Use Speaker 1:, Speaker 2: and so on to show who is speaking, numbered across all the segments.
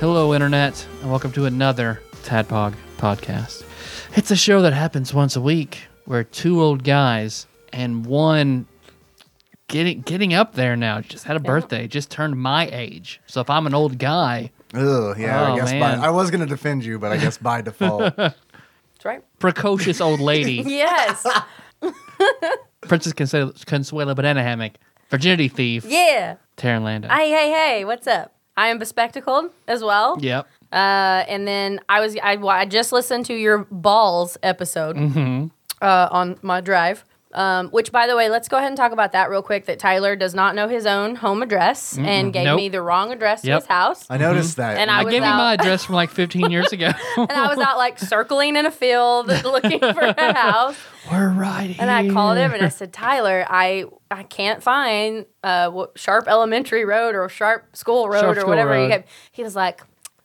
Speaker 1: Hello, Internet, and welcome to another Tadpog podcast. It's a show that happens once a week where two old guys and one getting getting up there now just had a birthday, just turned my age. So if I'm an old guy,
Speaker 2: Ugh, yeah,
Speaker 1: Oh,
Speaker 2: I guess
Speaker 1: man.
Speaker 2: by, I was gonna defend you, but I guess by default.
Speaker 3: That's right.
Speaker 1: precocious old lady,
Speaker 3: Yes.
Speaker 1: Princess Consuela, Consuela Banana Hammock, virginity thief,
Speaker 3: yeah.
Speaker 1: Taryn Landon.
Speaker 3: Hey, hey, hey. What's up? I am bespectacled as well.
Speaker 1: yep.
Speaker 3: Uh, and then I was I, I just listened to your balls episode
Speaker 1: Mm-hmm.
Speaker 3: uh, on my drive. Um, which, by the way, let's go ahead and talk about that real quick. That Tyler does not know his own home address and gave
Speaker 1: Nope.
Speaker 3: me the wrong address to
Speaker 1: Yep. Mm-hmm.
Speaker 3: his house.
Speaker 2: I noticed that.
Speaker 3: And I
Speaker 1: I
Speaker 3: was
Speaker 1: gave you my
Speaker 3: out-
Speaker 1: address from like 15 years ago.
Speaker 3: and I was out like circling in a field looking for a house.
Speaker 1: We're right here.
Speaker 3: And I called him and I said, Tyler, I I can't find uh, what, Sharp Elementary Road or Sharp School Road
Speaker 1: Sharp
Speaker 3: or
Speaker 1: School
Speaker 3: whatever. He,
Speaker 1: Road.
Speaker 3: kept, he was like,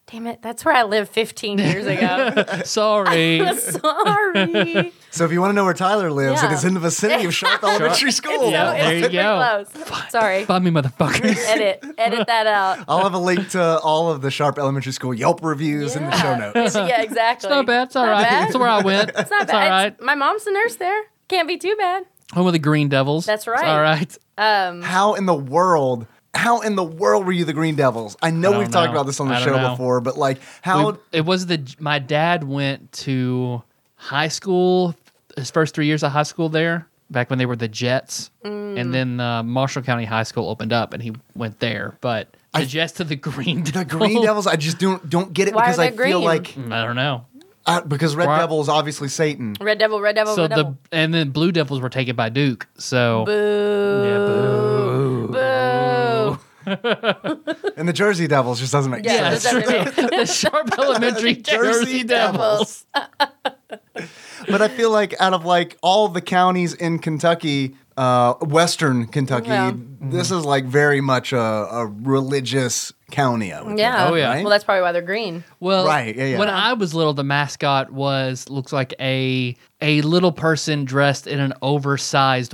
Speaker 3: damn it, that's where I lived 15 years ago.
Speaker 1: Sorry.
Speaker 3: Sorry.
Speaker 2: so if you want to know where Tyler lives,
Speaker 3: Yeah.
Speaker 2: it is in the vicinity of Sharp Elementary School.
Speaker 3: So
Speaker 1: Yeah,
Speaker 3: it's
Speaker 1: there you
Speaker 3: pretty
Speaker 1: go.
Speaker 3: close. Sorry.
Speaker 1: Find me, motherfuckers.
Speaker 3: Edit. Edit that out.
Speaker 2: I'll have a link to all of the Sharp Elementary School Yelp reviews in the show
Speaker 3: Yeah.
Speaker 2: notes.
Speaker 3: yeah, exactly.
Speaker 1: It's not bad. It's all
Speaker 3: Not
Speaker 1: right.
Speaker 3: bad.
Speaker 1: It's where I went. It's
Speaker 3: Not bad.
Speaker 1: all right.
Speaker 3: It's- my mom's the nurse there. Can't be too bad.
Speaker 1: Home of the Green Devils.
Speaker 3: That's
Speaker 1: It's
Speaker 3: right. Um,
Speaker 1: all right.
Speaker 2: How in the world? How in the world were you the Green Devils? I know
Speaker 1: don't
Speaker 2: we've talked
Speaker 1: know.
Speaker 2: about this on the
Speaker 1: I don't
Speaker 2: show
Speaker 1: know.
Speaker 2: before, but like, how?
Speaker 1: We- it was the my dad went to high school his first three years of high school there back when they were the Jets,
Speaker 3: Mm.
Speaker 1: and then uh, Marshall County High School opened up and he went there. But the Jets to the Green
Speaker 2: the Green Devils, I just don't don't get it
Speaker 3: Why are
Speaker 2: because I
Speaker 3: they
Speaker 2: feel
Speaker 3: green?
Speaker 2: like
Speaker 1: Mm, I don't know.
Speaker 2: uh, because Red
Speaker 1: Why-
Speaker 2: Devil is obviously Satan.
Speaker 3: Red Devil, Red Devil,
Speaker 1: So
Speaker 3: Red
Speaker 1: the
Speaker 3: Devil.
Speaker 1: and then Blue Devils were taken by Duke. So
Speaker 3: Boo.
Speaker 1: Yeah, boo.
Speaker 3: Boo.
Speaker 2: And the Jersey Devils just doesn't make
Speaker 3: Yeah,
Speaker 1: Yeah,
Speaker 2: sense.
Speaker 3: does
Speaker 1: that's
Speaker 3: that
Speaker 1: true. the Sharp Elementary Jersey,
Speaker 2: Jersey
Speaker 1: Devils.
Speaker 2: but I feel like out of like all the counties in Kentucky, uh, Western Kentucky,
Speaker 3: Yeah.
Speaker 2: this is like very much a, a religious county. I would
Speaker 3: Yeah.
Speaker 1: Oh, yeah.
Speaker 2: Right?
Speaker 3: Well, that's probably why they're green.
Speaker 1: Well,
Speaker 2: Right, yeah, yeah.
Speaker 1: when I was little, the mascot was looks like a a little person dressed in an oversized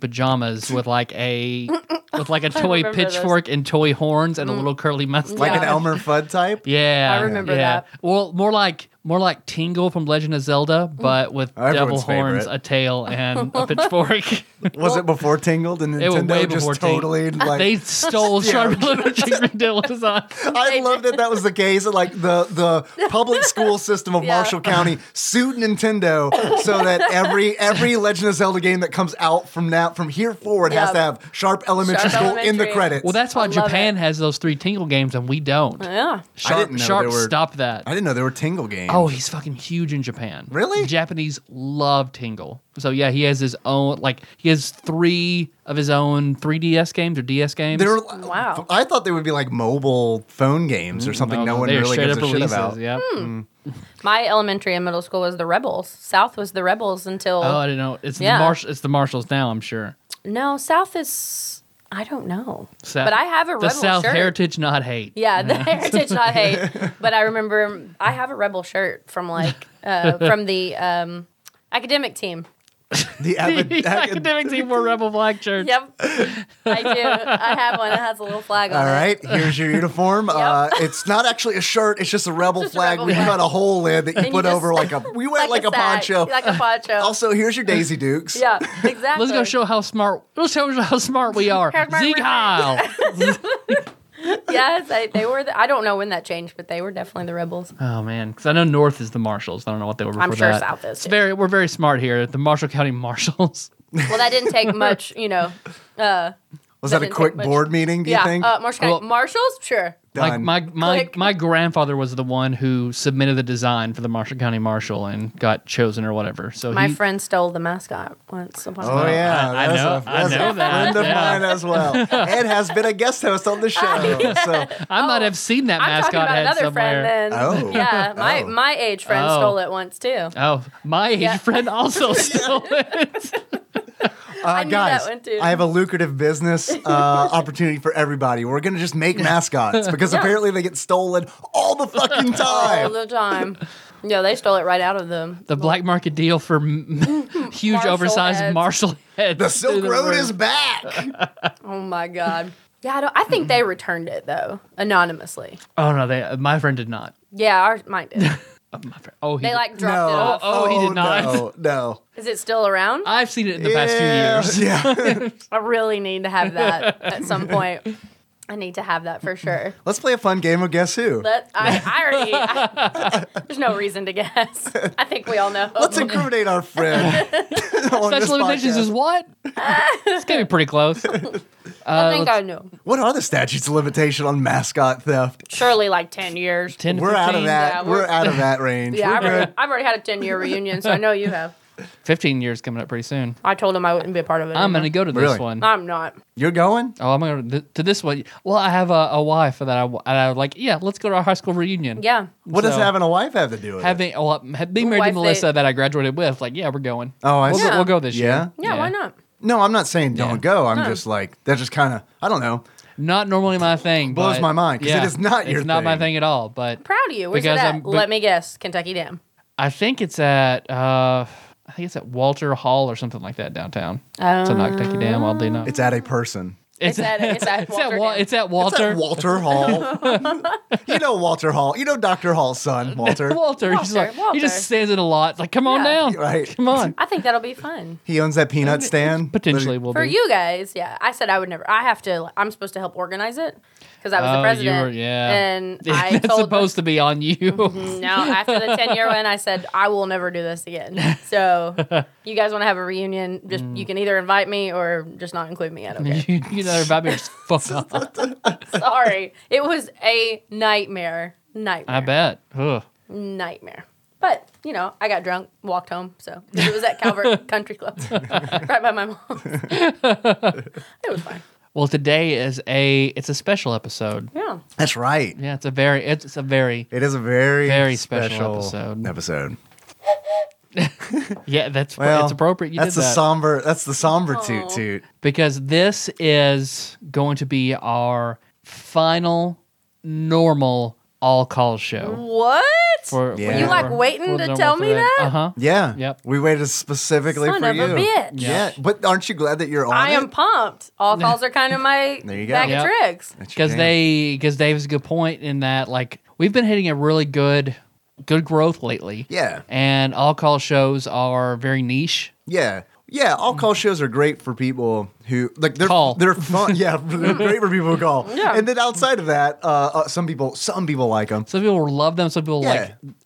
Speaker 1: pajamas with like a with like a toy
Speaker 3: remember this.
Speaker 1: pitchfork and toy horns and a little curly mustache.
Speaker 2: Like an
Speaker 3: Yeah.
Speaker 2: Elmer Fudd type.
Speaker 1: yeah,
Speaker 3: I remember
Speaker 1: yeah.
Speaker 3: that.
Speaker 1: Well, more like more like Tingle from Legend of Zelda, Mm. but with
Speaker 2: Mm. Everyone's
Speaker 1: devil horns,
Speaker 2: favorite.
Speaker 1: a tail, and a pitchfork.
Speaker 2: Was it before Tingled and
Speaker 1: It was way
Speaker 2: Nintendo just
Speaker 1: before
Speaker 2: totally like?
Speaker 1: they stole Sharp Elementary Green Devil design.
Speaker 2: I love that that was the case. that, Like the the public school system of
Speaker 3: Yeah.
Speaker 2: Marshall County sued Nintendo so that every every Legend of Zelda game that comes out from now from here forward has
Speaker 3: Yeah.
Speaker 2: to have Sharp Elementary
Speaker 3: Sharp
Speaker 2: School in the
Speaker 3: Elementary.
Speaker 2: credits.
Speaker 1: Well, that's why
Speaker 3: I love
Speaker 1: Japan
Speaker 3: it.
Speaker 1: has those three Tingle games and we don't.
Speaker 3: Yeah.
Speaker 1: Sharp,
Speaker 2: didn't know
Speaker 1: Sharp,
Speaker 2: there were-
Speaker 1: stop that.
Speaker 2: I didn't know there were Tingle games.
Speaker 1: Oh, he's fucking huge in Japan.
Speaker 2: Really?
Speaker 1: Japanese love Tingle. So yeah, he has his own like he has three of his own 3DS games or DS games. Mm,
Speaker 2: They're
Speaker 3: Wow.
Speaker 2: I thought they would be like mobile phone games or something. No, one
Speaker 1: oh, they are
Speaker 2: really
Speaker 1: straight
Speaker 2: gives a
Speaker 1: up
Speaker 2: shit
Speaker 1: releases,
Speaker 2: about. Mm.
Speaker 1: Yeah.
Speaker 3: Hmm. My elementary and middle school was the Rebels. South was the Rebels until
Speaker 1: Oh, I don't know. It's
Speaker 3: Yeah.
Speaker 1: the Marsh. It's the Marshals now. I'm sure.
Speaker 3: no. South is I don't know,
Speaker 1: Sa-
Speaker 3: but I have a
Speaker 1: the
Speaker 3: Rebel
Speaker 1: South
Speaker 3: shirt.
Speaker 1: heritage, not hate.
Speaker 3: Yeah, the heritage not hate, but I remember I have a Rebel shirt from like uh, from the um, academic team.
Speaker 2: The avid-
Speaker 1: Academic team wore rebel black shirts.
Speaker 3: Yep, I do. I have one that has a little flag on it.
Speaker 2: All right, here's your uniform. Uh, it's not actually a shirt; it's just a rebel
Speaker 3: Just a
Speaker 2: flag.
Speaker 3: rebel
Speaker 2: we
Speaker 3: flag.
Speaker 2: cut a hole in that you
Speaker 3: you
Speaker 2: put
Speaker 3: just-
Speaker 2: over like a. We went like, a,
Speaker 3: sack,
Speaker 2: poncho.
Speaker 3: like a poncho.
Speaker 2: also, here's your Daisy Dukes.
Speaker 3: yeah, exactly.
Speaker 1: Let's go show how smart. Let's show how smart we are.
Speaker 3: Here's my
Speaker 1: Zeke
Speaker 3: ring.
Speaker 1: Heil.
Speaker 3: Yes, I, they were. The, I don't know when that changed, but they were definitely the Rebels.
Speaker 1: Oh man, because I know North is the Marshals. I don't know what they were before
Speaker 3: I'm sure
Speaker 1: that.
Speaker 3: South is,
Speaker 1: It's
Speaker 3: too.
Speaker 1: very. We're very smart here. The Marshall County Marshals.
Speaker 3: Well, that didn't take much, you know, uh,
Speaker 2: Was that a
Speaker 3: Doesn't
Speaker 2: quick
Speaker 3: take much.
Speaker 2: board meeting? Do
Speaker 3: yeah,
Speaker 2: you think?
Speaker 3: Uh, Marshall County-
Speaker 1: Well-
Speaker 3: Marshalls, sure.
Speaker 1: Like
Speaker 2: Done.
Speaker 1: my my,
Speaker 3: Click.
Speaker 1: my grandfather was the one who submitted the design for the Marshall County Marshal and got chosen or whatever. So
Speaker 3: My
Speaker 1: he,
Speaker 3: friend stole the mascot once. upon a
Speaker 2: Oh
Speaker 3: time.
Speaker 2: yeah,
Speaker 1: I- I
Speaker 2: that's
Speaker 1: know-
Speaker 2: a,
Speaker 1: I
Speaker 2: that's
Speaker 1: know
Speaker 2: a
Speaker 1: that,
Speaker 2: friend of
Speaker 1: yeah.
Speaker 2: mine as well, and has been a guest host on the show. So, uh,
Speaker 1: I might have seen that
Speaker 3: Oh, I'm talking
Speaker 1: mascot
Speaker 3: about
Speaker 1: head
Speaker 3: another
Speaker 1: somewhere.
Speaker 3: friend then.
Speaker 2: Oh.
Speaker 3: Yeah, my,
Speaker 2: Oh.
Speaker 3: my age friend
Speaker 1: Oh.
Speaker 3: stole it once too.
Speaker 1: Oh, my age
Speaker 3: Yeah.
Speaker 1: friend also stole it.
Speaker 2: uh,
Speaker 3: knew that
Speaker 2: guys,
Speaker 3: one, too.
Speaker 2: I have a lucrative business uh, opportunity for everybody. We're gonna just make mascots because apparently they get stolen all the fucking
Speaker 3: All
Speaker 2: time.
Speaker 3: the time. Yeah, they stole it right out of them.
Speaker 1: The black market deal for m- huge
Speaker 3: Marshall
Speaker 1: oversized
Speaker 3: heads.
Speaker 1: Marshall heads.
Speaker 2: The Silk
Speaker 1: through the
Speaker 2: Road
Speaker 1: roof.
Speaker 2: is back.
Speaker 3: Oh my god. Yeah, I, don't, I think they returned it though anonymously.
Speaker 1: Oh no, they, my friend did not.
Speaker 3: Yeah, our, mine did.
Speaker 1: Oh, my friend. Oh, he
Speaker 3: They
Speaker 1: did.
Speaker 3: like dropped it off.
Speaker 1: Oh, he did not.
Speaker 2: No, no.
Speaker 3: Is it still around?
Speaker 1: I've seen it in the past few years.
Speaker 2: Yeah. yeah.
Speaker 3: I really need to have that at some point. I need to have that for sure.
Speaker 2: Let's play a fun game of Guess Who.
Speaker 3: But I, I already. I- there's no reason to guess. I think we all know.
Speaker 2: Let's incriminate our friend. on this
Speaker 1: Special Olympics is
Speaker 2: podcast.
Speaker 1: what? it's gonna be pretty close. Uh,
Speaker 3: Oh, I think I know.
Speaker 2: What are the statutes of limitation on mascot theft?
Speaker 3: Surely like ten years.
Speaker 1: Ten. to
Speaker 2: We're out
Speaker 1: 15,
Speaker 2: of that.
Speaker 3: yeah,
Speaker 2: we're,
Speaker 3: we're-
Speaker 2: out of that range.
Speaker 3: Yeah,
Speaker 2: we're
Speaker 3: I've already,
Speaker 2: good.
Speaker 3: I've already had a ten year reunion, so I know you have.
Speaker 1: Fifteen years coming up pretty soon.
Speaker 3: I told him I wouldn't be a part of it.
Speaker 1: I'm
Speaker 3: anymore.
Speaker 1: gonna go to this
Speaker 2: Really?
Speaker 1: one.
Speaker 3: I'm not.
Speaker 2: You're going?
Speaker 1: Oh, I'm gonna th- to this one. Well, I have a, a wife that I and I was like. Yeah, let's go to our high school reunion.
Speaker 3: Yeah.
Speaker 2: What does
Speaker 1: So-
Speaker 2: having a wife have to do with
Speaker 1: having oh, ha- being married
Speaker 3: Wife
Speaker 1: to Melissa
Speaker 3: date.
Speaker 1: that I graduated with. Like, yeah, we're going.
Speaker 2: it? Oh, I
Speaker 1: we'll,
Speaker 2: see.
Speaker 1: go, we'll go this
Speaker 2: Yeah.
Speaker 1: year.
Speaker 3: yeah. Why not?
Speaker 2: No, I'm not saying don't
Speaker 1: Yeah.
Speaker 2: go. I'm just like, that just kind of, I don't know.
Speaker 1: Not normally my thing.
Speaker 2: Blows
Speaker 1: but-
Speaker 2: my mind, 'cause it is not your
Speaker 1: It's not my
Speaker 2: thing.
Speaker 1: thing at all. But
Speaker 3: Proud of you. Where's
Speaker 1: Because
Speaker 3: it at?
Speaker 1: I'm- but-
Speaker 3: Let me guess. Kentucky Dam.
Speaker 1: I think it's at uh, I think it's at Walter Hall or something like that downtown. it's a Kentucky Dam. Oddly enough,
Speaker 2: It's at a person.
Speaker 3: Oh. It's at it's at
Speaker 1: it's at,
Speaker 3: Walter
Speaker 1: Wa-
Speaker 3: Dam.
Speaker 1: it's at
Speaker 2: It's
Speaker 1: Walter.
Speaker 2: at Walter Hall. you know Walter Hall. You know Dr. Hall's son, Walter.
Speaker 1: Walter. He's just
Speaker 3: Walter,
Speaker 1: like
Speaker 3: Walter.
Speaker 1: he just stands in a lot. It's like, come on
Speaker 3: Yeah.
Speaker 1: down,
Speaker 2: Right.
Speaker 1: Come on.
Speaker 3: I think that'll be fun.
Speaker 2: He owns that peanut stand.
Speaker 1: Potentially will
Speaker 3: For
Speaker 1: be.
Speaker 3: you guys, yeah. I said I would never. I have to. I'm supposed to help organize it because I was
Speaker 1: Oh,
Speaker 3: the president.
Speaker 1: You were, yeah.
Speaker 3: And
Speaker 1: Yeah,
Speaker 3: I
Speaker 1: that's
Speaker 3: told Mm-hmm.
Speaker 1: supposed to be on you.
Speaker 3: them, no. After the 10 year win, I said I will never do this again. So you guys want to have a reunion? Just you can either invite me or just not include me. I don't care.
Speaker 1: Mm. you, you know about me. Just fuck off.
Speaker 3: Sorry, it was a nightmare. Nightmare.
Speaker 1: I bet. Ugh.
Speaker 3: Nightmare. But you know, I got drunk, walked home. So it was at Calvert Country Club, right by my mom. it was fine.
Speaker 1: Well, today is a it's a special episode.
Speaker 3: Yeah.
Speaker 2: That's right.
Speaker 1: Yeah, it's a very it's, it's a very
Speaker 2: It is a very,
Speaker 1: Very special episode.
Speaker 2: episode.
Speaker 1: yeah. That's
Speaker 2: Well,
Speaker 1: it's appropriate. You
Speaker 2: that's
Speaker 1: did
Speaker 2: the
Speaker 1: that.
Speaker 2: somber. That's the somber toot toot.
Speaker 1: because this is going to be our final normal all call show.
Speaker 3: What?
Speaker 1: For,
Speaker 2: Yeah. You,
Speaker 3: like, waiting to tell me that?
Speaker 1: Uh huh.
Speaker 2: Yeah.
Speaker 1: Yep.
Speaker 2: We waited specifically
Speaker 3: Son
Speaker 2: for
Speaker 3: of
Speaker 2: you.
Speaker 3: a bitch.
Speaker 2: Yeah. But aren't you glad that you're on?
Speaker 3: I
Speaker 2: it?
Speaker 3: am pumped. All calls are kind of my
Speaker 2: There you go.
Speaker 3: bag of
Speaker 1: Yeah.
Speaker 3: tricks.
Speaker 2: That's your
Speaker 1: Because
Speaker 2: jam.
Speaker 1: they because Dave's a good point in that like we've been hitting a really good good growth lately.
Speaker 2: Yeah.
Speaker 1: And all call shows are very niche.
Speaker 2: Yeah. Yeah, all call shows are great for people who like they're
Speaker 1: Call.
Speaker 2: they're fun. Yeah, they're great for people who call.
Speaker 3: Yeah.
Speaker 2: And then outside of that, uh, uh, some people some people like them.
Speaker 1: Some people love them. Some people
Speaker 2: Yeah.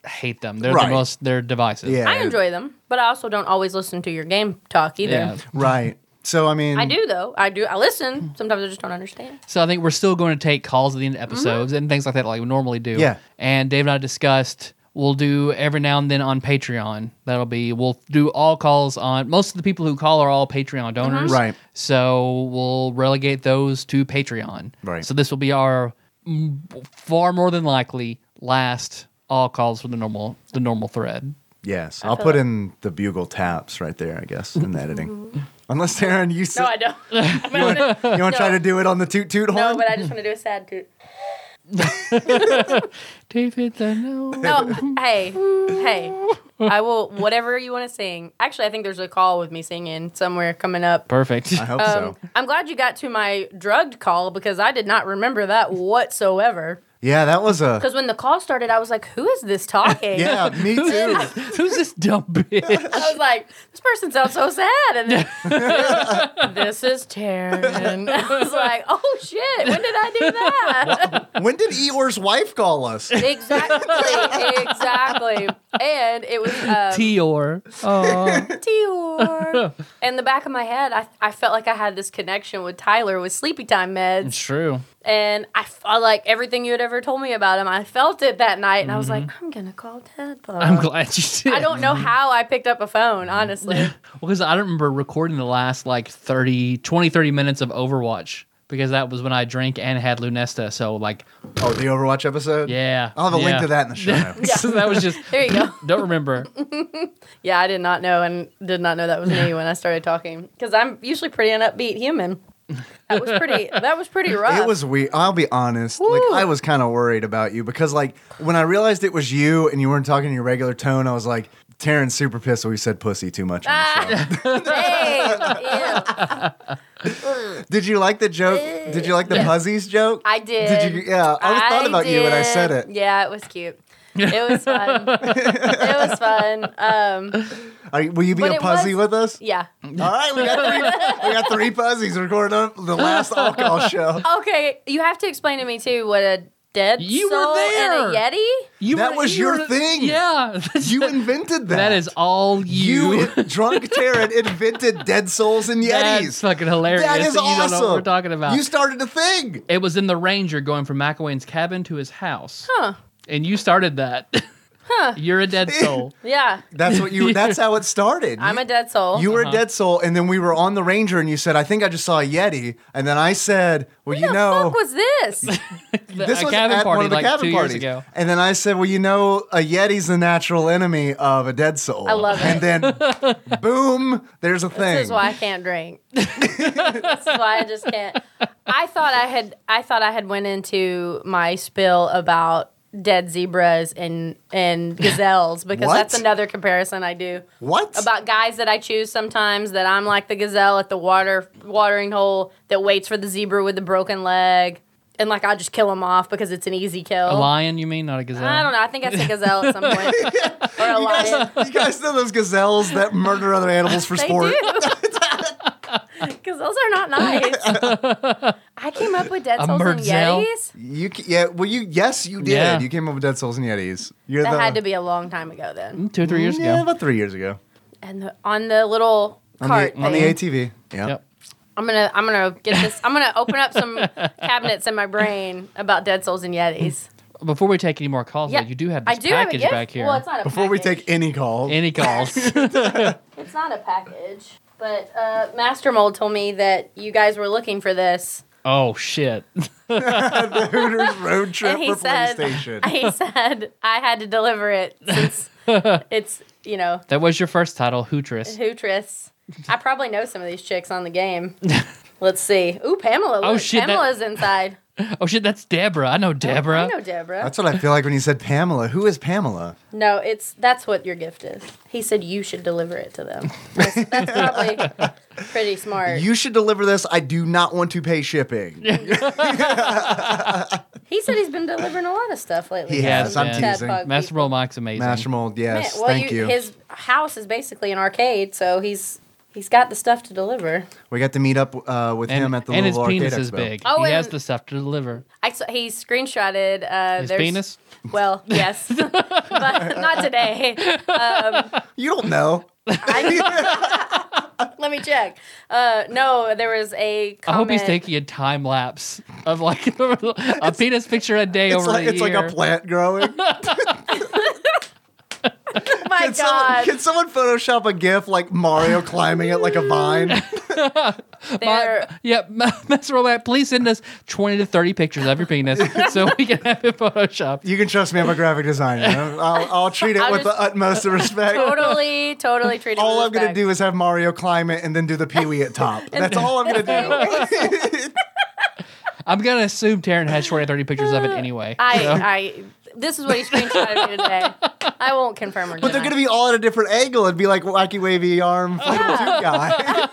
Speaker 1: like hate them. They're
Speaker 2: Right.
Speaker 1: the most. They're divisive.
Speaker 2: Yeah,
Speaker 3: I enjoy them, but I also don't always listen to your game talk either.
Speaker 1: Yeah.
Speaker 2: Right. So I mean,
Speaker 3: I do though. I do. I listen. Sometimes I just don't understand.
Speaker 1: So I think we're still going to take calls at the end of episodes and things like that, like we normally do.
Speaker 2: Yeah.
Speaker 1: And Dave and I discussed we'll do every now and then on Patreon. That'll be we'll do all calls on. Most of the people who call are all Patreon donors,
Speaker 2: Right.
Speaker 1: So we'll relegate those to Patreon.
Speaker 2: Right.
Speaker 1: So this will be our mm, far more than likely last all calls for the normal the normal thread.
Speaker 2: Yes, I'll put in the bugle taps right there. I guess in the editing. Unless Aaron, you s-
Speaker 3: No, I don't. I mean,
Speaker 2: you want to try
Speaker 3: No.
Speaker 2: to do it on the toot toot
Speaker 3: no,
Speaker 2: horn?
Speaker 3: but I just want to do a sad toot.
Speaker 1: David, the no.
Speaker 3: No, hey, hey. I will whatever you want to sing. Actually, I think there's a call with me singing somewhere coming up.
Speaker 1: Perfect.
Speaker 2: I hope
Speaker 3: Um,
Speaker 2: so.
Speaker 3: I'm glad you got to my drugged call because I did not remember that whatsoever.
Speaker 2: Yeah, that was a.
Speaker 3: Because when the call started, I was like, "Who is this talking?"
Speaker 2: Yeah, me too.
Speaker 1: Who's this dumb bitch?
Speaker 3: I was like, this person sounds so sad. And then, this is Taryn. I was like, oh shit, when did I do that?
Speaker 2: When did Eeyore's wife call us?
Speaker 3: Exactly, exactly. And it was uh,
Speaker 1: Tior. Oh,
Speaker 3: Dior. In the back of my head, I, I felt like I had this connection with Tyler with sleepy time
Speaker 1: it's
Speaker 3: meds,
Speaker 1: true.
Speaker 3: and I felt like everything you had ever told me about him. I felt it that night, and I was like, I'm gonna call Ted.
Speaker 1: Mm-hmm. I'm glad you did.
Speaker 3: Uh,
Speaker 1: Mm-hmm.
Speaker 3: I don't know how I picked up a phone, honestly.
Speaker 1: because I don't remember recording the last like 30, 20, 30 minutes of Overwatch because that was when I drank and had Lunesta. So like,
Speaker 2: Oh, the Overwatch episode?
Speaker 1: yeah,
Speaker 2: I'll have a
Speaker 1: yeah.
Speaker 2: link to that in the show notes.
Speaker 1: so that was just
Speaker 3: There you go.
Speaker 1: don't remember.
Speaker 3: Yeah, I did not know and did not know that was me when I started talking because I'm usually pretty an upbeat human. That was pretty. That was pretty rough.
Speaker 2: It was weird. I'll be honest. Like
Speaker 3: Woo.
Speaker 2: I was kind of worried about you because like when I realized it was you and you weren't talking in your regular tone, I was like, Taryn's super pissed. We said pussy too much. On the show.
Speaker 3: Hey, ew.
Speaker 2: Did you like the joke? Did you like the Puzzies joke?
Speaker 3: Eh, I did.
Speaker 2: Did you? Yeah, I, always thought about you when I said
Speaker 3: did.
Speaker 2: it.
Speaker 3: Yeah, it was cute. It was fun. it was fun. Um,
Speaker 2: Are you- will you be
Speaker 3: But
Speaker 2: a
Speaker 3: it
Speaker 2: Puzzy
Speaker 3: was-
Speaker 2: with us?
Speaker 3: yeah.
Speaker 2: All right, we got three. we got three Puzzies recorded on the last alcohol show.
Speaker 3: Okay, you have to explain to me too what a dead
Speaker 1: You were
Speaker 3: soul and a
Speaker 1: there.
Speaker 3: yeti.
Speaker 1: You
Speaker 2: That was
Speaker 1: you
Speaker 2: your thing.
Speaker 1: Yeah,
Speaker 2: You invented that.
Speaker 1: that is all
Speaker 2: you.
Speaker 1: you.
Speaker 2: drunk Taryn invented dead souls and
Speaker 1: That's
Speaker 2: Yetis.
Speaker 1: fucking hilarious.
Speaker 2: that is
Speaker 1: that You
Speaker 2: awesome.
Speaker 1: don't know what we're talking about.
Speaker 2: You started a thing.
Speaker 1: it was in the Ranger going from McElwain's cabin to his house. Huh. And you started that. Huh. You're a dead soul.
Speaker 3: Yeah,
Speaker 2: That's what you. That's how it started.
Speaker 3: I'm
Speaker 2: You-
Speaker 3: a dead soul.
Speaker 2: You were
Speaker 1: Uh-huh.
Speaker 2: a dead soul, and then we were on the Ranger, and you said, "I think I just saw a Yeti," and then I said, "Well, you
Speaker 3: what the
Speaker 2: know."
Speaker 3: fuck was this?
Speaker 1: The-
Speaker 2: this
Speaker 1: a
Speaker 2: was
Speaker 1: cabin
Speaker 2: at
Speaker 1: party
Speaker 2: one of the
Speaker 1: like
Speaker 2: cabin
Speaker 1: two
Speaker 2: parties.
Speaker 1: years ago.
Speaker 2: And then I said, "Well, you know, a Yeti's the natural enemy of a dead soul."
Speaker 3: I love
Speaker 2: And then, boom, there's a thing.
Speaker 3: This is why I can't drink. this is why I just can't. I thought I had I thought I had went into my spill about dead zebras and and gazelles because
Speaker 2: What?
Speaker 3: that's another comparison I do
Speaker 2: What?
Speaker 3: about guys that I choose sometimes that I'm like the gazelle at the water watering hole that waits for the zebra with the broken leg and like I just kill him off because it's an easy kill.
Speaker 1: A lion, you mean, not a gazelle?
Speaker 3: I don't know. I think I said gazelle at some point or a lion.
Speaker 2: you guys know those gazelles that murder other animals for sport.
Speaker 3: Because those are not nice. I came up with dead
Speaker 1: A
Speaker 3: souls and
Speaker 1: merdzell?
Speaker 3: yetis.
Speaker 2: You c- yeah, well, you yes, you did.
Speaker 1: Yeah.
Speaker 2: You came up with dead souls and Yetis. You're
Speaker 3: That
Speaker 2: the, Mm,
Speaker 3: had to be a long time ago then.
Speaker 1: Mm, Two or three years
Speaker 2: yeah,
Speaker 1: ago.
Speaker 2: about three years ago
Speaker 3: And the, on the little
Speaker 2: on
Speaker 3: cart
Speaker 2: the on the
Speaker 3: thing.
Speaker 2: ATV. Yeah.
Speaker 1: Yep.
Speaker 3: I'm gonna I'm gonna get this. I'm gonna open up some cabinets in my brain about dead souls and yetis.
Speaker 1: Before we take any more calls,
Speaker 3: Yeah,
Speaker 1: though, you do have
Speaker 3: I
Speaker 1: this
Speaker 3: do have a
Speaker 1: package
Speaker 3: gift.
Speaker 1: back here.
Speaker 3: Well, it's not a
Speaker 2: Before we
Speaker 3: package.
Speaker 2: take any call,
Speaker 1: any calls?
Speaker 3: it's not a package. But uh, Master Mold told me that you guys were looking for this,
Speaker 1: oh shit!
Speaker 2: the Hooters road trip
Speaker 3: and he
Speaker 2: for
Speaker 3: said
Speaker 2: PlayStation.
Speaker 3: he said I had to deliver it since it's you know
Speaker 1: That was your first title, Hootress.
Speaker 3: Hootress. I probably know some of these chicks on the game. Let's see. Ooh, Pamela.
Speaker 1: Oh,
Speaker 3: look,
Speaker 1: shit, that-
Speaker 3: Pamela's inside. Oh,
Speaker 1: Oh shit, that's Deborah. I know Deborah.
Speaker 3: I know Deborah.
Speaker 2: That's what I feel like when you said Pamela. Who is Pamela?
Speaker 3: no, it's that's what your gift is. He said you should deliver it to them. That's, that's probably pretty smart.
Speaker 2: You should deliver this. I do not want to pay shipping.
Speaker 3: he said he's been delivering a lot of stuff lately.
Speaker 2: He has,
Speaker 3: Some
Speaker 1: I'm
Speaker 3: Tad
Speaker 2: teasing.
Speaker 3: Bug
Speaker 1: Master
Speaker 3: people.
Speaker 1: Roll Mike's amazing.
Speaker 2: Master Mold,
Speaker 3: Man,
Speaker 2: yes.
Speaker 3: well,
Speaker 2: thank you,
Speaker 3: His house is basically an arcade, so he's he's got the stuff to deliver.
Speaker 2: We got to meet up uh, with
Speaker 1: and,
Speaker 2: him at the
Speaker 1: and his
Speaker 2: little arcade
Speaker 1: penis is
Speaker 2: expo.
Speaker 1: big.
Speaker 3: Oh,
Speaker 1: he has
Speaker 3: and-
Speaker 1: the stuff to deliver.
Speaker 3: I saw, he screenshotted. Uh,
Speaker 1: His
Speaker 3: there's-
Speaker 1: penis.
Speaker 3: Well, yes, but not today. Um,
Speaker 2: You don't know.
Speaker 3: Let me check. Uh, no, there was a
Speaker 1: I
Speaker 3: comment.
Speaker 1: hope he's taking a time lapse of like a penis picture a day
Speaker 2: It's
Speaker 1: over
Speaker 2: like
Speaker 1: a
Speaker 2: it's like
Speaker 1: year.
Speaker 2: a plant growing.
Speaker 3: Oh my
Speaker 2: Can someone,
Speaker 3: God,
Speaker 2: can someone Photoshop a GIF like Mario climbing it like a vine?
Speaker 3: there.
Speaker 1: yeah, Ma- Master Roll Mike, please send us twenty to thirty pictures of your penis so we can have it photoshopped.
Speaker 2: You can trust me. I'm a graphic designer. I'll, I'll treat it
Speaker 3: I'll
Speaker 2: with
Speaker 3: just-
Speaker 2: the utmost of respect.
Speaker 3: Totally, totally treated.
Speaker 2: All
Speaker 3: with
Speaker 2: I'm gonna
Speaker 3: respect.
Speaker 2: do is have Mario climb it and then do the Pee Wee at top. That's all I'm gonna do.
Speaker 1: I'm gonna assume Taryn has twenty to thirty pictures of it anyway.
Speaker 3: I, I. This is what he screenshotted me today. I won't confirm or deny.
Speaker 2: But they're gonna be all at a different angle and be like wacky wavy arm flail two guy.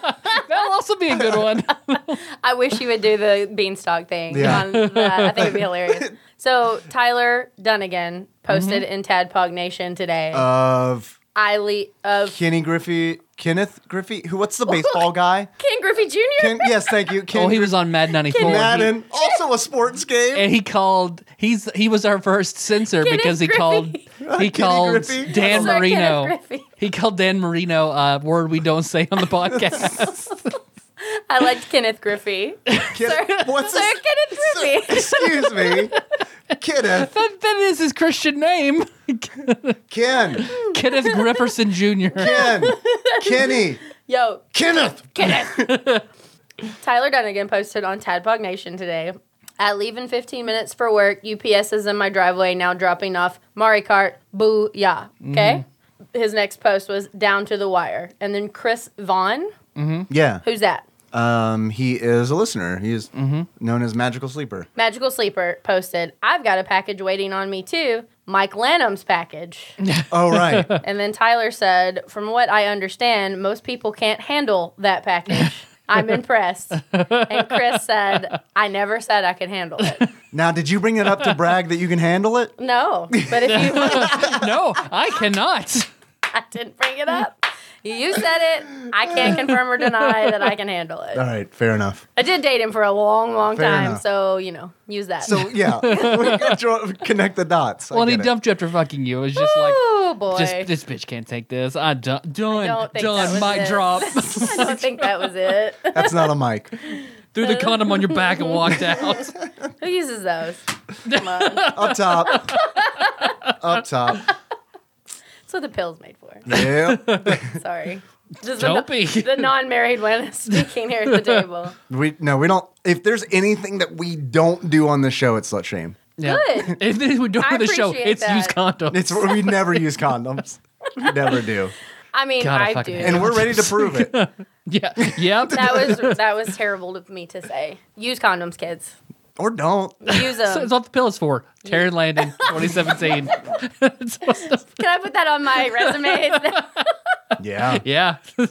Speaker 1: That'll also be a good one.
Speaker 3: I wish you would do the beanstalk thing.
Speaker 2: Yeah.
Speaker 3: On that. I think it'd be hilarious. So Tyler Dunnigan posted
Speaker 1: Mm-hmm.
Speaker 3: in Tadpog Nation today.
Speaker 2: Uh, Of
Speaker 3: I le- of
Speaker 2: Kenny Griffey, Kenneth Griffey. Who? What's the baseball guy?
Speaker 3: Ken Griffey Jr.
Speaker 2: Ken, yes, thank you. Ken
Speaker 1: Oh, he was Oh, on Mad ninety four.
Speaker 2: Madden. also also a sports game.
Speaker 1: and he called. He's he was our first censor
Speaker 3: Kenneth
Speaker 1: because he
Speaker 3: Griffey.
Speaker 1: called he called
Speaker 2: Griffey.
Speaker 1: Dan
Speaker 3: Sorry,
Speaker 1: Marino.
Speaker 3: Kenneth Griffey.
Speaker 1: He called Dan Marino a word we don't say on the podcast.
Speaker 3: I liked Kenneth Griffey. Sir
Speaker 2: Kid- what's his-
Speaker 3: Kenneth Griffey.
Speaker 2: Excuse me. Kenneth.
Speaker 1: that, that is his Christian name,
Speaker 2: Ken.
Speaker 1: Kenneth Grifferson Jr.
Speaker 2: Ken. Kenny.
Speaker 3: Yo,
Speaker 2: Kenneth.
Speaker 3: Kenneth. Tyler Dunnigan posted on Tadpog Nation today. At leaving 15 minutes for work, UPS is in my driveway now dropping off Mari Kart. Boo ya. Okay?
Speaker 1: Mm-hmm.
Speaker 3: His next post was down to the wire. And then Chris Vaughn,
Speaker 2: Yeah.
Speaker 3: who's that?
Speaker 2: Um, he is a listener. He is
Speaker 1: Mm-hmm.
Speaker 2: known as Magical Sleeper.
Speaker 3: Magical Sleeper posted, I've got a package waiting on me too. Mike Lanham's package.
Speaker 2: Oh, right.
Speaker 3: And then Tyler said, From what I understand, most people can't handle that package. I'm impressed. And Chris said, I never said I could handle it.
Speaker 2: now, did you bring it up to brag that you can handle it?
Speaker 3: No, but if you
Speaker 1: No, I cannot.
Speaker 3: I didn't bring it up. You said it. I can't confirm or deny that I can handle it.
Speaker 2: All right, fair enough.
Speaker 3: I did date him for a long, long
Speaker 2: Fair
Speaker 3: time,
Speaker 2: enough.
Speaker 3: so you know, use that.
Speaker 2: So, yeah, we can draw- connect the dots. I
Speaker 1: Well, he
Speaker 2: get it.
Speaker 1: dumped you after fucking you. It was just like,
Speaker 3: oh boy,
Speaker 1: just, this bitch can't take this. I done done
Speaker 3: don't think that
Speaker 1: done.
Speaker 3: was
Speaker 1: Mic
Speaker 3: it.
Speaker 1: drop.
Speaker 3: I don't think that was it.
Speaker 2: That's not a mic.
Speaker 1: Threw the condom on your back and walked out.
Speaker 3: Who uses those? Come on, that's
Speaker 2: Up top. Up top.
Speaker 3: what the pill's made for.
Speaker 2: Yeah.
Speaker 3: Sorry. This is
Speaker 1: Don't
Speaker 3: the,
Speaker 1: be.
Speaker 3: the non-married one speaking here at the table.
Speaker 2: We no, we don't. If there's anything that we don't do on this show, it's slut shame.
Speaker 1: Yeah.
Speaker 3: Good.
Speaker 1: If we're doing
Speaker 3: I
Speaker 1: the show,
Speaker 3: appreciate
Speaker 1: it's
Speaker 3: that.
Speaker 1: use condoms.
Speaker 2: It's we never use condoms. We never do,
Speaker 3: I mean,
Speaker 1: God, I
Speaker 3: I,
Speaker 1: fucking
Speaker 3: do.
Speaker 1: hate
Speaker 2: and we're ready to prove it.
Speaker 1: yeah. Yep.
Speaker 3: that was that was terrible of me to say. Use condoms, kids.
Speaker 2: Or don't.
Speaker 3: Use them.
Speaker 1: That's what the pill is for. Taryn Landon, 2017. It's supposed to-
Speaker 3: Can I put that on my resume?
Speaker 2: Yeah,
Speaker 1: yeah.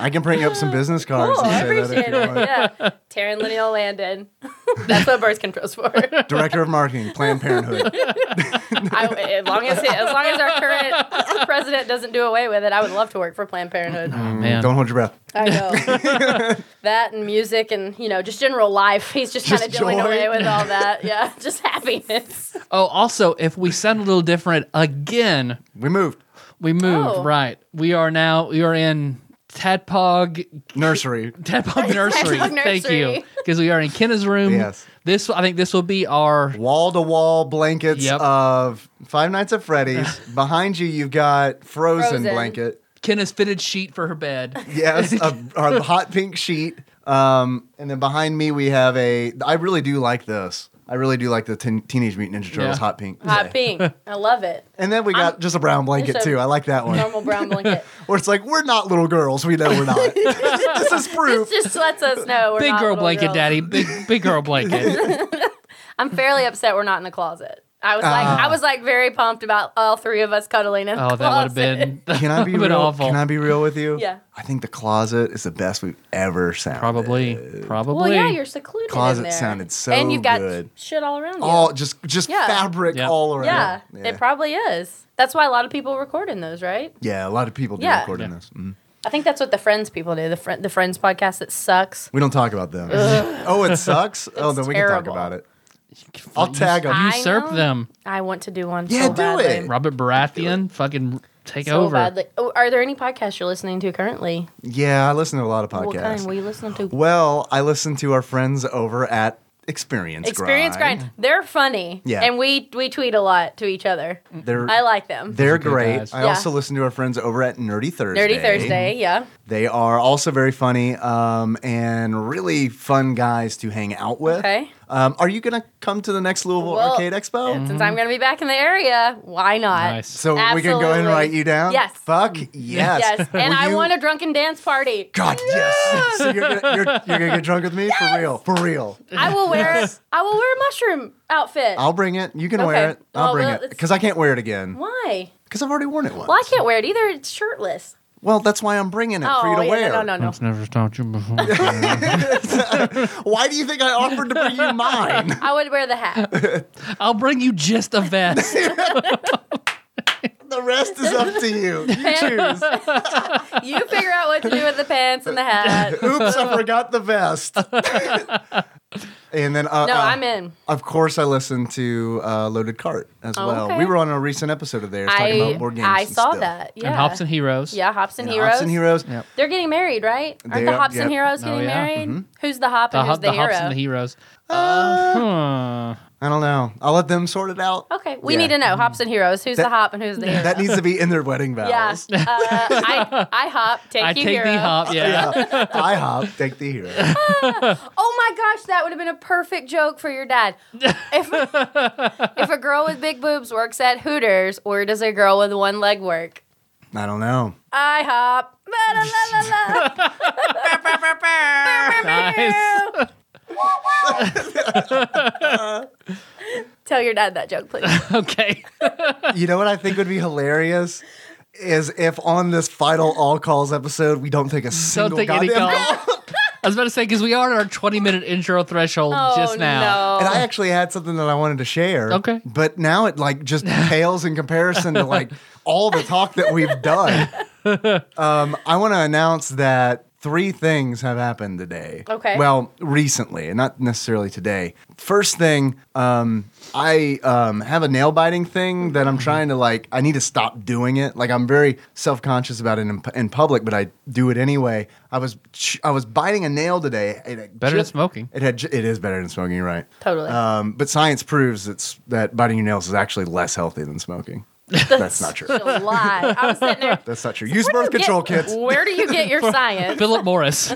Speaker 2: I can bring up some business cards.
Speaker 3: Cool, I
Speaker 2: and say that if
Speaker 3: appreciate
Speaker 2: you
Speaker 3: it.
Speaker 2: want.
Speaker 3: Yeah. Taryn Lineal Landon. That's what birth control's for. I,
Speaker 2: Director of Marketing, Planned
Speaker 1: Oh,
Speaker 2: Parenthood.
Speaker 3: as, long as, as long as our current president doesn't do away with it, I would love to work for Planned Parenthood.
Speaker 1: Oh, Man.
Speaker 2: Mm, Don't hold your breath.
Speaker 3: I know. that and music and, you know, just general life. He's just kind of
Speaker 2: Just
Speaker 3: dealing
Speaker 2: joy.
Speaker 3: away with all that. Yeah, just happiness.
Speaker 1: Oh, also, if we sound a little different again,
Speaker 2: We moved
Speaker 1: we moved.
Speaker 3: Oh.
Speaker 1: Right. We are now, we are in Tadpog,
Speaker 2: nursery.
Speaker 1: Tadpog Nursery.
Speaker 3: Tadpog
Speaker 1: Thank
Speaker 3: Nursery.
Speaker 1: you. Because we are in Kenna's room.
Speaker 2: Yes.
Speaker 1: This, I think this will be our.
Speaker 2: Wall to wall blankets
Speaker 1: Yep.
Speaker 2: of Five Nights at Freddy's. Behind you, you've got Frozen,
Speaker 3: Frozen.
Speaker 2: blanket.
Speaker 1: Kenna's fitted sheet for her bed.
Speaker 2: Yes, a, a hot pink sheet. Um, and then behind me, we have a. I really do like this. I really do like the teen Teenage Mutant Ninja Turtles
Speaker 1: Yeah.
Speaker 2: hot pink.
Speaker 3: Hot pink. I love it.
Speaker 2: And then we got just a brown blanket
Speaker 3: just a-
Speaker 2: too. I like that one.
Speaker 3: Normal brown blanket.
Speaker 2: Where it's like we're not little girls. We know we're not. this is proof.
Speaker 3: Just lets us know. We're
Speaker 1: Big
Speaker 3: not
Speaker 1: girl
Speaker 3: little
Speaker 1: blanket,
Speaker 3: girls.
Speaker 1: daddy. Big, big girl blanket.
Speaker 3: I'm fairly upset we're not in the closet. I was like,
Speaker 2: Ah.
Speaker 3: I was like very pumped about all three of us cuddling in
Speaker 1: Oh,
Speaker 3: the
Speaker 1: that would
Speaker 3: closet.
Speaker 1: have been.
Speaker 2: Can I be
Speaker 1: Been
Speaker 2: real?
Speaker 1: awful.
Speaker 2: Can I be real with you?
Speaker 3: Yeah.
Speaker 2: I think the closet is the best we've ever sounded.
Speaker 1: Probably. Probably.
Speaker 3: Well, yeah, you're secluded.
Speaker 2: Closet
Speaker 3: in there.
Speaker 2: sounded so
Speaker 3: and you've got
Speaker 2: good.
Speaker 3: shit all around you.
Speaker 2: All just just
Speaker 3: Yeah.
Speaker 2: fabric
Speaker 1: Yeah.
Speaker 2: all around.
Speaker 3: yeah,
Speaker 2: Yeah.
Speaker 3: it probably is. That's why a lot of people record in those, right?
Speaker 2: Yeah, a lot of people do
Speaker 3: Yeah.
Speaker 2: recording
Speaker 1: Yeah.
Speaker 2: this. Mm.
Speaker 3: I think that's what the Friends people do. The friend, the Friends podcast that sucks.
Speaker 2: We don't talk about them. oh, it sucks. oh,
Speaker 3: It's
Speaker 2: then we can talk
Speaker 3: terrible.
Speaker 2: about it. I'll tag them.
Speaker 3: I
Speaker 1: usurp
Speaker 3: know.
Speaker 1: them.
Speaker 3: I want to do one.
Speaker 2: Yeah,
Speaker 3: so
Speaker 2: do
Speaker 3: badly.
Speaker 2: it.
Speaker 1: Robert Baratheon, fucking take
Speaker 3: So
Speaker 1: over.
Speaker 3: badly. Oh, are there any podcasts you're listening to currently?
Speaker 2: yeah, I listen to a lot of podcasts.
Speaker 3: What kind? What you listening to?
Speaker 2: Well, I listen to our friends over at Experience.
Speaker 3: Experience grind. They're funny.
Speaker 2: Yeah.
Speaker 3: and we we tweet a lot to each other.
Speaker 2: They're
Speaker 3: I like them.
Speaker 2: They're
Speaker 1: good
Speaker 2: great.
Speaker 1: guys.
Speaker 2: I
Speaker 3: Yeah.
Speaker 2: also listen to our friends over at Nerdy Thursday.
Speaker 3: Nerdy Thursday. Yeah.
Speaker 2: They are also very funny um, and really fun guys to hang out with.
Speaker 3: Okay.
Speaker 2: Um, are you going to come to the next Louisville
Speaker 3: Well,
Speaker 2: Arcade Expo?
Speaker 3: Since I'm going to be back in the area, why not?
Speaker 1: Mm-hmm. nice. Mm.
Speaker 2: So we can go ahead and
Speaker 3: Absolutely.
Speaker 2: write you down?
Speaker 3: Yes.
Speaker 2: Fuck yes.
Speaker 3: Yes, and
Speaker 2: Will
Speaker 3: I
Speaker 2: you-
Speaker 3: want a drunken dance party.
Speaker 2: God, yes. So you're gonna, you're, you're gonna get drunk with me for real, for real.
Speaker 3: I will wear I will wear a mushroom outfit.
Speaker 2: I'll bring it. You can
Speaker 3: Okay.
Speaker 2: wear it. I'll
Speaker 3: Oh,
Speaker 2: bring
Speaker 3: well,
Speaker 2: it
Speaker 3: it's-
Speaker 2: because I can't wear it again
Speaker 3: why?
Speaker 2: because I've already worn it once.
Speaker 3: Well, I can't wear it either. It's shirtless.
Speaker 2: Well, that's why I'm bringing it for you
Speaker 3: Oh,
Speaker 2: to
Speaker 3: yeah,
Speaker 2: wear.
Speaker 3: no, no, no, no.
Speaker 1: I've never stopped you before.
Speaker 2: Why do you think I offered to bring you mine?
Speaker 3: I would wear the hat.
Speaker 1: I'll bring you just a vest.
Speaker 2: the rest is up to you. You choose.
Speaker 3: You figure out what to do with the pants and the hat.
Speaker 2: Oops, I forgot the vest. And then uh,
Speaker 3: No,
Speaker 2: uh,
Speaker 3: I'm in. Oh,
Speaker 2: Of course, I listened to uh, Loaded Cart as well.
Speaker 3: Okay.
Speaker 2: We were on a recent episode of theirs talking
Speaker 3: I
Speaker 2: about board games.
Speaker 3: I
Speaker 2: and
Speaker 3: saw
Speaker 2: stuff.
Speaker 3: that. Yeah.
Speaker 1: And Hops and Heroes.
Speaker 3: Yeah, Hops and
Speaker 2: And
Speaker 3: Heroes.
Speaker 2: Hops and Heroes.
Speaker 1: Yep.
Speaker 3: They're getting married, right? Aren't
Speaker 2: They
Speaker 3: the
Speaker 2: are, Mm-hmm.
Speaker 3: Hops and
Speaker 2: yep.
Speaker 3: Heroes
Speaker 1: Oh,
Speaker 3: getting
Speaker 1: yeah.
Speaker 3: married? Who's the Hop
Speaker 1: The,
Speaker 3: and
Speaker 1: ho-
Speaker 3: who's the,
Speaker 1: the
Speaker 3: hero?
Speaker 1: Hops and the Heroes.
Speaker 2: Uh,
Speaker 1: Huh.
Speaker 2: I don't know. I'll let them sort it out.
Speaker 3: okay, we
Speaker 2: Yeah. Mm.
Speaker 3: need to know Hops and Heroes. Who's
Speaker 2: That-
Speaker 3: the Hop and who's the hero?
Speaker 2: That needs to be in their wedding
Speaker 3: yeah,
Speaker 2: vows.
Speaker 3: uh, I, I hop, take
Speaker 1: I
Speaker 3: you
Speaker 1: take
Speaker 3: hero.
Speaker 1: the hop. Yeah.
Speaker 2: I hop, take the hero.
Speaker 3: Oh my gosh, that would have been a perfect joke for your dad. If, if a girl with big boobs works at Hooters, where does a girl with one leg work?
Speaker 2: I don't know.
Speaker 3: I hop. La, la, la, la, la.
Speaker 1: Nice.
Speaker 3: Tell your dad that joke, please.
Speaker 1: Okay.
Speaker 2: You know what I think would be hilarious is if on this final all calls episode we don't take a single
Speaker 1: Don't take any
Speaker 2: goddamn
Speaker 1: call. I was about to say because we are at our 20 minute intro threshold
Speaker 3: Oh
Speaker 1: just now.
Speaker 3: no.
Speaker 2: And I actually had something that I wanted to share.
Speaker 1: Okay.
Speaker 2: But now it like just pales in comparison to like all the talk that we've done. Um, I want to announce that three things have happened today.
Speaker 3: Okay.
Speaker 2: Well, recently, and not necessarily today. First thing, um, I um, have a nail biting thing that I'm trying to like. I need to stop doing it. Like I'm very self conscious about it in, in public, but I do it anyway. I was I was biting a nail today. and it
Speaker 1: Better than
Speaker 2: ju-
Speaker 1: smoking.
Speaker 2: it had. ju- It is better than smoking, you're right?
Speaker 3: Totally.
Speaker 2: Um, but science proves it's, that biting your nails is actually less healthy than smoking. That's not true.
Speaker 3: July. I was sitting there.
Speaker 2: That's not true. Use
Speaker 3: where do
Speaker 2: birth
Speaker 3: you
Speaker 2: control
Speaker 3: get-
Speaker 2: kits.
Speaker 3: Where do you get your science?
Speaker 1: Philip Morris.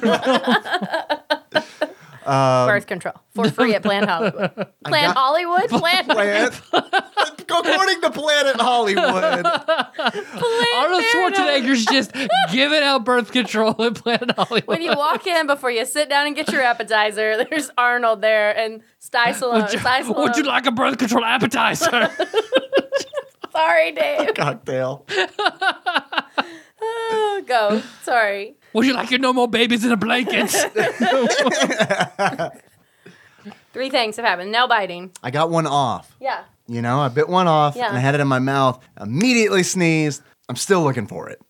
Speaker 2: Um,
Speaker 3: birth control for free at Planned Hollywood. Planned Hollywood? Planned
Speaker 2: Plant. According to Planet Hollywood,
Speaker 1: Arnold Schwarzenegger's just giving out birth control and Planet Hollywood.
Speaker 3: When you walk in before you sit down and get your appetizer, there's Arnold there and Sty Stallone. Sty Stallone.
Speaker 1: Would you like a birth control appetizer?
Speaker 3: Sorry, Dave.
Speaker 2: cocktail.
Speaker 3: Oh, Go. Sorry.
Speaker 1: Would you like your no more babies in a blanket?
Speaker 3: Three things have happened. Nail biting.
Speaker 2: I got one off.
Speaker 3: Yeah.
Speaker 2: You know, I bit one off
Speaker 3: Yeah.
Speaker 2: and I had it in my mouth. Immediately sneezed. I'm still looking for it.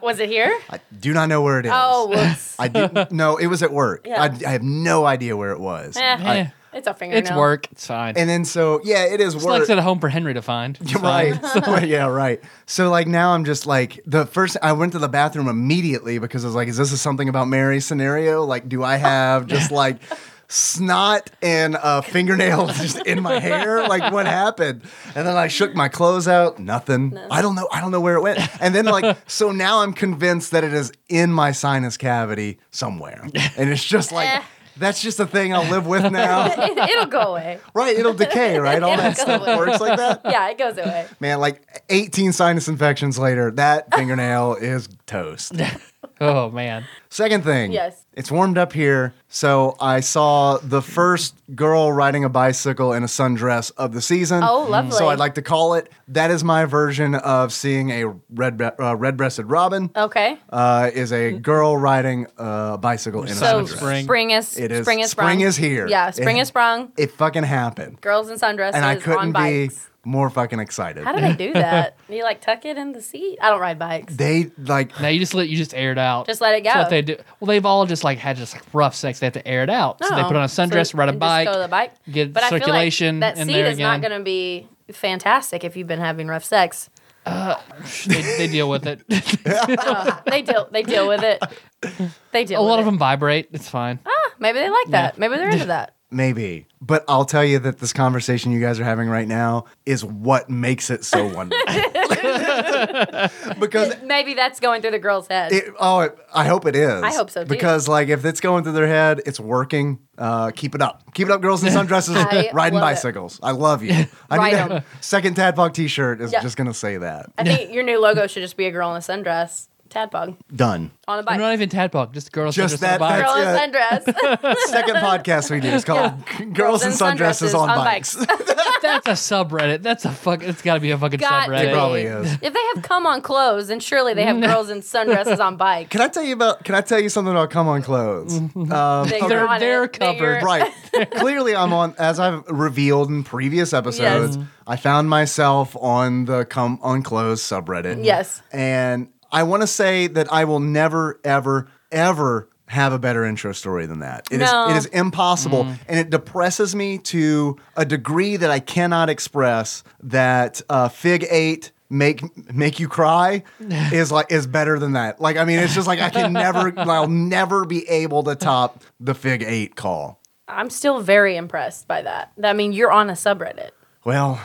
Speaker 3: Was it here?
Speaker 2: I do not know where it is.
Speaker 3: Oh, whoops.
Speaker 2: I didn't. No, it was at work.
Speaker 3: Yeah.
Speaker 2: I, I have no idea where it was.
Speaker 3: Eh,
Speaker 1: Eh,
Speaker 3: it's a fingernail.
Speaker 1: it's work. It's fine.
Speaker 2: And then so yeah, it is
Speaker 1: it's
Speaker 2: work.
Speaker 1: like it's at home for Henry to find. It's
Speaker 2: You're
Speaker 1: fine.
Speaker 2: right. So, yeah, right. So like now I'm just like the first I went to the bathroom immediately because I was like, is this a something about Mary scenario? Like, do I have just like snot and uh, fingernails just in my hair? Like what happened? And then I shook my clothes out, nothing. I don't know. I don't know where it went. And then like so now I'm convinced that it is in my sinus cavity somewhere. And it's just
Speaker 3: Eh.
Speaker 2: like that's just a thing I'll live with now.
Speaker 3: It, will go away.
Speaker 2: right, it'll decay, right? All that
Speaker 3: It'll go
Speaker 2: stuff
Speaker 3: away.
Speaker 2: works like that.
Speaker 3: Yeah, it goes away.
Speaker 2: Man, like 18 sinus infections later, that fingernail is toast.
Speaker 1: Oh man.
Speaker 2: Second thing.
Speaker 3: Yes.
Speaker 2: It's warmed up here. So I saw the first girl riding a bicycle in a sundress of the season. Mm.
Speaker 3: Oh, lovely.
Speaker 2: So I'd like to call it. That is my version of seeing a red uh, red-breasted robin.
Speaker 3: Okay.
Speaker 2: Uh, is a girl riding a bicycle in
Speaker 3: So
Speaker 2: a sundress.
Speaker 1: spring.
Speaker 3: spring. is
Speaker 2: It is-
Speaker 3: spring is
Speaker 2: spring
Speaker 3: sprung.
Speaker 2: is here.
Speaker 3: Yeah, spring
Speaker 2: It-
Speaker 3: is sprung.
Speaker 2: It fucking happened.
Speaker 3: Girls in sundresses
Speaker 2: And I
Speaker 3: on
Speaker 2: couldn't be
Speaker 3: bikes.
Speaker 2: more fucking excited.
Speaker 3: How do they do that? Do you like tuck it in the seat? I don't ride bikes.
Speaker 2: they like
Speaker 1: Now you just let you just air it out.
Speaker 3: Just let it
Speaker 1: That's
Speaker 3: go.
Speaker 1: what they do. Well, they've all just like had just like rough sex. They have to air it out. So they put on a sundress, ride a
Speaker 3: Oh. and
Speaker 1: bike,
Speaker 3: Just go to the bike.
Speaker 1: get
Speaker 3: but
Speaker 1: circulation
Speaker 3: I feel like that
Speaker 1: in
Speaker 3: seat
Speaker 1: there
Speaker 3: is not
Speaker 1: again.
Speaker 3: going to be fantastic if you've been having rough sex.
Speaker 2: Uh.
Speaker 1: they, they deal with it.
Speaker 3: Uh, They deal. They deal with it. They deal.
Speaker 1: a
Speaker 3: with
Speaker 1: lot of
Speaker 3: it. Ah,
Speaker 1: them vibrate. It's fine.
Speaker 3: Maybe they like that. Maybe they're into that.
Speaker 2: Maybe. But I'll tell you that this conversation you guys are having right now is what makes it so wonderful. because
Speaker 3: Maybe that's going through the girl's head.
Speaker 2: it, oh, it, I hope it is.
Speaker 3: I hope so, too.
Speaker 2: Because like if it's going through their head, it's working. Uh, keep it up. Keep it up, girls in sundresses
Speaker 3: I
Speaker 2: riding
Speaker 3: love it.
Speaker 2: bicycles. I love you. I
Speaker 3: Ride
Speaker 2: need a
Speaker 3: 'em.
Speaker 2: second Tadpog T-shirt is
Speaker 3: Yeah.
Speaker 2: just gonna say that.
Speaker 3: I think your new logo should just be a girl in a sundress, tadpog
Speaker 2: Done.
Speaker 3: on a
Speaker 1: They're not
Speaker 3: bike.
Speaker 1: even tadpog. Just girls.
Speaker 2: Just
Speaker 1: sundress on a
Speaker 2: that-
Speaker 1: bike.
Speaker 2: that's-
Speaker 3: Girl in
Speaker 2: yeah.
Speaker 3: a sundress.
Speaker 2: Second podcast we do is called "Girls in Sundresses, on, Bikes."
Speaker 1: That's a subreddit. That's a fuck. It's got to be a fucking
Speaker 3: Got
Speaker 1: subreddit.
Speaker 3: to be.
Speaker 2: probably is.
Speaker 3: If they have come on clothes, then surely they have girls in sundresses on bikes.
Speaker 2: Can I tell you about? Can I tell you something about come on clothes?
Speaker 3: Mm-hmm.
Speaker 2: Um,
Speaker 3: They
Speaker 1: They're-
Speaker 3: got
Speaker 1: they're
Speaker 3: it. They-
Speaker 1: covered.
Speaker 3: you're-
Speaker 2: Right. Clearly, I'm on. As I've revealed in previous episodes, I found myself on the come unclosed subreddit.
Speaker 3: Yes.
Speaker 2: And I want to say that I will never, ever, ever have a better intro story than that. It is
Speaker 3: No.
Speaker 2: it is impossible
Speaker 1: Mm.
Speaker 2: and it depresses me to a degree that I cannot express that uh, Fig 8 make make you cry is like is better than that. Like I mean it's just like I can never I'll never be able to top the Fig 8 call.
Speaker 3: I'm still very impressed by that. I mean, you're on a subreddit.
Speaker 2: Well,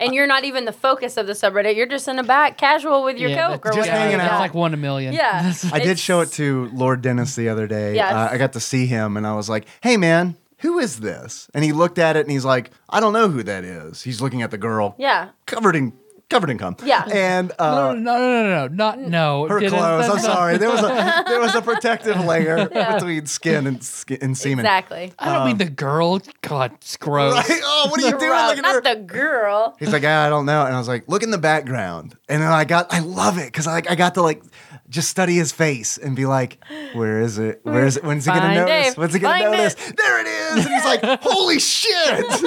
Speaker 3: And you're not even the focus of the subreddit. You're just in the back, casual with your
Speaker 1: Yeah,
Speaker 3: Coke or
Speaker 1: that's-
Speaker 2: Just
Speaker 3: whatever.
Speaker 2: hanging
Speaker 3: you
Speaker 1: That's
Speaker 2: out.
Speaker 3: got.
Speaker 1: like one in a million.
Speaker 3: Yeah.
Speaker 2: I did
Speaker 3: It's-
Speaker 2: show it to Lord Dennis the other day.
Speaker 3: Yes.
Speaker 2: Uh, I got to see him and I was like, hey, man, who is this? And he looked at it and he's like, I don't know who that is. He's looking at the girl
Speaker 3: Yeah.
Speaker 2: covered in covered in cum.
Speaker 3: Yeah.
Speaker 2: And
Speaker 1: No,
Speaker 2: uh,
Speaker 1: no, no, no, no, not no.
Speaker 2: her
Speaker 1: Didn't-
Speaker 2: clothes. I'm
Speaker 1: that's not-
Speaker 2: sorry. There was a there was a protective layer between skin and skin and semen. Um,
Speaker 3: Exactly.
Speaker 1: I don't mean the girl. God, it's gross.
Speaker 2: Like, oh, what are you doing?
Speaker 3: Gross.
Speaker 2: Look at her.
Speaker 3: Not the girl.
Speaker 2: He's like, ah, I don't know. And I was like, look in the background. And then I got, I love it because I like, I got to like, just study his face and be like, where is it? Where is it? When's he gonna
Speaker 3: Find
Speaker 2: notice?
Speaker 3: Dave.
Speaker 2: When's he gonna
Speaker 3: Find
Speaker 2: notice? There it is. And he's like, holy shit.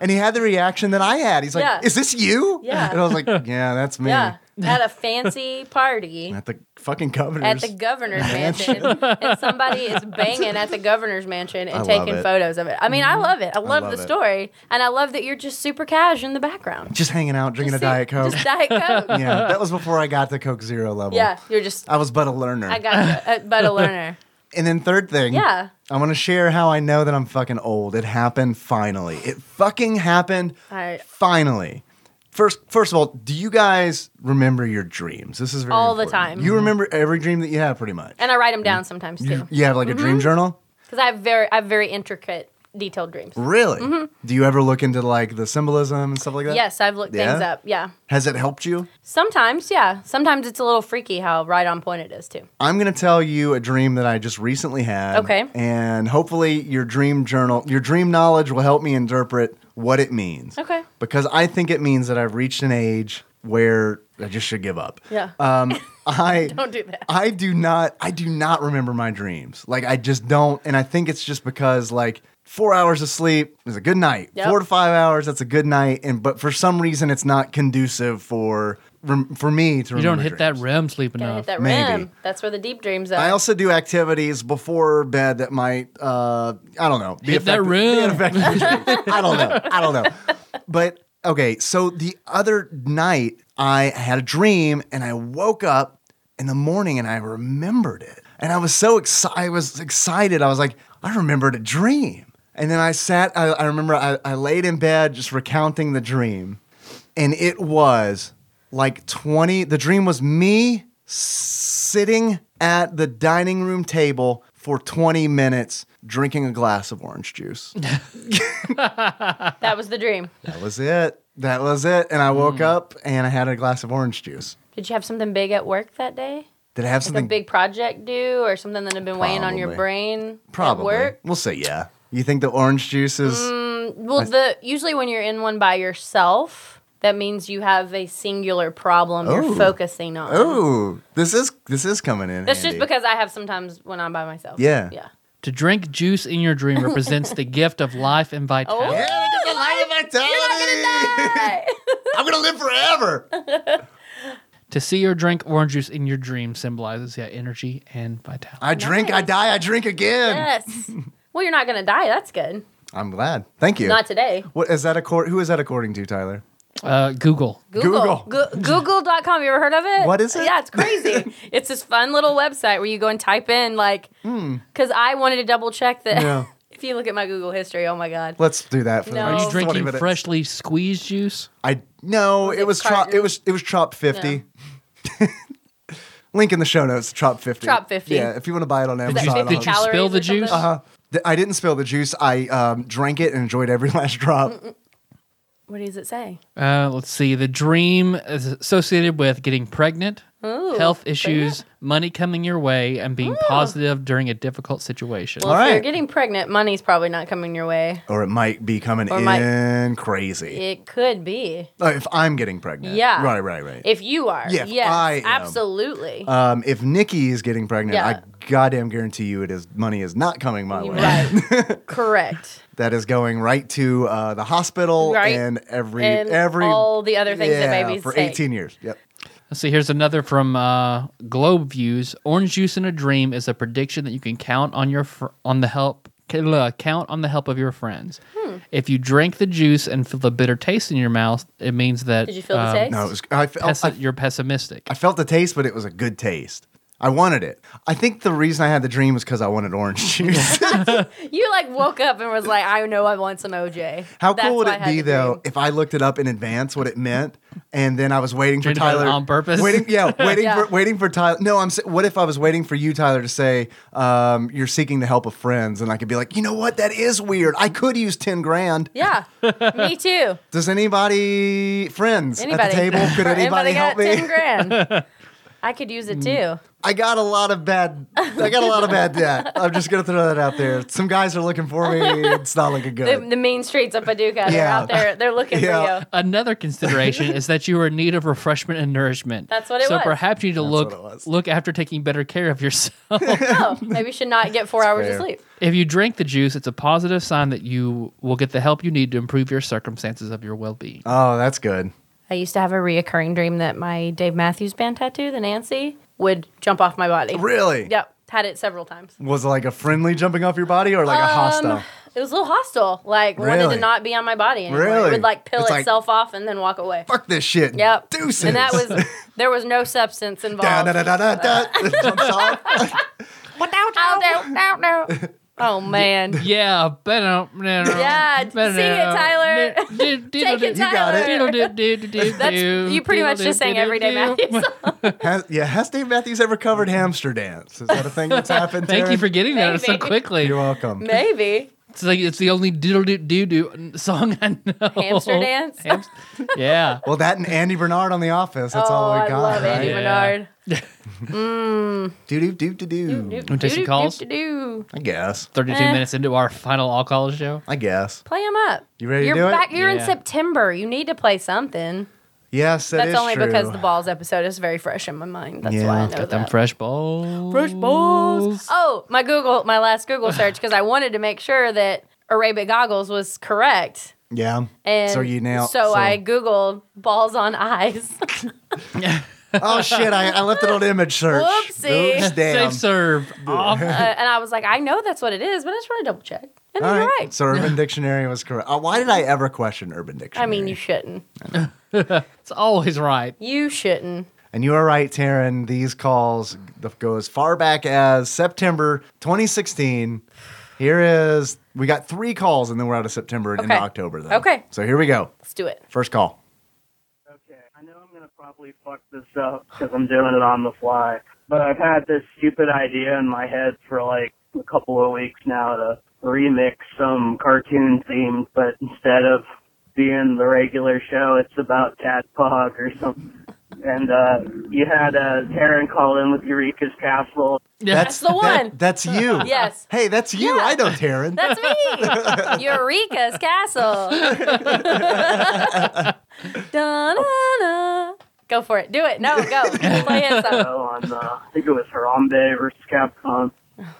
Speaker 2: and he had the reaction that I had. He's like,
Speaker 3: Yeah.
Speaker 2: is this you?
Speaker 3: Yeah.
Speaker 2: And I was like, yeah, that's me.
Speaker 3: Yeah. At a fancy party
Speaker 2: At the fucking governor's.
Speaker 3: at the governor's mansion. and somebody is banging at the governor's mansion
Speaker 2: I
Speaker 3: and
Speaker 2: love
Speaker 3: taking
Speaker 2: it. Mm-hmm.
Speaker 3: photos of it. I mean, I love it. I love,
Speaker 2: love
Speaker 3: the
Speaker 2: it.
Speaker 3: story. And I love that you're just super cash in the background.
Speaker 2: just hanging out, drinking
Speaker 3: Just
Speaker 2: a Diet
Speaker 3: sit-
Speaker 2: Coke.
Speaker 3: Just Diet Coke.
Speaker 2: yeah, that was before I got to Coke Zero level.
Speaker 3: yeah. You're just,
Speaker 2: I was but a learner.
Speaker 3: I got you. Uh, but a learner.
Speaker 2: And then third thing,
Speaker 3: Yeah.
Speaker 2: I want to share how I know that I'm fucking old. It happened finally. It fucking happened
Speaker 3: I-
Speaker 2: finally. First, first of all, do you guys remember your dreams? This is very
Speaker 3: All the
Speaker 2: important.
Speaker 3: time. Mm-hmm.
Speaker 2: You remember every dream that you have, pretty much.
Speaker 3: And I write them down sometimes too.
Speaker 2: you have like a
Speaker 3: Mm-hmm.
Speaker 2: dream journal.
Speaker 3: Because I have very, I have very intricate, detailed dreams.
Speaker 2: Really? Do you ever look into like the symbolism and stuff like that?
Speaker 3: Mm-hmm. Yes, I've looked things
Speaker 2: Yeah?
Speaker 3: up. Yeah.
Speaker 2: Has it helped you?
Speaker 3: Sometimes, yeah. Sometimes it's a little freaky how right on point it is too.
Speaker 2: I'm going to tell you a dream that I just recently had.
Speaker 3: Okay.
Speaker 2: And hopefully your dream journal, your dream knowledge will help me interpret what it means.
Speaker 3: Okay.
Speaker 2: Because I think it means that I've reached an age where I just should give up.
Speaker 3: Yeah.
Speaker 2: Um, I
Speaker 3: Don't do that.
Speaker 2: I do not. I do not remember my dreams. Like I just don't. And I think it's just because like four hours of sleep is a good night.
Speaker 3: Yep.
Speaker 2: Four to five hours that's a good night. And but for some reason it's not conducive for rem- for me to.
Speaker 1: You don't
Speaker 2: remember
Speaker 1: hit
Speaker 2: dreams.
Speaker 1: that REM sleep
Speaker 3: Gotta
Speaker 1: enough.
Speaker 3: hit that
Speaker 2: maybe.
Speaker 3: rim. That's where the deep dreams
Speaker 2: I
Speaker 3: are.
Speaker 2: also do activities before bed that might, uh, I don't know, be
Speaker 1: Hit that
Speaker 2: affected-
Speaker 1: room.
Speaker 2: be an affected- I don't know. I don't know. But okay, so the other night I had a dream and I woke up in the morning and I remembered it. And I was so excited. I was excited. I was like, I remembered a dream. And then I sat, I, I remember I, I laid in bed just recounting the dream and it was like 20 the dream was me sitting at the dining room table for 20 minutes drinking a glass of orange juice
Speaker 3: that was the dream.
Speaker 2: that was it that was it and i woke
Speaker 3: Mm.
Speaker 2: up and i had a glass of orange juice
Speaker 3: Did you have something big at work that day?
Speaker 2: did i have
Speaker 3: Like a
Speaker 2: something
Speaker 3: big project due or something that had been weighing on your
Speaker 2: Probably.
Speaker 3: brain
Speaker 2: probably
Speaker 3: at work? Mm,
Speaker 2: we'll say yeah you think the orange juice is
Speaker 3: Well, the usually when you're in one by yourself, that means you have a singular problem
Speaker 2: Oh.
Speaker 3: um, you're focusing on.
Speaker 2: oh this is this is coming in
Speaker 3: That's
Speaker 2: handy.
Speaker 3: just because I have sometimes when I'm by myself.
Speaker 2: Yeah.
Speaker 3: Yeah.
Speaker 1: To drink juice in your dream represents the gift of life and vitality.
Speaker 3: Oh.
Speaker 2: yeah, look at the light of vitality. I'm gonna live forever.
Speaker 1: To see or drink orange juice in your dream symbolizes yeah, energy and vitality.
Speaker 2: I drink, I die, I drink again.
Speaker 3: yes. Well, you're not going to die. That's good.
Speaker 2: I'm glad. Thank you.
Speaker 3: Not today.
Speaker 2: What is that? Accord- who is that according to, Tyler?
Speaker 1: Uh, Google.
Speaker 3: Google. Google. Google.com. You ever heard of it?
Speaker 2: What is it?
Speaker 3: Yeah, it's crazy. it's this fun little website where you go and type in, like,
Speaker 2: Hmm.
Speaker 3: because I wanted to double check that.
Speaker 2: Yeah.
Speaker 3: if you look at my Google history, oh my God.
Speaker 2: Let's do that for
Speaker 3: No.
Speaker 2: the
Speaker 1: Are
Speaker 2: next
Speaker 1: you
Speaker 3: Oh,
Speaker 2: 20
Speaker 1: drinking
Speaker 2: minutes.
Speaker 1: freshly squeezed juice?
Speaker 2: I no, it
Speaker 3: it
Speaker 2: was trop,
Speaker 3: carton?
Speaker 2: it was it was trop fifty. Link in the show notes. Trop fifty.
Speaker 3: Trop 50.
Speaker 2: Yeah, if you want to buy it on
Speaker 3: Is that
Speaker 2: Amazon.
Speaker 3: 50
Speaker 1: did you
Speaker 2: I'll-
Speaker 3: calories
Speaker 1: spill the
Speaker 3: or something?
Speaker 1: juice?
Speaker 2: uh, th- I didn't spill the juice. I um, drank it and enjoyed every last drop.
Speaker 3: What does it say?
Speaker 1: Uh, let's see. The dream is associated with getting pregnant, health issues, money coming your way, and being positive during a difficult situation.
Speaker 3: Well, if
Speaker 2: All
Speaker 3: you're
Speaker 2: right.
Speaker 3: getting pregnant, money's probably not coming your way.
Speaker 2: Or it might be coming
Speaker 3: Or
Speaker 2: in
Speaker 3: might-
Speaker 2: crazy.
Speaker 3: It could be.
Speaker 2: Uh, if I'm getting pregnant.
Speaker 3: Yeah.
Speaker 2: Right, right, right.
Speaker 3: If you are.
Speaker 2: Yeah, if
Speaker 3: yes,
Speaker 2: I am.
Speaker 3: absolutely.
Speaker 2: um, if Nikki is getting pregnant,
Speaker 3: Yeah.
Speaker 2: I goddamn guarantee you it is money is not coming my way.
Speaker 3: right. Correct.
Speaker 2: that is going right to uh, the hospital
Speaker 3: Right.
Speaker 2: and every
Speaker 3: And
Speaker 2: every
Speaker 3: all the other things that
Speaker 2: yeah,
Speaker 3: babies
Speaker 2: for
Speaker 3: take.
Speaker 2: 18 years. Yep.
Speaker 1: Let's see. Here's another from uh, Globe Views. Orange juice in a dream is a prediction that you can count on your fr- on the help count on the help of your friends.
Speaker 3: Hmm.
Speaker 1: If you drink the juice and feel the bitter taste in your mouth, it means that
Speaker 3: Did you feel the
Speaker 1: um,
Speaker 3: taste?
Speaker 2: No, it was, I, felt,
Speaker 1: pessi-
Speaker 2: I,
Speaker 1: you're pessimistic.
Speaker 2: I felt the taste, but it was a good taste. I wanted it. I think the reason I had the dream was because I wanted orange juice.
Speaker 3: You like woke up and was like, I know I want some OJ.
Speaker 2: How
Speaker 3: That's
Speaker 2: cool would
Speaker 3: why I
Speaker 2: it
Speaker 3: had
Speaker 2: be
Speaker 3: the dream.
Speaker 2: though if I looked it up in advance what it meant, and then I was waiting for
Speaker 1: Dreamed about it
Speaker 2: Tyler
Speaker 1: on purpose?
Speaker 2: Waiting, yeah, waiting
Speaker 3: Yeah.
Speaker 2: for waiting for Tyler. No, I'm. s- What if I was waiting for you, Tyler, to say um, you're seeking the help of friends, and I could be like, you know what, that is weird. I could use ten grand.
Speaker 3: Yeah, me too.
Speaker 2: Does anybody friends at
Speaker 3: Anybody
Speaker 2: the table? Could anybody, help
Speaker 3: got
Speaker 2: me? Mm.
Speaker 3: Ten grand. I could use it too.
Speaker 2: I got a lot of bad. I got a lot of bad debt. I'm just gonna throw that out there. Some guys are looking for me. It's not looking
Speaker 3: The,
Speaker 2: good.
Speaker 3: the mean streets of Paducah, they're
Speaker 2: Yeah.
Speaker 3: out there. They're looking
Speaker 2: Yeah.
Speaker 3: for
Speaker 1: Another consideration is that you are in need of refreshment and nourishment.
Speaker 3: That's what it
Speaker 1: so
Speaker 3: was.
Speaker 1: So perhaps you need to
Speaker 2: what it was.
Speaker 1: look look after taking better care of yourself.
Speaker 3: you. Oh, maybe you should not get four hours
Speaker 2: fair.
Speaker 3: of sleep.
Speaker 1: If you drink the juice, it's a positive sign that you will get the help you need to improve your circumstances of your well being.
Speaker 2: Oh, that's good.
Speaker 3: I used to have a reoccurring dream that my Dave Matthews Band tattoo, the Nancy, would jump off my body.
Speaker 2: Really?
Speaker 3: Yep, had it several times.
Speaker 2: Was it like a friendly jumping off your body or
Speaker 3: Um,
Speaker 2: like a hostile?
Speaker 3: It was a little hostile. Like wanted
Speaker 2: Really?
Speaker 3: to not be on my body anymore.
Speaker 2: Really?
Speaker 3: It would like peel
Speaker 2: It's like-
Speaker 3: itself off and then walk away.
Speaker 2: Fuck this shit.
Speaker 3: Yep.
Speaker 2: Deuces.
Speaker 3: And that was there was no substance
Speaker 2: Da,
Speaker 3: involved.
Speaker 2: da, da, da, da, da. Jumps off.
Speaker 3: Oh, no, no, no. Oh man.
Speaker 1: Yeah, uh, better.
Speaker 3: Yeah, sing
Speaker 1: uh,
Speaker 3: it, Tyler. Take it,
Speaker 2: You got
Speaker 3: Tyler.
Speaker 2: it.
Speaker 1: That's
Speaker 3: That's you pretty much just saying every day, Matthews.
Speaker 2: Has, yeah, has Dave Matthews ever covered hamster dance? Is that a thing that's happened?
Speaker 1: Thank you
Speaker 2: Taryn?
Speaker 1: for getting that so
Speaker 3: Maybe.
Speaker 1: quickly.
Speaker 2: You're welcome.
Speaker 3: Maybe.
Speaker 1: It's like it's the only diddle doo doo doo song I know.
Speaker 3: Hamster dance?
Speaker 1: Hamst- yeah.
Speaker 2: Well, that and Andy Bernard on The Office. That's
Speaker 3: oh,
Speaker 2: all we
Speaker 3: I
Speaker 2: got.
Speaker 3: love
Speaker 2: right?
Speaker 3: Andy
Speaker 1: Yeah.
Speaker 3: Bernard. Mm.
Speaker 2: Do do do do do.
Speaker 3: Doop,
Speaker 1: take some
Speaker 3: doop,
Speaker 1: calls?
Speaker 3: doop, doop.
Speaker 2: I guess.
Speaker 1: Thirty-two
Speaker 3: Eh.
Speaker 1: minutes into our final all college show.
Speaker 2: I guess.
Speaker 3: Play him up.
Speaker 2: You ready to
Speaker 3: You're
Speaker 2: do it?
Speaker 3: back. You're in
Speaker 1: Yeah.
Speaker 3: September. You need to play something.
Speaker 2: Yes, that
Speaker 3: That's
Speaker 2: is
Speaker 3: only
Speaker 2: true.
Speaker 3: because the balls episode is very fresh in my mind. That's why
Speaker 2: Yeah.
Speaker 3: I know
Speaker 1: Got them
Speaker 3: that.
Speaker 1: fresh balls.
Speaker 3: Fresh balls. Oh, my Google, my last Google search because I wanted to make sure that Arabic goggles was correct.
Speaker 2: yeah.
Speaker 3: And
Speaker 2: so you nailed.
Speaker 3: So, I googled balls on eyes.
Speaker 2: Oh shit! I, I left it on image search.
Speaker 3: Whoopsie.
Speaker 2: Oops, damn.
Speaker 1: Safe serve. Off.
Speaker 3: Uh, and I was like, I know that's what it is, but I just want to double check. And
Speaker 2: All
Speaker 3: you're
Speaker 2: right.
Speaker 3: right.
Speaker 2: So Urban Dictionary was correct. Uh, why did I ever question Urban
Speaker 3: I
Speaker 2: Dictionary?
Speaker 3: mean, you shouldn't.
Speaker 1: It's always right.
Speaker 3: You shouldn't.
Speaker 2: And you are right, Taryn. These calls go as far back as September 2016. Here is, we got three calls and then we're out of September and into
Speaker 3: Okay.
Speaker 2: October, though.
Speaker 3: Okay.
Speaker 2: So here we go.
Speaker 3: Let's do it.
Speaker 2: First call.
Speaker 4: Okay, I know I'm gonna probably fuck this up because I'm doing it on the fly. But I've had this stupid idea in my head for like a couple of weeks now to remix some cartoon themed, but instead of being the regular show, it's about Tadpog or something. And uh, you had uh, Taryn call in with Eureka's Castle.
Speaker 3: That's the
Speaker 2: that-
Speaker 3: one.
Speaker 2: that's you.
Speaker 3: Yes.
Speaker 2: Hey, that's you. I know Taryn.
Speaker 3: That's me. Eureka's Castle. Da-na-na. Go for it. Do it. No, go. Play it. Some.
Speaker 4: show On, uh, I think it was Harambe versus Capcom.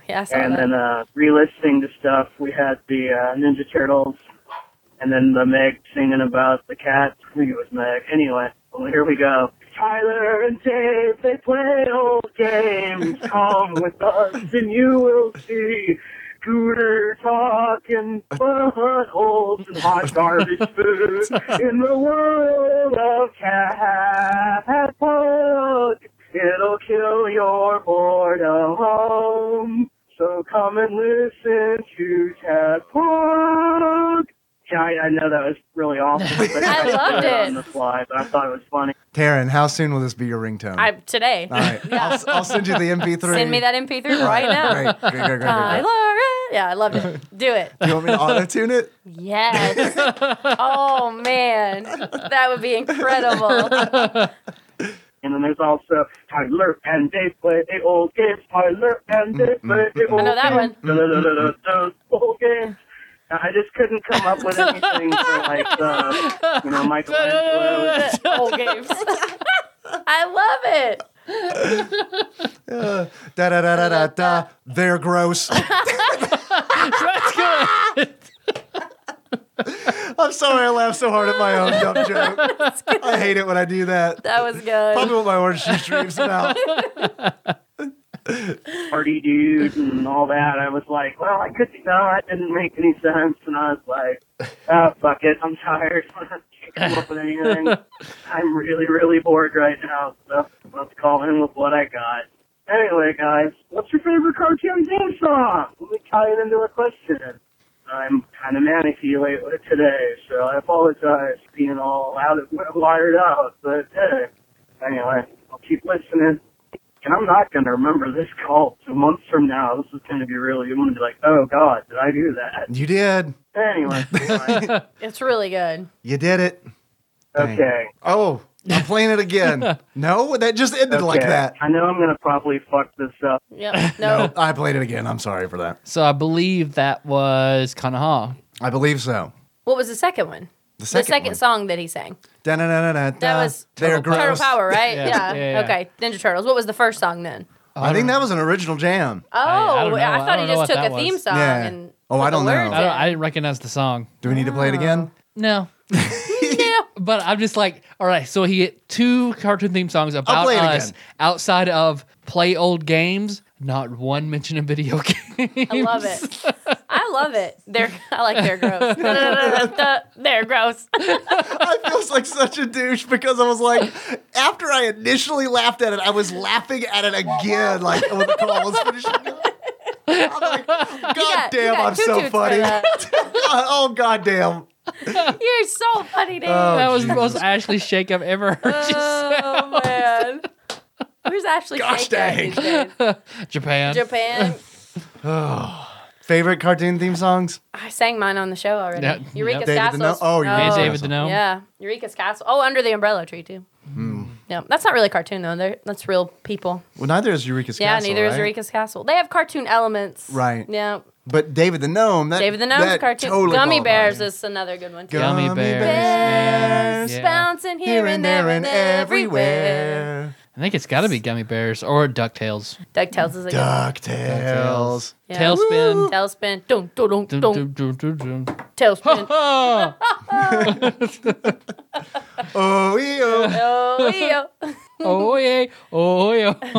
Speaker 3: Yeah, I saw
Speaker 4: And
Speaker 3: that.
Speaker 4: then uh, re-listening to stuff, we had the uh, Ninja Turtles, and then the Meg singing about the cat. I think it was Meg. Anyway, well, here we go. Tyler and Dave, they play old games. Come with us, and you will see. Gooder talk and buttholes and hot garbage food in the world of cat It'll kill your boredom. So come and listen to Tadpog. Yeah, I, I know that was really awful. But
Speaker 3: I loved
Speaker 4: did on
Speaker 3: it.
Speaker 4: the fly, but I thought it was funny.
Speaker 2: Taryn, how soon will this be your ringtone?
Speaker 3: I, today.
Speaker 2: All right. I'll, I'll send you the MP3.
Speaker 3: Send me that MP3 right now.
Speaker 2: Great, great, great, great, great.
Speaker 3: Tyler. Yeah, I loved it. Do it.
Speaker 2: Do you want me to auto tune it?
Speaker 3: Yes. oh, man. That would be incredible.
Speaker 4: And then there's also Tyler and they play the old games. Tyler and they play the old games.
Speaker 3: I know that one.
Speaker 4: Those old games. I just couldn't come up with anything for like, uh, you know, Michelangelo.
Speaker 3: Whole games. I love it.
Speaker 2: Uh, Da da da da da da. They're gross.
Speaker 1: That's good.
Speaker 2: I'm sorry I laughed so hard at my own dumb joke. I hate it when I do that.
Speaker 3: That was good.
Speaker 2: Probably what my orange juice dreams about.
Speaker 4: party dude and all that. I was like, well, I could, no, that didn't make any sense. And I was like, oh, fuck it. I'm tired. can't come up with anything. I'm really, really bored right now. So let's call in with what I got. Anyway, guys, what's your favorite cartoon theme song? Let me tie it into a question. I'm kind of manicky lately today, so I apologize for being all out of wired out. But hey, anyway, I'll keep listening. And I'm not going to remember this call two months from now. This is going to be really, I'm going to be like, oh God, did I do that?
Speaker 2: You did.
Speaker 4: Anyway, anyway.
Speaker 3: It's really good.
Speaker 2: You did it.
Speaker 4: okay.
Speaker 2: Oh, I'm playing it again. No, that just ended like
Speaker 4: okay.
Speaker 2: that.
Speaker 4: I know I'm going to probably fuck this up.
Speaker 3: Yeah. No.
Speaker 2: I played it again. I'm sorry for that.
Speaker 1: So I believe that was Kanaha.
Speaker 2: I believe so.
Speaker 3: What was the second one?
Speaker 2: The
Speaker 3: The
Speaker 2: second, Uh,
Speaker 3: second song that he sang. That was
Speaker 2: They're
Speaker 3: Turtle
Speaker 2: gross.
Speaker 3: Power, right?
Speaker 1: Yeah.
Speaker 3: Yeah.
Speaker 1: Yeah, yeah.
Speaker 3: Okay. Ninja Turtles. What was the first song then?
Speaker 2: I think that was an original jam.
Speaker 3: Oh,
Speaker 1: I
Speaker 3: I,
Speaker 1: don't know. I
Speaker 3: thought
Speaker 1: don't
Speaker 3: he
Speaker 1: know what
Speaker 3: just took a
Speaker 1: that
Speaker 3: theme
Speaker 1: was.
Speaker 3: song
Speaker 2: Yeah.
Speaker 3: and
Speaker 2: Oh,
Speaker 3: put
Speaker 2: I
Speaker 3: the
Speaker 2: don't know.
Speaker 3: words
Speaker 1: I, don't,
Speaker 3: in. Oh.
Speaker 1: I didn't recognize the song.
Speaker 2: Do we need to play it again?
Speaker 1: No. But I'm just like, all right, so he hit two cartoon theme songs about
Speaker 2: play it
Speaker 1: us
Speaker 2: again.
Speaker 1: outside of play old games, not one mention of video games.
Speaker 3: I love it. I love it. They're I like they're gross. Da, da, da, da, da. they're gross.
Speaker 2: I feels like such a douche because I was like, after I initially laughed at it, I was laughing at it again. Like when the call was finished. I'm like, God
Speaker 3: got- you
Speaker 2: damn,
Speaker 3: got
Speaker 2: Oh, I'm
Speaker 3: two
Speaker 2: so
Speaker 3: toots for
Speaker 2: funny.
Speaker 3: that.
Speaker 2: oh God damn.
Speaker 3: You're so funny, dude.
Speaker 2: Oh,
Speaker 1: That was the
Speaker 2: Jesus.
Speaker 1: most Ashley shake I've ever heard. you say.
Speaker 3: Oh, man. Where's Ashley
Speaker 2: Gosh
Speaker 3: Shake at
Speaker 2: dang.
Speaker 3: these days?
Speaker 1: Japan.
Speaker 3: Japan.
Speaker 2: Favorite cartoon theme songs?
Speaker 3: I sang mine on the show already.
Speaker 1: Yeah.
Speaker 3: Eureka's Castle.
Speaker 2: David Deneau- oh, Eureka's
Speaker 1: And
Speaker 2: Oh.
Speaker 1: David Deneau.
Speaker 3: Yeah, Eureka's Castle. Oh, Under the Umbrella Tree too.
Speaker 2: Hmm.
Speaker 3: No, that's not really cartoon though. They're, that's real people.
Speaker 2: Well, neither is Eureka's
Speaker 3: Yeah,
Speaker 2: Castle.
Speaker 3: neither is
Speaker 2: right?
Speaker 3: Eureka's Castle. They have cartoon elements.
Speaker 2: Right.
Speaker 3: Yeah.
Speaker 2: But David the Gnome. That,
Speaker 3: David the Gnome's
Speaker 2: that
Speaker 3: cartoon.
Speaker 2: Totally
Speaker 3: Gummy
Speaker 2: qualifies.
Speaker 3: Bears is another good one. too.
Speaker 1: Gummy
Speaker 2: Gummy
Speaker 1: bears.
Speaker 2: bears.
Speaker 1: man. Yeah.
Speaker 3: Bouncing here and there and everywhere.
Speaker 1: I think it's got to be Gummy Bears or DuckTales.
Speaker 3: DuckTales is a good
Speaker 2: DuckTales.
Speaker 3: Yeah.
Speaker 1: Tailspin.
Speaker 3: Tailspin. Dun, dun, dun,
Speaker 1: Dun,
Speaker 3: dun.
Speaker 1: dun, dun, dun, dun.
Speaker 3: Tailspin.
Speaker 1: Oh,
Speaker 2: Oh, yeah.
Speaker 3: oh, yeah.
Speaker 1: oh yeah. Oh, yeah.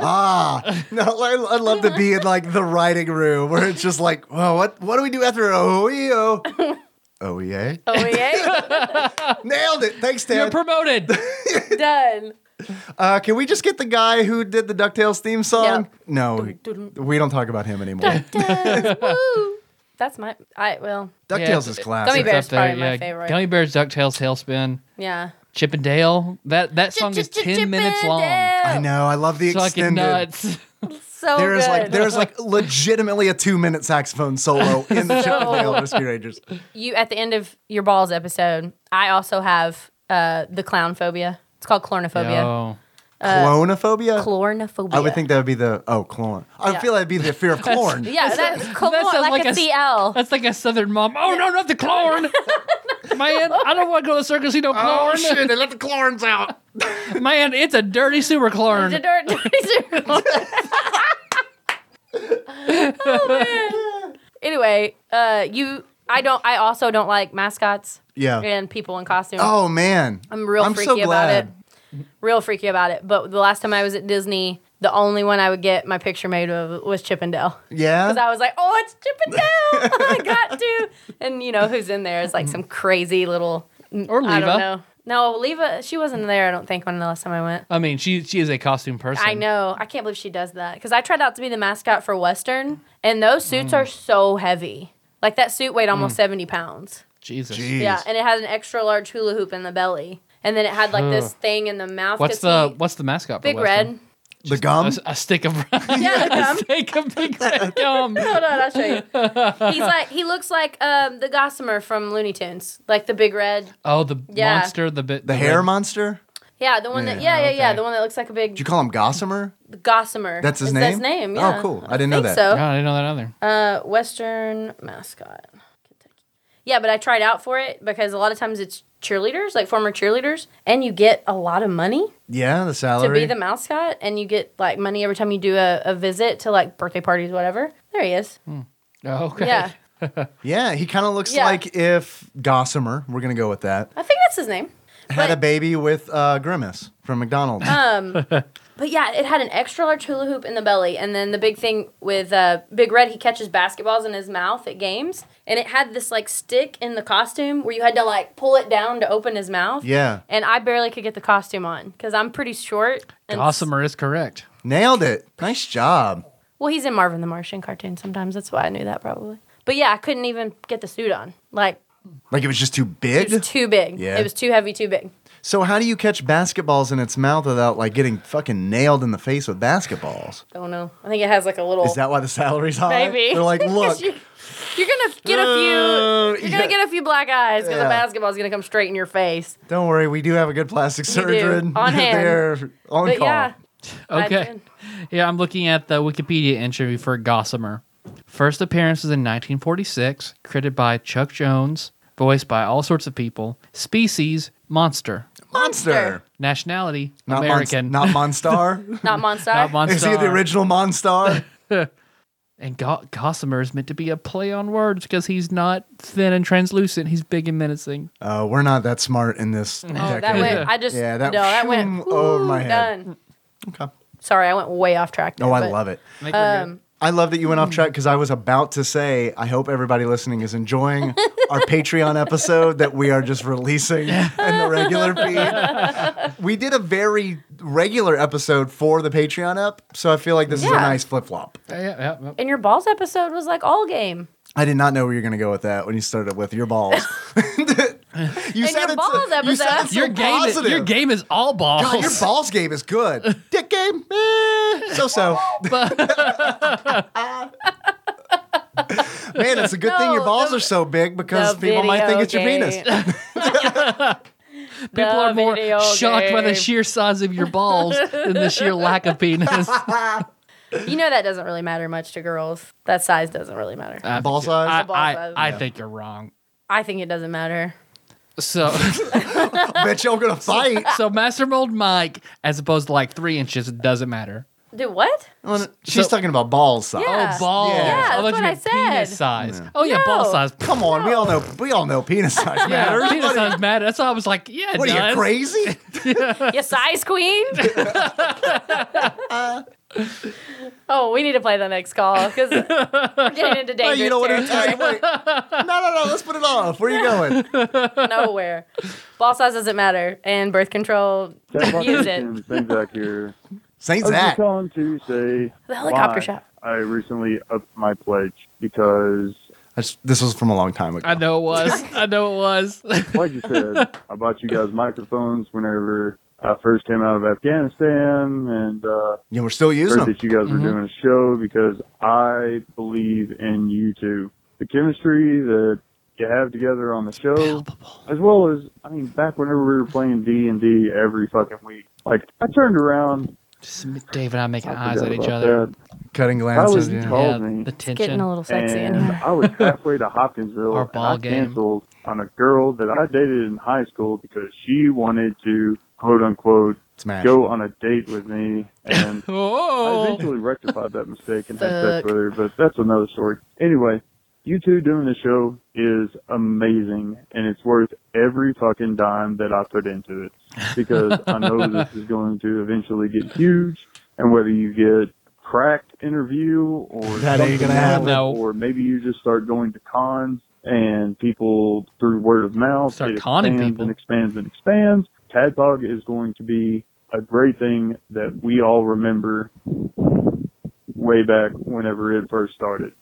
Speaker 2: ah. No, I, I'd love to be in like the writing room where it's just like, well, what what do we do after oh, yeah? Oh, yeah.
Speaker 3: Oh, yeah.
Speaker 2: Nailed it. Thanks, Ted.
Speaker 1: You're promoted.
Speaker 3: Done.
Speaker 2: Uh, can we just get the guy who did the DuckTales theme song?
Speaker 3: Yeah.
Speaker 2: No, we don't talk about him anymore.
Speaker 3: Woo. That's my. I well.
Speaker 2: DuckTales is
Speaker 3: Gummy
Speaker 2: classic.
Speaker 3: Bear. Bears
Speaker 1: It's up there,
Speaker 3: probably my favorite.
Speaker 1: Gummy Bears, DuckTales, Tailspin,
Speaker 3: Yeah.
Speaker 1: Chip and Dale. That that song is ten minutes long.
Speaker 2: I know. I love the
Speaker 1: It's
Speaker 2: extended.
Speaker 1: fucking nuts.
Speaker 3: So
Speaker 2: There is
Speaker 3: good.
Speaker 2: like there is like legitimately a two minute saxophone solo in the Chip and Dale Rescue Rangers.
Speaker 3: you at the end of your balls episode. I also have uh the clown phobia. It's called clornophobia. Uh,
Speaker 1: Yo.
Speaker 2: Clonophobia.
Speaker 3: Clornophobia.
Speaker 2: I would think that would be the oh clorn. I
Speaker 3: Yeah.
Speaker 2: feel that'd be the fear of clorn.
Speaker 3: Yeah, that's clorn,
Speaker 1: sounds
Speaker 3: like,
Speaker 1: like
Speaker 3: a,
Speaker 1: a s-
Speaker 3: CL.
Speaker 1: That's like a southern mom. Oh no, not the clorn. Man, I don't want to go to the circus. You no clorn.
Speaker 2: Oh, They let the clorns out.
Speaker 1: Man, it's a dirty sewer
Speaker 3: The
Speaker 1: clorn.
Speaker 3: dirt- dirty circle. oh man. Anyway, uh, you. I don't. I also don't like mascots
Speaker 2: Yeah.
Speaker 3: and people in costumes.
Speaker 2: Oh man.
Speaker 3: I'm real
Speaker 2: I'm
Speaker 3: freaky
Speaker 2: so
Speaker 3: about
Speaker 2: glad.
Speaker 3: it. Real freaky about it. But the last time I was at Disney, the only one I would get my picture made of was Chippendale. Because
Speaker 2: Yeah.
Speaker 3: I was like, oh, it's Chippendale. I got to. And you know who's in there is like some crazy little.
Speaker 1: Or
Speaker 3: I don't
Speaker 1: Leva.
Speaker 3: know. No, Leva, she wasn't there, I don't think, when the last time I went.
Speaker 1: I mean, she she is a costume person.
Speaker 3: I know. I can't believe she does that. Because I tried out to be the mascot for Western, and those suits
Speaker 1: Mm.
Speaker 3: are so heavy. Like that suit weighed almost 70 pounds.
Speaker 1: Jesus.
Speaker 2: Jeez.
Speaker 3: Yeah, and it had an extra large hula hoop in the belly, and then it had like this thing in the mouth.
Speaker 1: What's
Speaker 3: Could
Speaker 1: the
Speaker 3: see-
Speaker 1: what's the mascot? for
Speaker 3: big
Speaker 1: Western?
Speaker 3: red?
Speaker 2: the gum.
Speaker 1: A, a stick of
Speaker 3: Yeah, the
Speaker 1: a
Speaker 3: gum.
Speaker 1: stick of big red gum.
Speaker 3: Hold on, I'll show you. He's like he looks like um, the Gossamer from Looney Tunes, like the big red.
Speaker 1: Oh, the
Speaker 3: Yeah.
Speaker 1: monster, the bit,
Speaker 2: the hair
Speaker 1: red-
Speaker 2: monster.
Speaker 3: Yeah, the one that yeah yeah yeah
Speaker 1: okay.
Speaker 3: the one that looks like a big
Speaker 2: Did you call him Gossamer?
Speaker 3: Gossamer.
Speaker 2: That's his
Speaker 3: It's
Speaker 2: name.
Speaker 3: His name. Yeah.
Speaker 2: Oh, cool. I didn't know
Speaker 3: think
Speaker 2: that.
Speaker 1: Oh,
Speaker 3: so.
Speaker 1: I didn't know that either.
Speaker 3: Uh, Western mascot. Kentucky. Yeah, but I tried out for it because a lot of times it's cheerleaders, like former cheerleaders, and you get a lot of money.
Speaker 2: Yeah, the
Speaker 3: to
Speaker 2: salary.
Speaker 3: be the mascot and you get like money every time you do a, a visit to like birthday parties whatever there he is
Speaker 1: Hmm. Oh, okay.
Speaker 3: yeah
Speaker 2: Yeah, he kind of looks
Speaker 3: Yeah.
Speaker 2: like if Gossamer, we're going to go with that,
Speaker 3: I think that's his name.
Speaker 2: had a
Speaker 3: But-
Speaker 2: baby with uh, Grimace from McDonald's.
Speaker 3: Um, But yeah, it had an extra large hula hoop in the belly, and then the big thing with uh, Big Red, he catches basketballs in his mouth at games, and it had this like stick in the costume where you had to like pull it down to open his mouth.
Speaker 2: Yeah.
Speaker 3: And I barely could get the costume on because I'm pretty short. And
Speaker 1: Gossamer is correct.
Speaker 2: Nailed it. Nice job.
Speaker 3: Well, he's in Marvin the Martian cartoon sometimes. That's why I knew that probably. But yeah, I couldn't even get the suit on. Like
Speaker 2: Like it was just too
Speaker 3: it was
Speaker 2: big.
Speaker 3: too big.
Speaker 2: Yeah.
Speaker 3: It was too heavy, too big.
Speaker 2: so how do you catch basketballs in its mouth without like getting fucking nailed in the face with basketballs?
Speaker 3: Don't know. I think it has like a little.
Speaker 2: Is that why the salary's high?
Speaker 3: Maybe
Speaker 2: They're like,
Speaker 3: 'Cause
Speaker 2: look,
Speaker 3: you- You're gonna get a
Speaker 2: Uh,
Speaker 3: few. You're
Speaker 2: yeah.
Speaker 3: gonna get a few black eyes because
Speaker 2: Yeah.
Speaker 3: the basketball's gonna come straight in your face.
Speaker 2: don't worry, we do have a good plastic surgeon.
Speaker 3: On hand.
Speaker 2: They're on
Speaker 3: But
Speaker 2: call.
Speaker 3: yeah, I
Speaker 1: Okay.
Speaker 3: did.
Speaker 1: Yeah, I'm looking at the Wikipedia entry for Gossamer. First appearance was in 1946, created by Chuck Jones, voiced by all sorts of people. Species, monster.
Speaker 2: Monster.
Speaker 1: Nationality,
Speaker 2: Not Mon-
Speaker 1: American.
Speaker 2: not Monstar.
Speaker 3: not Monstar.
Speaker 1: Not monster.
Speaker 2: Is he the original Monstar?
Speaker 1: And Go- Gossamer is meant to be a play on words because he's not thin and translucent. He's big and menacing.
Speaker 2: Uh, we're not that smart in this
Speaker 3: Oh,
Speaker 2: decade.
Speaker 3: that went. I just
Speaker 2: Yeah, that
Speaker 3: no. That went
Speaker 2: whew, over
Speaker 3: whew,
Speaker 2: my head.
Speaker 3: Done.
Speaker 2: Okay.
Speaker 3: Sorry, I went way off track. There,
Speaker 2: Oh, I
Speaker 3: but-
Speaker 2: love it.
Speaker 1: I think we're good.
Speaker 2: I love that you went off track because I was about to say, I hope everybody listening is enjoying our Patreon episode that we are just releasing in the regular feed. We did a very regular episode for the Patreon up, so I feel like this is a
Speaker 3: Yeah.
Speaker 2: nice flip flop.
Speaker 1: Yeah, yeah, yeah.
Speaker 3: And your balls episode was like all game.
Speaker 2: I did not know where you were going to go with that when you started with your balls. you,
Speaker 3: your
Speaker 2: it so-
Speaker 3: balls
Speaker 2: you said
Speaker 3: episode.
Speaker 2: it so
Speaker 1: Your game, is,
Speaker 2: positive.
Speaker 1: your game is all balls.
Speaker 2: God, your balls game is good. Dick game, eh, so so. Man, it's a good thing your
Speaker 3: No,
Speaker 2: balls
Speaker 3: the-
Speaker 2: are so big because
Speaker 3: The
Speaker 2: people might think
Speaker 3: video
Speaker 2: it's your penis.
Speaker 3: game.
Speaker 1: People are more
Speaker 3: video
Speaker 1: shocked by the
Speaker 3: game.
Speaker 1: sheer size of your balls than the sheer lack of penis.
Speaker 3: You know that doesn't really matter much to girls. That size doesn't really matter.
Speaker 1: I
Speaker 2: Ball
Speaker 1: think- Uh, I,
Speaker 2: size?
Speaker 3: The ball
Speaker 1: I-
Speaker 3: size.
Speaker 1: I think you're wrong.
Speaker 3: I think it doesn't matter.
Speaker 1: So,
Speaker 2: Bet y'all gonna fight.
Speaker 1: so master mold Mike, as opposed to like three inches, it doesn't matter.
Speaker 3: Dude, what?
Speaker 2: She's
Speaker 1: So-
Speaker 2: talking about balls size.
Speaker 3: Yeah.
Speaker 1: Oh, balls!
Speaker 2: Yeah,
Speaker 1: I
Speaker 3: that's
Speaker 1: thought you
Speaker 3: what
Speaker 1: meant
Speaker 3: I said.
Speaker 1: Penis size. Oh yeah,
Speaker 3: No.
Speaker 1: ball size.
Speaker 2: Come on, we all know we all know penis size
Speaker 1: Yeah,
Speaker 2: matters.
Speaker 1: penis size matters. That's why I was like, yeah, it
Speaker 2: What are
Speaker 1: does.
Speaker 2: you crazy?
Speaker 3: Your size queen? oh, we need to play the next call because we're getting into
Speaker 2: Hey,
Speaker 3: dangerous
Speaker 2: you know what? it-
Speaker 3: territory.
Speaker 2: hey, wait. No, no, no. Let's put it off. Where you going?
Speaker 3: Nowhere. Ball size doesn't matter, and birth control. Use it.
Speaker 5: Things back here.
Speaker 2: Saint
Speaker 5: I was just
Speaker 2: Zach.
Speaker 5: calling to say
Speaker 3: The helicopter
Speaker 5: why
Speaker 3: shot.
Speaker 5: I recently upped my pledge because,
Speaker 2: That's- This was from a long time ago.
Speaker 1: I know it was. I know it was.
Speaker 5: like you said, I bought you guys microphones whenever I first came out of Afghanistan, and uh,
Speaker 2: Yeah, we're still using
Speaker 5: heard
Speaker 2: them.
Speaker 5: that you guys were
Speaker 3: Mm-hmm.
Speaker 5: doing a show because I believe in you two. The chemistry that you have together on the show, as well as I mean, back whenever we were playing D and D every fucking week, like I turned around,
Speaker 1: Just Dave and I making
Speaker 5: I
Speaker 1: eyes
Speaker 5: forgot
Speaker 1: at each
Speaker 5: about
Speaker 1: other.
Speaker 5: that,
Speaker 2: Cutting
Speaker 5: I
Speaker 2: glances.
Speaker 5: was
Speaker 2: Yeah.
Speaker 5: tall.
Speaker 1: Yeah,
Speaker 5: me.
Speaker 1: the
Speaker 3: Getting a
Speaker 1: tension.
Speaker 3: little sexy in
Speaker 5: and
Speaker 3: here.
Speaker 5: I was halfway to Hopkinsville.
Speaker 1: Our ball
Speaker 5: and I
Speaker 1: game.
Speaker 5: canceled on a girl that I dated in high school because she wanted to quote unquote
Speaker 2: Smash.
Speaker 5: go on a date with me and I
Speaker 1: Oh,
Speaker 5: eventually rectified that mistake and had
Speaker 3: Fuck.
Speaker 5: sex with her, but that's another story. Anyway, you two doing the show is amazing, and it's worth every fucking dime that I put into it because I know this is going to eventually get huge, and whether you get cracked interview or
Speaker 2: That ain't
Speaker 5: something
Speaker 2: gonna
Speaker 5: else,
Speaker 1: happen. No.
Speaker 5: or maybe you just start going to cons and people through word of mouth
Speaker 1: Start
Speaker 5: it
Speaker 1: conning
Speaker 5: expands
Speaker 1: people.
Speaker 5: and expands and expands. Tadpog is going to be a great thing that we all remember way back whenever it first started.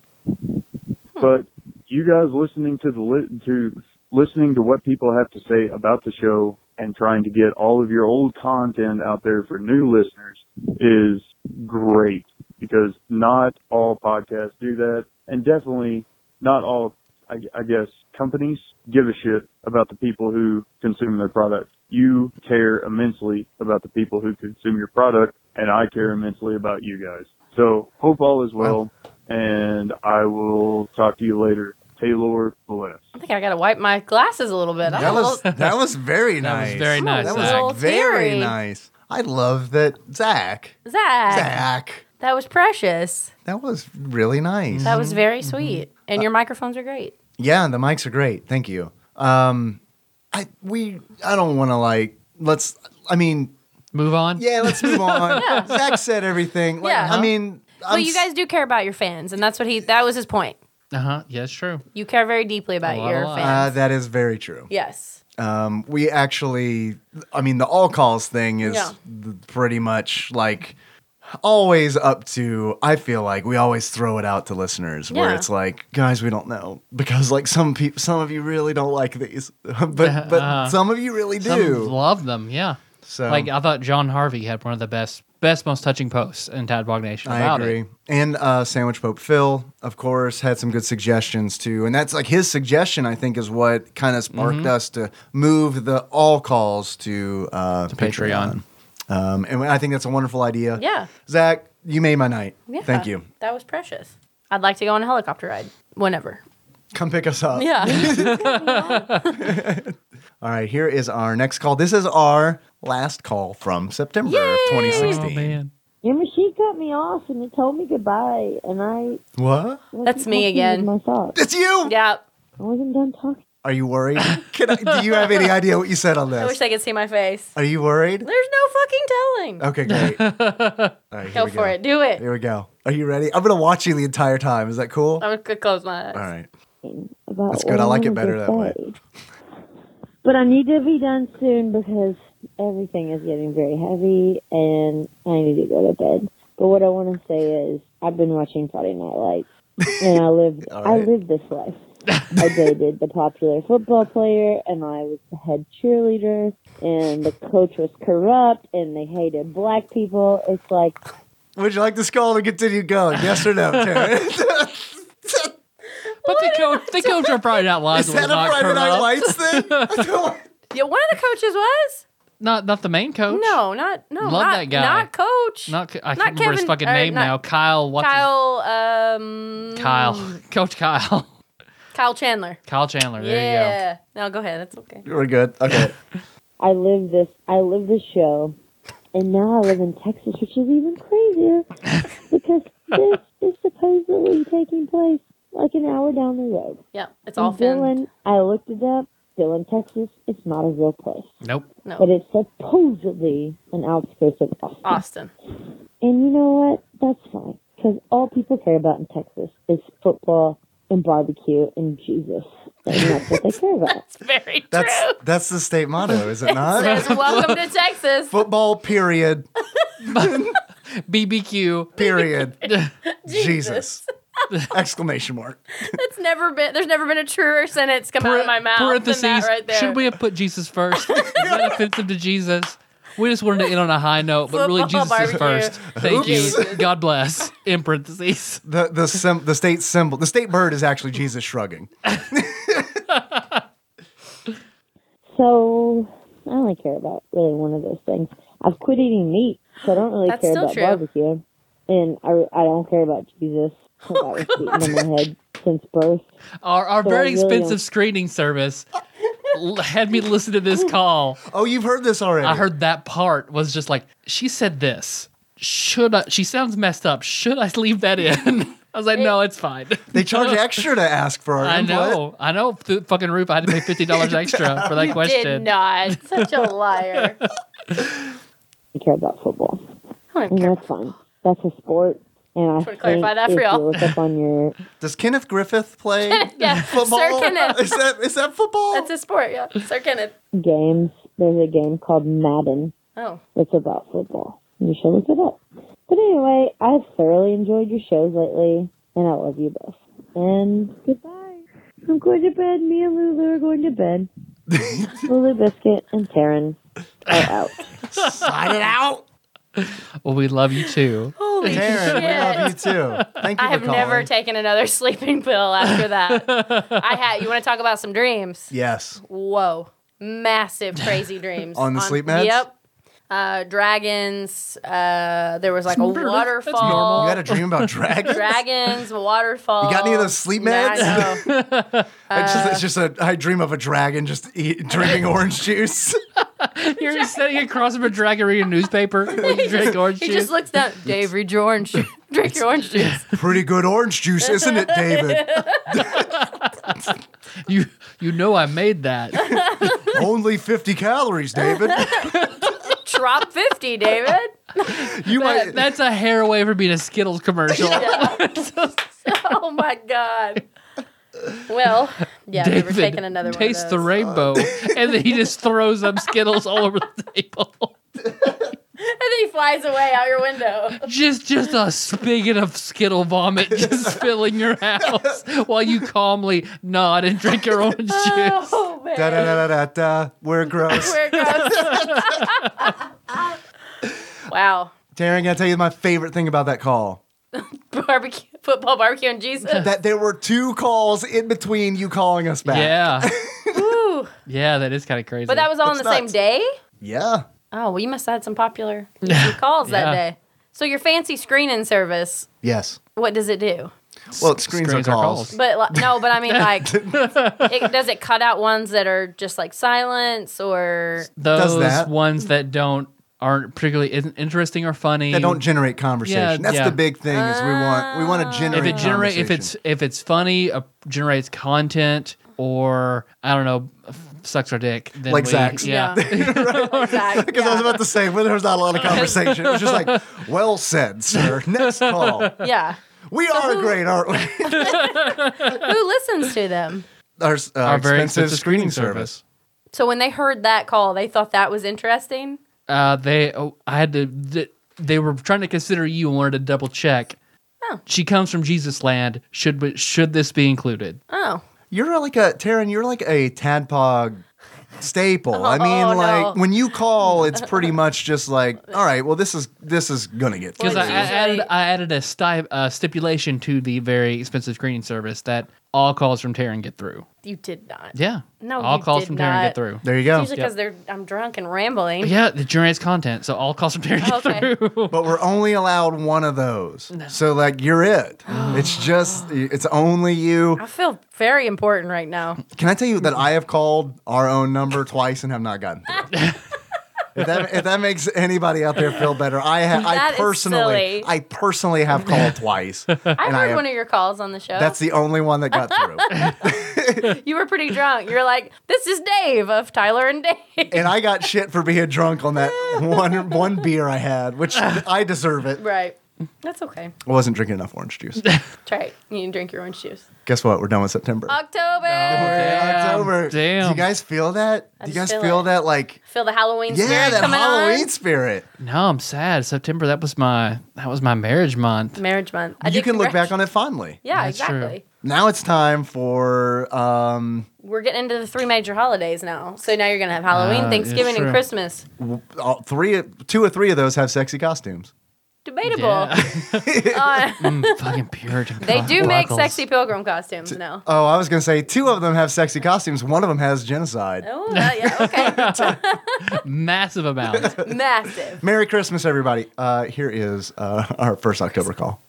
Speaker 5: But you guys listening to the li- to listening to what people have to say about the show and trying to get all of your old content out there for new listeners is great because not all podcasts do that and definitely not all I, I guess companies give a shit about the people who consume their product. You care immensely about the people who consume your product, and I care immensely about you guys. So hope all is well, and I will talk to you later. Taylor bless.
Speaker 3: I think I gotta wipe my glasses a little bit. I'm
Speaker 2: That
Speaker 3: a
Speaker 2: was
Speaker 3: little-
Speaker 2: that was very
Speaker 1: that
Speaker 2: nice.
Speaker 1: was very nice.
Speaker 3: that
Speaker 2: That
Speaker 3: was
Speaker 1: Zach.
Speaker 3: all-
Speaker 2: was very
Speaker 3: theory.
Speaker 2: nice. I love that Zach.
Speaker 3: Zach,
Speaker 2: Zach.
Speaker 3: that was precious.
Speaker 2: That was really nice.
Speaker 3: That was very sweet. And your microphones are great.
Speaker 2: Yeah, the mics are great. Thank you. Um, I we I don't want to like let's. I mean,
Speaker 1: Move on.
Speaker 2: yeah, let's move on. Zach said everything. Like,
Speaker 3: Yeah.
Speaker 2: I mean,
Speaker 3: But
Speaker 2: I'm
Speaker 3: you
Speaker 2: s-
Speaker 3: guys do care about your fans, and that's what he that was his point.
Speaker 1: Uh huh. Yeah, it's true.
Speaker 3: You care very deeply about
Speaker 1: lot,
Speaker 3: your
Speaker 1: a lot.
Speaker 2: Uh,
Speaker 3: fans.
Speaker 2: that is very true.
Speaker 3: yes.
Speaker 2: Um, we actually, I mean, the all calls thing is
Speaker 3: Yeah.
Speaker 2: th- pretty much like always up to. I feel like we always throw it out to listeners where
Speaker 3: Yeah.
Speaker 2: it's like, guys, we don't know because like some people, some of you really don't like these, but but some of you really
Speaker 1: Some
Speaker 2: do.
Speaker 1: love them. Yeah.
Speaker 2: so
Speaker 1: Like I thought John Harvey had one of the best, best, most touching posts in Tad Bog Nation.
Speaker 2: I
Speaker 1: about
Speaker 2: agree.
Speaker 1: It.
Speaker 2: And uh, Sandwich Pope Phil, of course, had some good suggestions too. And that's like his suggestion, I think, is what kind of sparked
Speaker 1: Mm-hmm.
Speaker 2: us to move the all calls to, uh,
Speaker 1: Patreon.
Speaker 2: Um, and I think that's a wonderful idea.
Speaker 3: Yeah.
Speaker 2: Zach, you made my night.
Speaker 3: Yeah.
Speaker 2: Uh, Thank you.
Speaker 3: That was precious. I'd like to go on a helicopter ride whenever.
Speaker 2: Come pick us up.
Speaker 3: Yeah.
Speaker 2: All right, here is our next call. This is our last call from September of 2016.
Speaker 1: Oh man.
Speaker 6: Your machine cut me off and it told me goodbye, and I.
Speaker 2: What?
Speaker 6: I
Speaker 3: That's
Speaker 6: keep
Speaker 3: me
Speaker 6: messing with
Speaker 3: again.
Speaker 6: My thoughts.
Speaker 2: It's you.
Speaker 3: yeah.
Speaker 6: I wasn't done talking.
Speaker 2: Are you worried? Can I, do you have any idea what you said on
Speaker 3: I wish
Speaker 2: this?
Speaker 3: they could see my face.
Speaker 2: Are you worried?
Speaker 3: There's no fucking telling.
Speaker 2: Okay, great. All right, here
Speaker 3: go
Speaker 2: we
Speaker 3: for it. Do it.
Speaker 2: Here we go. Are you ready? I'm gonna watch you the entire time. Is that cool?
Speaker 3: I'm gonna close my eyes.
Speaker 2: All right.
Speaker 6: About
Speaker 2: That's
Speaker 6: what
Speaker 2: good. I like
Speaker 6: wanted
Speaker 2: it better
Speaker 6: to
Speaker 2: that way.
Speaker 6: say. But I need to be done soon because everything is getting very heavy and I need to go to bed. But what I want to say is I've been watching Friday Night Lights and I lived
Speaker 2: All
Speaker 6: I
Speaker 2: right.
Speaker 6: lived this life. I dated the popular football player and I was the head cheerleader and the coach was corrupt and they hated black people. It's like
Speaker 2: Would you like this call to continue going? Yes or no, Terrence?
Speaker 1: But the coach, the coach on Friday Night Live
Speaker 2: Is
Speaker 1: was
Speaker 2: that a
Speaker 1: not
Speaker 2: Friday Night
Speaker 1: corrupt.
Speaker 2: Lights thing?
Speaker 3: Yeah, one of the coaches was.
Speaker 1: Not, not the main coach.
Speaker 3: No, not no.
Speaker 1: Love
Speaker 3: not,
Speaker 1: that guy.
Speaker 3: Not coach.
Speaker 1: Not, I
Speaker 3: Not
Speaker 1: can't remember his
Speaker 3: Kevin-
Speaker 1: fucking
Speaker 3: or
Speaker 1: name
Speaker 3: not-
Speaker 1: now. Kyle. What's his-
Speaker 3: Kyle. Um.
Speaker 1: Kyle. Coach Kyle.
Speaker 3: Kyle Chandler.
Speaker 1: Kyle Chandler. There you go.
Speaker 3: yeah. No, go ahead. That's okay.
Speaker 2: We're good. Okay.
Speaker 6: I live this I live this show and now I live in Texas, which is even crazier because this is supposedly taking place like an hour down the road.
Speaker 3: Yeah, it's all
Speaker 6: And
Speaker 3: filmed.
Speaker 6: Dillon, I looked it up. Dillon, Texas, it's not a real place,
Speaker 1: Nope.
Speaker 3: No,
Speaker 6: but
Speaker 3: Ah.
Speaker 6: it's supposedly an outskirts of Austin.
Speaker 3: Austin.
Speaker 6: And you know what? That's fine because all people care about in Texas is football and barbecue and Jesus, and that's what they care about.
Speaker 3: It's very
Speaker 2: That's
Speaker 3: true.
Speaker 2: that's the state motto, is it
Speaker 3: Says
Speaker 2: not?
Speaker 3: welcome to Texas.
Speaker 2: Football period.
Speaker 1: BBQ.
Speaker 2: Period. Jesus. Exclamation mark.
Speaker 3: That's never been. There's never been a truer sentence come out of my mouth
Speaker 1: Parentheses.
Speaker 3: than that right there.
Speaker 1: Should we have put Jesus first? Is that offensive to Jesus? We just wanted to end on a high note, but really
Speaker 3: Football
Speaker 1: Jesus
Speaker 3: barbecue.
Speaker 1: is first. Thank you.
Speaker 3: Jesus.
Speaker 1: God bless. In parentheses.
Speaker 2: The the sim, the state symbol, the state bird is actually Jesus shrugging.
Speaker 6: So I only care about really one of those things. I've quit eating meat, so I don't really
Speaker 3: That's
Speaker 6: care
Speaker 3: still
Speaker 6: about
Speaker 3: true.
Speaker 6: barbecue, and I, I don't care about Jesus. That
Speaker 3: Oh,
Speaker 6: was beaten in my head since birth.
Speaker 1: Our, our
Speaker 2: Oh,
Speaker 1: very
Speaker 6: I really
Speaker 1: expensive
Speaker 6: don't-
Speaker 1: screening service l- had me listen to this call.
Speaker 2: Oh, you've heard this already.
Speaker 1: I heard that part was just like she said this. Should I? She sounds messed up. Should I leave that in? I was like, no, it's fine.
Speaker 2: they charge extra to ask for our
Speaker 1: I
Speaker 2: input.
Speaker 1: know, I know. Through the fucking roof, I had to pay fifty dollars extra for that question.
Speaker 3: Did not. Such a liar. I
Speaker 6: I care about football,
Speaker 3: don't
Speaker 6: and
Speaker 3: care.
Speaker 6: that's fine. That's a sport, and I
Speaker 3: to
Speaker 6: think
Speaker 3: clarify that for
Speaker 6: if you
Speaker 3: y'all.
Speaker 6: look up on your
Speaker 2: Does Kenneth Griffith play
Speaker 3: Yeah,
Speaker 2: football?
Speaker 3: Sir Kenneth.
Speaker 2: Is that is that football?
Speaker 3: That's a sport. Yeah, Sir Kenneth.
Speaker 6: games, there's a game called Madden
Speaker 3: Oh,
Speaker 6: that's about football. You should look it up. But anyway, I've thoroughly enjoyed your shows lately, and I love you both. And goodbye. I'm going to bed. Me and Lulu are going to bed. Lulu Biscuit and Taryn are out.
Speaker 2: Sign it out.
Speaker 1: Well, we love you too.
Speaker 3: holy
Speaker 2: Taryn, we love you
Speaker 3: shit!
Speaker 2: too. Thank you
Speaker 3: I
Speaker 2: for
Speaker 3: have
Speaker 2: calling.
Speaker 3: never taken another sleeping pill after that. I had. You want to talk about some dreams?
Speaker 2: yes.
Speaker 3: Whoa. Massive crazy dreams.
Speaker 2: On the sleep meds?
Speaker 3: Yep. Uh, dragons. Uh, there was like a
Speaker 1: That's normal.
Speaker 3: waterfall.
Speaker 2: You had a dream about dragons?
Speaker 3: dragons, a waterfall.
Speaker 2: You got any of those sleep
Speaker 3: Oh, Yeah, I
Speaker 2: meds?
Speaker 3: know. Uh,
Speaker 2: it's, just, it's just a I dream of a dragon just eat, drinking orange juice.
Speaker 1: You're just sitting across from a dragon reading a newspaper when you drink orange
Speaker 3: he
Speaker 1: juice.
Speaker 3: just looks down. Dave, read your orange. Drink your orange juice.
Speaker 2: Pretty good orange juice, isn't it, David?
Speaker 1: You you know I made that.
Speaker 2: Only 50 calories, David.
Speaker 3: Drop 50, David.
Speaker 2: You
Speaker 1: That-
Speaker 2: might.
Speaker 1: that's a hair away from being a Skittles commercial.
Speaker 3: Oh my God. Well, yeah, we were taking another
Speaker 1: taste
Speaker 3: one.
Speaker 1: the rainbow, and then he just throws up Skittles all over the table.
Speaker 3: the And then he flies away out your window.
Speaker 1: Just just a spigot of Skittle vomit just filling your house while you calmly nod and drink your orange juice.
Speaker 3: Oh, man.
Speaker 2: Da, da, da, da, da, da. We're gross.
Speaker 3: Where it goes. wow.
Speaker 2: Taryn, can I tell you my favorite thing about that call?
Speaker 3: Barbecue, football, barbecue, and Jesus.
Speaker 2: That there were two calls in between you calling us back.
Speaker 1: Yeah,
Speaker 3: Woo.
Speaker 1: yeah, that is kind of crazy.
Speaker 3: But that was all on the
Speaker 2: That's
Speaker 3: same
Speaker 2: nuts.
Speaker 3: day?
Speaker 2: Yeah.
Speaker 3: Oh, well, you must have had some popular some calls that
Speaker 1: Yeah.
Speaker 3: day. So your fancy screening service,
Speaker 2: Yes.
Speaker 3: what does it do?
Speaker 2: Well, it screens,
Speaker 1: Screens
Speaker 2: our
Speaker 1: our
Speaker 2: calls.
Speaker 1: calls.
Speaker 3: But like, no, but I mean like, it, does it cut out ones that are just like silence or?
Speaker 1: those
Speaker 2: that.
Speaker 1: ones that don't aren't particularly in- interesting or funny.
Speaker 2: They don't generate conversation.
Speaker 1: Yeah,
Speaker 2: That's
Speaker 1: yeah. Ah.
Speaker 2: the big thing is we want we want to generate
Speaker 1: if it generate if it's if it's funny, uh, generates content, or I don't know, f- sucks our dick. Then
Speaker 2: Like
Speaker 1: we,
Speaker 2: Zach's.
Speaker 1: yeah.
Speaker 3: Exactly.
Speaker 2: because I was about to say, well, there's not a lot of conversation. It was just like, well said, sir. Next call.
Speaker 3: yeah.
Speaker 2: We are great, aren't we?
Speaker 3: Who listens to them?
Speaker 2: Our, uh,
Speaker 1: Our
Speaker 2: expensive, screening service.
Speaker 3: So when they heard that call, they thought that was interesting.
Speaker 1: Uh, they, oh, I had to. Th- they were trying to consider you and wanted to double check.
Speaker 3: Oh.
Speaker 1: She comes from Jesus land. Should we- should this be included?
Speaker 3: Oh,
Speaker 2: You're like a Taryn. You're like a tadpog staple. I mean,
Speaker 3: Oh,
Speaker 2: like
Speaker 3: no.
Speaker 2: when you call, it's pretty much just like, all right, well, this is this is gonna get
Speaker 1: Because I, I
Speaker 3: Well, it's
Speaker 1: added
Speaker 3: usually-
Speaker 1: I added a sti- uh, stipulation to the very expensive screening service that all calls from Taryn get through.
Speaker 3: you did not.
Speaker 1: Yeah.
Speaker 3: No,
Speaker 1: all
Speaker 3: you
Speaker 1: calls
Speaker 3: did
Speaker 1: from Taryn
Speaker 3: not.
Speaker 1: get through.
Speaker 2: there you go.
Speaker 3: Usually because they're I'm drunk and rambling.
Speaker 1: Yeah, the generates content, so all calls from Taryn get
Speaker 3: Okay.
Speaker 1: through.
Speaker 2: But we're only allowed one of those. So like, you're it. it's just it's only you.
Speaker 3: I feel very important right now.
Speaker 2: Can I tell you
Speaker 3: Mm-hmm.
Speaker 2: that I have called our own number twice and have not gotten through? if, that, if that makes anybody out there feel better, I ha-
Speaker 3: That
Speaker 2: I
Speaker 3: is
Speaker 2: personally
Speaker 3: silly.
Speaker 2: I personally have called twice.
Speaker 3: I
Speaker 2: And I
Speaker 3: heard
Speaker 2: am-
Speaker 3: one of your calls on the show.
Speaker 2: That's the only one that got through.
Speaker 3: you were pretty drunk. You're like, "This is Dave of Tyler and Dave."
Speaker 2: and I got shit for being drunk on that one one beer I had, which I deserve it.
Speaker 3: right. That's okay.
Speaker 2: I wasn't drinking enough orange juice.
Speaker 3: Try it. You can drink your orange juice.
Speaker 2: Guess what? We're done with September.
Speaker 3: Uh, October.
Speaker 2: Oh,
Speaker 1: Damn,
Speaker 2: October.
Speaker 1: damn.
Speaker 2: Do you guys feel that? Do you
Speaker 3: just
Speaker 2: guys
Speaker 3: feel
Speaker 2: feel,
Speaker 3: it.
Speaker 2: that like
Speaker 3: Feel the Halloween
Speaker 2: yeah,
Speaker 3: spirit
Speaker 2: that
Speaker 3: coming
Speaker 2: Halloween
Speaker 3: on.
Speaker 2: spirit.
Speaker 1: No, I'm sad. September that was my that was my marriage month.
Speaker 3: Marriage month. I
Speaker 2: you
Speaker 3: did
Speaker 2: can look
Speaker 3: congrats-
Speaker 2: back on it fondly.
Speaker 3: Yeah,
Speaker 1: That's true.
Speaker 3: exactly.
Speaker 2: Now it's time for um
Speaker 3: We're getting into the three major holidays now. So now you're gonna have Halloween,
Speaker 1: Uh, it's
Speaker 3: Thanksgiving, and
Speaker 1: true.
Speaker 3: Christmas.
Speaker 2: all three two or three of those have sexy costumes.
Speaker 3: Debatable.
Speaker 1: Yeah.
Speaker 3: Uh,
Speaker 1: Mm, fucking Puritan.
Speaker 3: they do make
Speaker 1: cockles.
Speaker 3: sexy pilgrim costumes now.
Speaker 2: Oh, I was gonna say two of them have sexy costumes. One of them has genocide.
Speaker 3: Oh, that- yeah,
Speaker 1: massive amounts.
Speaker 3: okay. Massive.
Speaker 2: Merry Christmas, everybody. Uh, here is uh, our first October call.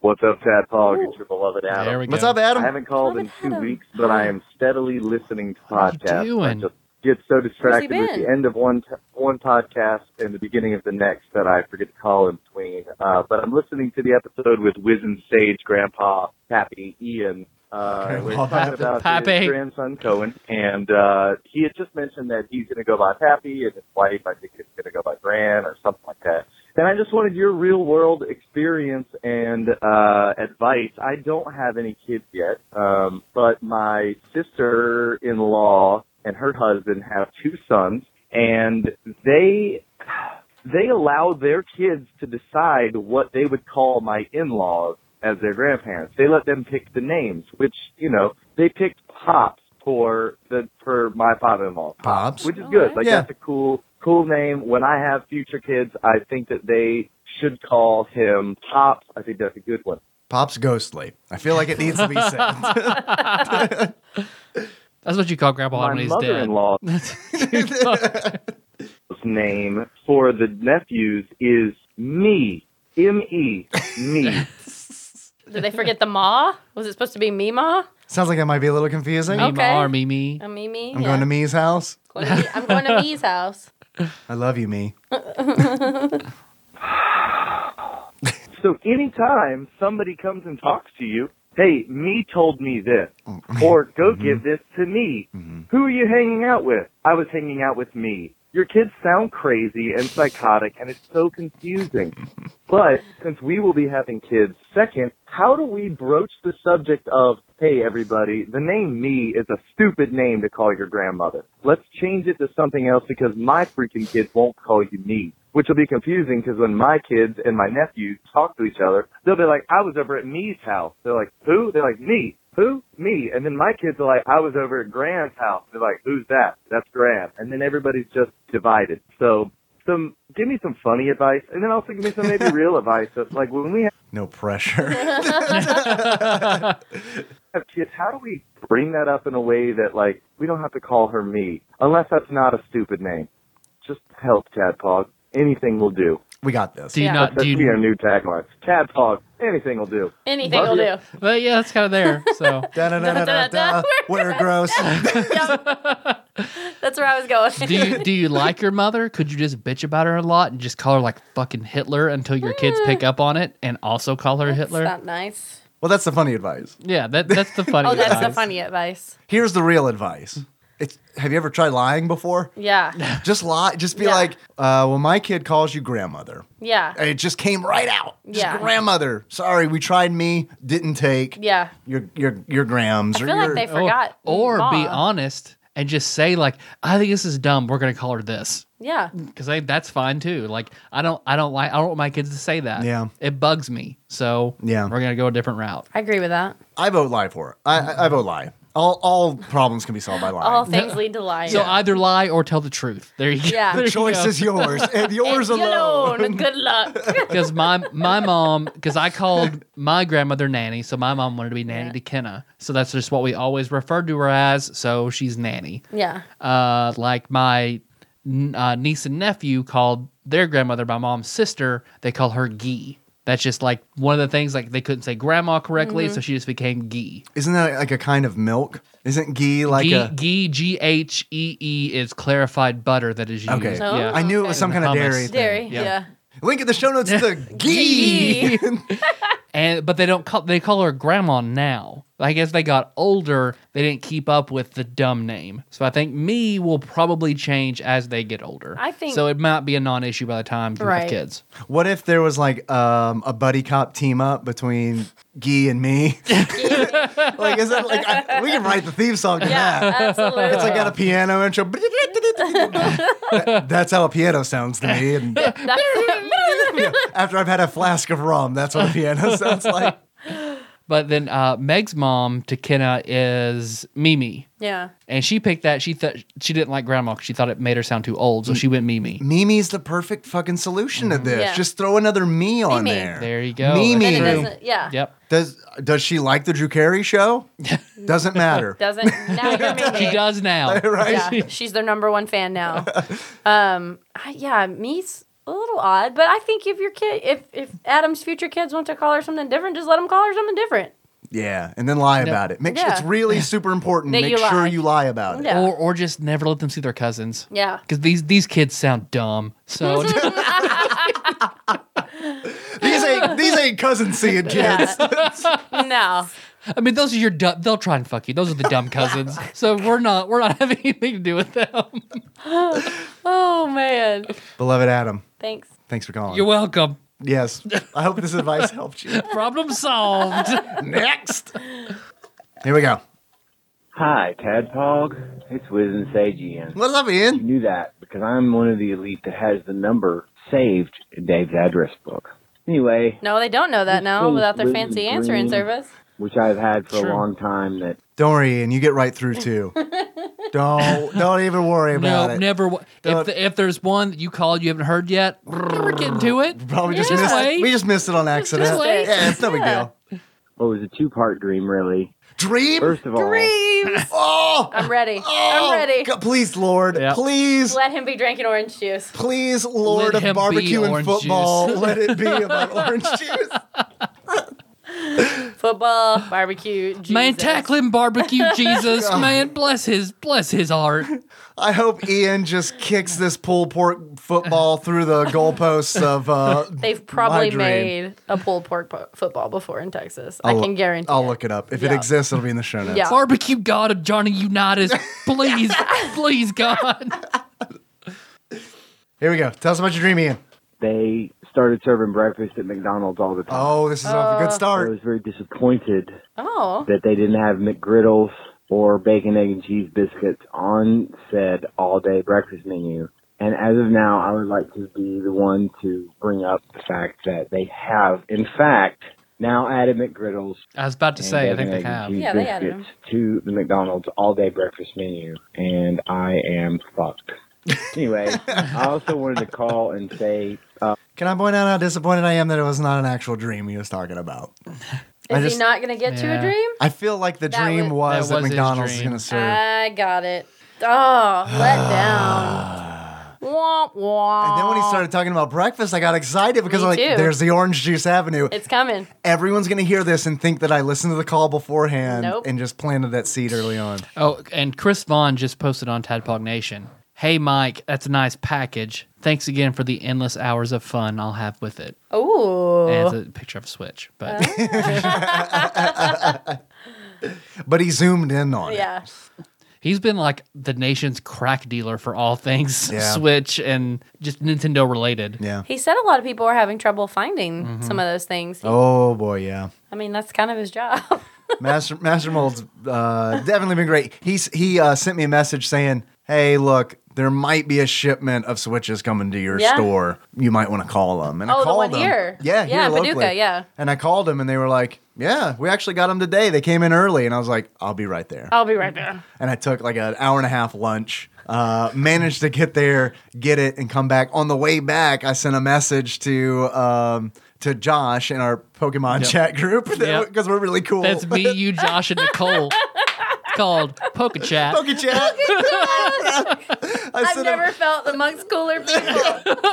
Speaker 7: What's up, Tad Pog? It's your beloved Adam.
Speaker 1: There we go.
Speaker 2: What's up,
Speaker 7: I
Speaker 2: Adam?
Speaker 7: haven't called in two weeks, but I am steadily listening to
Speaker 1: What are you
Speaker 7: podcasts.
Speaker 1: doing?
Speaker 7: I just get so distracted
Speaker 3: Where's he
Speaker 7: with
Speaker 3: been?
Speaker 7: the end of one t- one podcast and the beginning of the next that I forget to call in between. Uh, but I'm listening to the episode with Wiz and Sage Grandpa Pappy Ian. Uh,
Speaker 2: Okay,
Speaker 7: where
Speaker 2: well,
Speaker 7: he's talking
Speaker 2: Pappy.
Speaker 7: about
Speaker 1: Pappy.
Speaker 7: his grandson Cohen, and uh, he had just mentioned that he's going to go by Pappy, and his wife, I think, is going to go by Gran or something like that. And I just wanted your real world experience and uh, advice. I don't have any kids yet, um, but my sister in law and her husband have two sons, and they they allow their kids to decide what they would call my in-laws as their grandparents. They let them pick the names, which you know they picked Pops for the for my father-in-law,
Speaker 2: Pops.
Speaker 7: which is good. Like
Speaker 2: Yeah.
Speaker 7: that's a cool cool name. When I have future kids, I think that they should call him Pops. I think that's a good one.
Speaker 2: Pop's ghostly. I feel like it needs to be said.
Speaker 1: That's what you call Grandpa Adam when
Speaker 7: my
Speaker 1: he's dead.
Speaker 7: mother-in-law's name for the nephews is me. M E me.
Speaker 3: Did they forget the ma? Was it supposed to be me ma?
Speaker 2: Sounds like that might be a little confusing.
Speaker 1: Mima
Speaker 3: Okay.
Speaker 1: or Mimi.
Speaker 3: A Mimi?
Speaker 2: I'm going to Me's house.
Speaker 3: Going to me- I'm going to Me's house.
Speaker 2: I love you, Me.
Speaker 7: So anytime somebody comes and talks to you, hey, me told me this, or go give this to me. Who are you hanging out with? I was hanging out with me. Your kids sound crazy and psychotic, and it's so confusing. But since we will be having kids second, how do we broach the subject of, hey everybody, the name me is a stupid name to call your grandmother. Let's change it to something else because my freaking kids won't call you me. Which will be confusing because when my kids and my nephews talk to each other, they'll be like, I was over at me's house. They're like, who? They're like, me. Who? Me. And then my kids are like, I was over at Grand's house. They're like, who's that? That's Grand. And then everybody's just divided. So some, give me some funny advice and then also give me some maybe real advice. That's like when we
Speaker 2: No pressure.
Speaker 7: have kids, how do we bring that up in a way that like we don't have to call her me, unless that's not a stupid name. Just help Tadpog. Anything will do.
Speaker 2: we got this.
Speaker 1: Do you
Speaker 3: Yeah.
Speaker 1: not?
Speaker 7: That's
Speaker 1: Do
Speaker 7: be our
Speaker 1: you?
Speaker 7: new tagline. Tadpog. Anything will do.
Speaker 3: Anything will do.
Speaker 1: But yeah, that's kind of there. So
Speaker 2: Da-da-da-da-da. We're gross.
Speaker 3: That's where I was going.
Speaker 1: do you do you like your mother? Could you just bitch about her a lot and just call her like fucking Hitler until your kids pick up on it and also call her Hitler?
Speaker 3: That's not nice.
Speaker 2: Well, that's the funny advice.
Speaker 1: yeah, that that's the funny.
Speaker 3: Oh, that's the
Speaker 1: advice.
Speaker 3: funny advice.
Speaker 2: Here's the real advice. It's, have you ever tried lying before?
Speaker 3: Yeah.
Speaker 2: Just lie. Just be
Speaker 3: Yeah.
Speaker 2: like, uh, well, my kid calls you grandmother.
Speaker 3: Yeah.
Speaker 2: Uh, It just came right out. Just
Speaker 3: Yeah.
Speaker 2: grandmother. Sorry, we tried me, didn't take.
Speaker 3: Yeah.
Speaker 2: Your your your grams.
Speaker 3: I
Speaker 2: or
Speaker 3: feel
Speaker 2: your-
Speaker 3: like they forgot.
Speaker 1: Oh, Or, or be
Speaker 3: Ma.
Speaker 1: honest and just say like, I think this is dumb. We're gonna call her this
Speaker 3: Yeah.
Speaker 1: because that's fine too. Like I don't I don't like I don't want my kids to say that.
Speaker 2: Yeah.
Speaker 1: it bugs me. So
Speaker 2: Yeah.
Speaker 1: we're gonna go a different route.
Speaker 3: I agree with that.
Speaker 2: I vote lie for it. I, I, I vote lie. All all problems can be solved by lying.
Speaker 3: All things lead to lying.
Speaker 1: So either lie or tell the truth. There you go.
Speaker 3: Yeah.
Speaker 1: There
Speaker 2: the
Speaker 1: you
Speaker 2: choice
Speaker 1: go.
Speaker 2: is yours and yours
Speaker 3: And you
Speaker 2: alone.
Speaker 3: alone. Good luck.
Speaker 1: because my my mom because I called my grandmother nanny, so my mom wanted to be nanny to Kenna, so that's just what we always referred to her as. So she's nanny.
Speaker 3: yeah.
Speaker 1: Uh, like my n- uh, niece and nephew called their grandmother my mom's sister. They call her Gee. That's just like one of the things. Like they couldn't say grandma correctly,
Speaker 3: Mm-hmm.
Speaker 1: so she just became Gee.
Speaker 2: Isn't that like a kind of milk? Isn't ghee like
Speaker 1: Gee
Speaker 2: a?
Speaker 1: Gee G H E E is clarified butter that is used.
Speaker 2: Oh, Okay,
Speaker 3: No?
Speaker 1: Yeah.
Speaker 2: I knew it was some kind of
Speaker 1: Hummus.
Speaker 2: dairy. Thing.
Speaker 3: Dairy. Yeah.
Speaker 2: Link in the show notes to ghee.
Speaker 3: Gee.
Speaker 1: and but they don't call they call her grandma now. Like as they got older, they didn't keep up with the dumb name. So I think me will probably change as they get older.
Speaker 3: I think-
Speaker 1: so. It might be a non-issue by the time you
Speaker 3: Right.
Speaker 1: have kids.
Speaker 2: What if there was like um, a buddy cop team up between ghee and me? like is that like I, we can write the theme song to
Speaker 3: Yeah.
Speaker 2: that?
Speaker 3: Absolutely.
Speaker 2: It's like got a piano intro. That- that's how a piano sounds to me. And yeah, after I've had a flask of rum, that's what a piano sounds like.
Speaker 1: But then uh, Meg's mom to Kenna is Mimi,
Speaker 3: yeah.
Speaker 1: and she picked that. She thought she didn't like grandma because she thought it made her sound too old, so she went Mimi.
Speaker 2: Mimi's the perfect fucking solution to
Speaker 3: Mm.
Speaker 2: this.
Speaker 3: Yeah.
Speaker 2: Just throw another me on
Speaker 3: Mimi.
Speaker 2: there.
Speaker 1: There you go.
Speaker 3: And
Speaker 2: Mimi.
Speaker 3: it
Speaker 1: That's true.
Speaker 3: doesn't. Yeah.
Speaker 1: Yep.
Speaker 2: Does does she like the Drew Carey show? Doesn't matter.
Speaker 3: Doesn't. Now you're making
Speaker 1: She
Speaker 3: it.
Speaker 1: does now.
Speaker 2: right?
Speaker 3: Yeah. She's their number one fan now. Um. I, yeah. Me's a little odd, but I think if your kid, if if Adam's future kids want to call her something different, just let them call her something different.
Speaker 2: Yeah, and then lie about it. Make sure it's
Speaker 3: Yeah.
Speaker 2: really super important.
Speaker 3: That
Speaker 2: Make
Speaker 3: you
Speaker 2: sure
Speaker 3: lie.
Speaker 2: you lie about it.
Speaker 3: Yeah.
Speaker 1: Or or just never let them see their cousins.
Speaker 3: Yeah.
Speaker 1: Because these these kids sound dumb. So
Speaker 2: These ain't these ain't cousin seeing kids.
Speaker 3: no.
Speaker 1: I mean, those are your dumb. They'll try and fuck you. Those are the dumb cousins. so we're not we're not having anything to do with them.
Speaker 3: Oh man.
Speaker 2: Beloved Adam,
Speaker 3: Thanks.
Speaker 2: thanks for calling.
Speaker 1: You're welcome.
Speaker 2: yes, I hope this advice helped you.
Speaker 1: Problem solved.
Speaker 2: Next, here we go.
Speaker 8: Hi, Tadpog. It's Wiz and Sage again.
Speaker 2: What's up, Ian?
Speaker 8: You knew that because I'm one of the elite that has the number saved in Dave's address book. Anyway,
Speaker 3: No, they don't know that now
Speaker 8: Please,
Speaker 3: without their
Speaker 8: blue
Speaker 3: fancy
Speaker 8: and
Speaker 3: answering
Speaker 8: green.
Speaker 3: service.
Speaker 8: which I've had for
Speaker 1: True.
Speaker 8: a long time, that
Speaker 2: Don't worry, Ian. You get right through too. don't don't even worry about
Speaker 1: no,
Speaker 2: it.
Speaker 1: never. wa-
Speaker 2: Don't-
Speaker 1: If the, if there's one that you called you haven't heard yet, we're getting to it.
Speaker 2: Probably just
Speaker 1: Just
Speaker 2: missed.
Speaker 1: wait.
Speaker 2: We just missed it on accident.
Speaker 3: wait.
Speaker 2: Yeah, it's no big
Speaker 3: Yeah.
Speaker 2: deal.
Speaker 8: well, oh, it was a two part dream, really.
Speaker 2: Dream.
Speaker 8: First of all,
Speaker 2: Oh,
Speaker 3: I'm ready.
Speaker 2: oh,
Speaker 3: I'm ready.
Speaker 2: God, please, Lord.
Speaker 1: Yeah.
Speaker 2: Please,
Speaker 3: Let him be drinking orange juice.
Speaker 2: please, Lord
Speaker 1: Let him
Speaker 2: of
Speaker 1: be
Speaker 2: barbecue and
Speaker 1: orange
Speaker 2: football,
Speaker 1: juice.
Speaker 2: let it be about orange juice.
Speaker 3: Football, barbecue, Jesus.
Speaker 1: Man, tackle him, barbecue Jesus. Man, bless his bless his heart.
Speaker 2: I hope Ian just kicks this pull pork football through the goalposts of. Uh,
Speaker 3: They've probably
Speaker 2: my dream.
Speaker 3: made a pulled pork po- football before in Texas. i
Speaker 2: I'll-
Speaker 3: can guarantee.
Speaker 2: I'll
Speaker 3: it.
Speaker 2: look it up. If it
Speaker 3: Yeah.
Speaker 2: exists, it'll be in the show notes.
Speaker 3: Yeah.
Speaker 1: Barbecue God of Johnny Unitas. Please, please, God.
Speaker 2: Here we go. Tell us about your dream, Ian.
Speaker 8: They started serving breakfast at McDonald's all the time.
Speaker 2: Oh, this is off a good
Speaker 8: I
Speaker 2: start.
Speaker 8: was very disappointed
Speaker 3: Oh,
Speaker 8: that they didn't have McGriddles or bacon, egg, and cheese biscuits on said all day breakfast menu. And as of now, I would like to be the one to bring up the fact that they have, in fact, now added McGriddles
Speaker 1: I was about to
Speaker 8: and
Speaker 1: say, I
Speaker 8: bacon,
Speaker 1: think they
Speaker 8: egg, and
Speaker 1: have.
Speaker 8: cheese
Speaker 3: Yeah, they added
Speaker 8: biscuits to the McDonald's all day breakfast menu, and I am fucked. anyway, I also wanted to call and say
Speaker 2: Can I point out how disappointed I am that it was not an actual dream he was talking about? I
Speaker 3: is
Speaker 2: just-
Speaker 3: he not going to get to
Speaker 1: Yeah.
Speaker 3: a dream?
Speaker 2: I feel like the
Speaker 3: That
Speaker 2: dream
Speaker 3: was- Uh,
Speaker 2: was, that
Speaker 1: That was his
Speaker 2: McDonald's is
Speaker 1: dream.
Speaker 2: going to serve.
Speaker 3: I got it. Oh, let down. Womp womp.
Speaker 2: and then when he started talking about breakfast, I got excited because
Speaker 3: Me
Speaker 2: like,
Speaker 3: too.
Speaker 2: there's the Orange Juice Avenue.
Speaker 3: it's coming.
Speaker 2: Everyone's going to hear this and think that I listened to the call beforehand
Speaker 3: Nope.
Speaker 2: and just planted that seed early on.
Speaker 1: Oh, and Chris Vaughn just posted on Tadpog Nation. Hey, Mike, that's a nice package. Thanks again for the endless hours of fun I'll have with it. And
Speaker 3: Ooh. Ah.
Speaker 1: it's a picture of a Switch, but
Speaker 2: But he zoomed in on it.
Speaker 3: Yeah.
Speaker 1: he's been like the nation's crack dealer for all things
Speaker 2: Yeah.
Speaker 1: Switch and just Nintendo related.
Speaker 2: Yeah.
Speaker 3: He said a lot of people are having trouble finding some of those things.
Speaker 2: Oh boy, yeah.
Speaker 3: I mean, that's kind of his job.
Speaker 2: Master Master Mold's uh, definitely been great. He's he uh, sent me a message saying, "Hey, look, there might be a shipment of switches coming to your
Speaker 3: Yeah.
Speaker 2: store. You might want to call them." And I
Speaker 3: Oh, the
Speaker 2: called
Speaker 3: one
Speaker 2: them.
Speaker 3: here.
Speaker 2: Yeah,
Speaker 3: Yeah,
Speaker 2: here
Speaker 3: in
Speaker 2: locally.
Speaker 3: Paducah, yeah.
Speaker 2: And I called them, and they were like, "Yeah, we actually got them today. They came in early." And I was like, "I'll be right there."
Speaker 3: I'll be right there.
Speaker 2: And I took like an hour and a half lunch. Uh, managed to get there, get it, and come back. On the way back, I sent a message to um, to Josh in our Pokemon chat group because
Speaker 1: Yep.
Speaker 2: we're really cool.
Speaker 1: That's me, you, Josh, and Nicole. It's called Poke Chat.
Speaker 2: Poke chat. I um,
Speaker 3: I've
Speaker 2: sent
Speaker 3: never
Speaker 2: him,
Speaker 3: felt amongst cooler people. Poke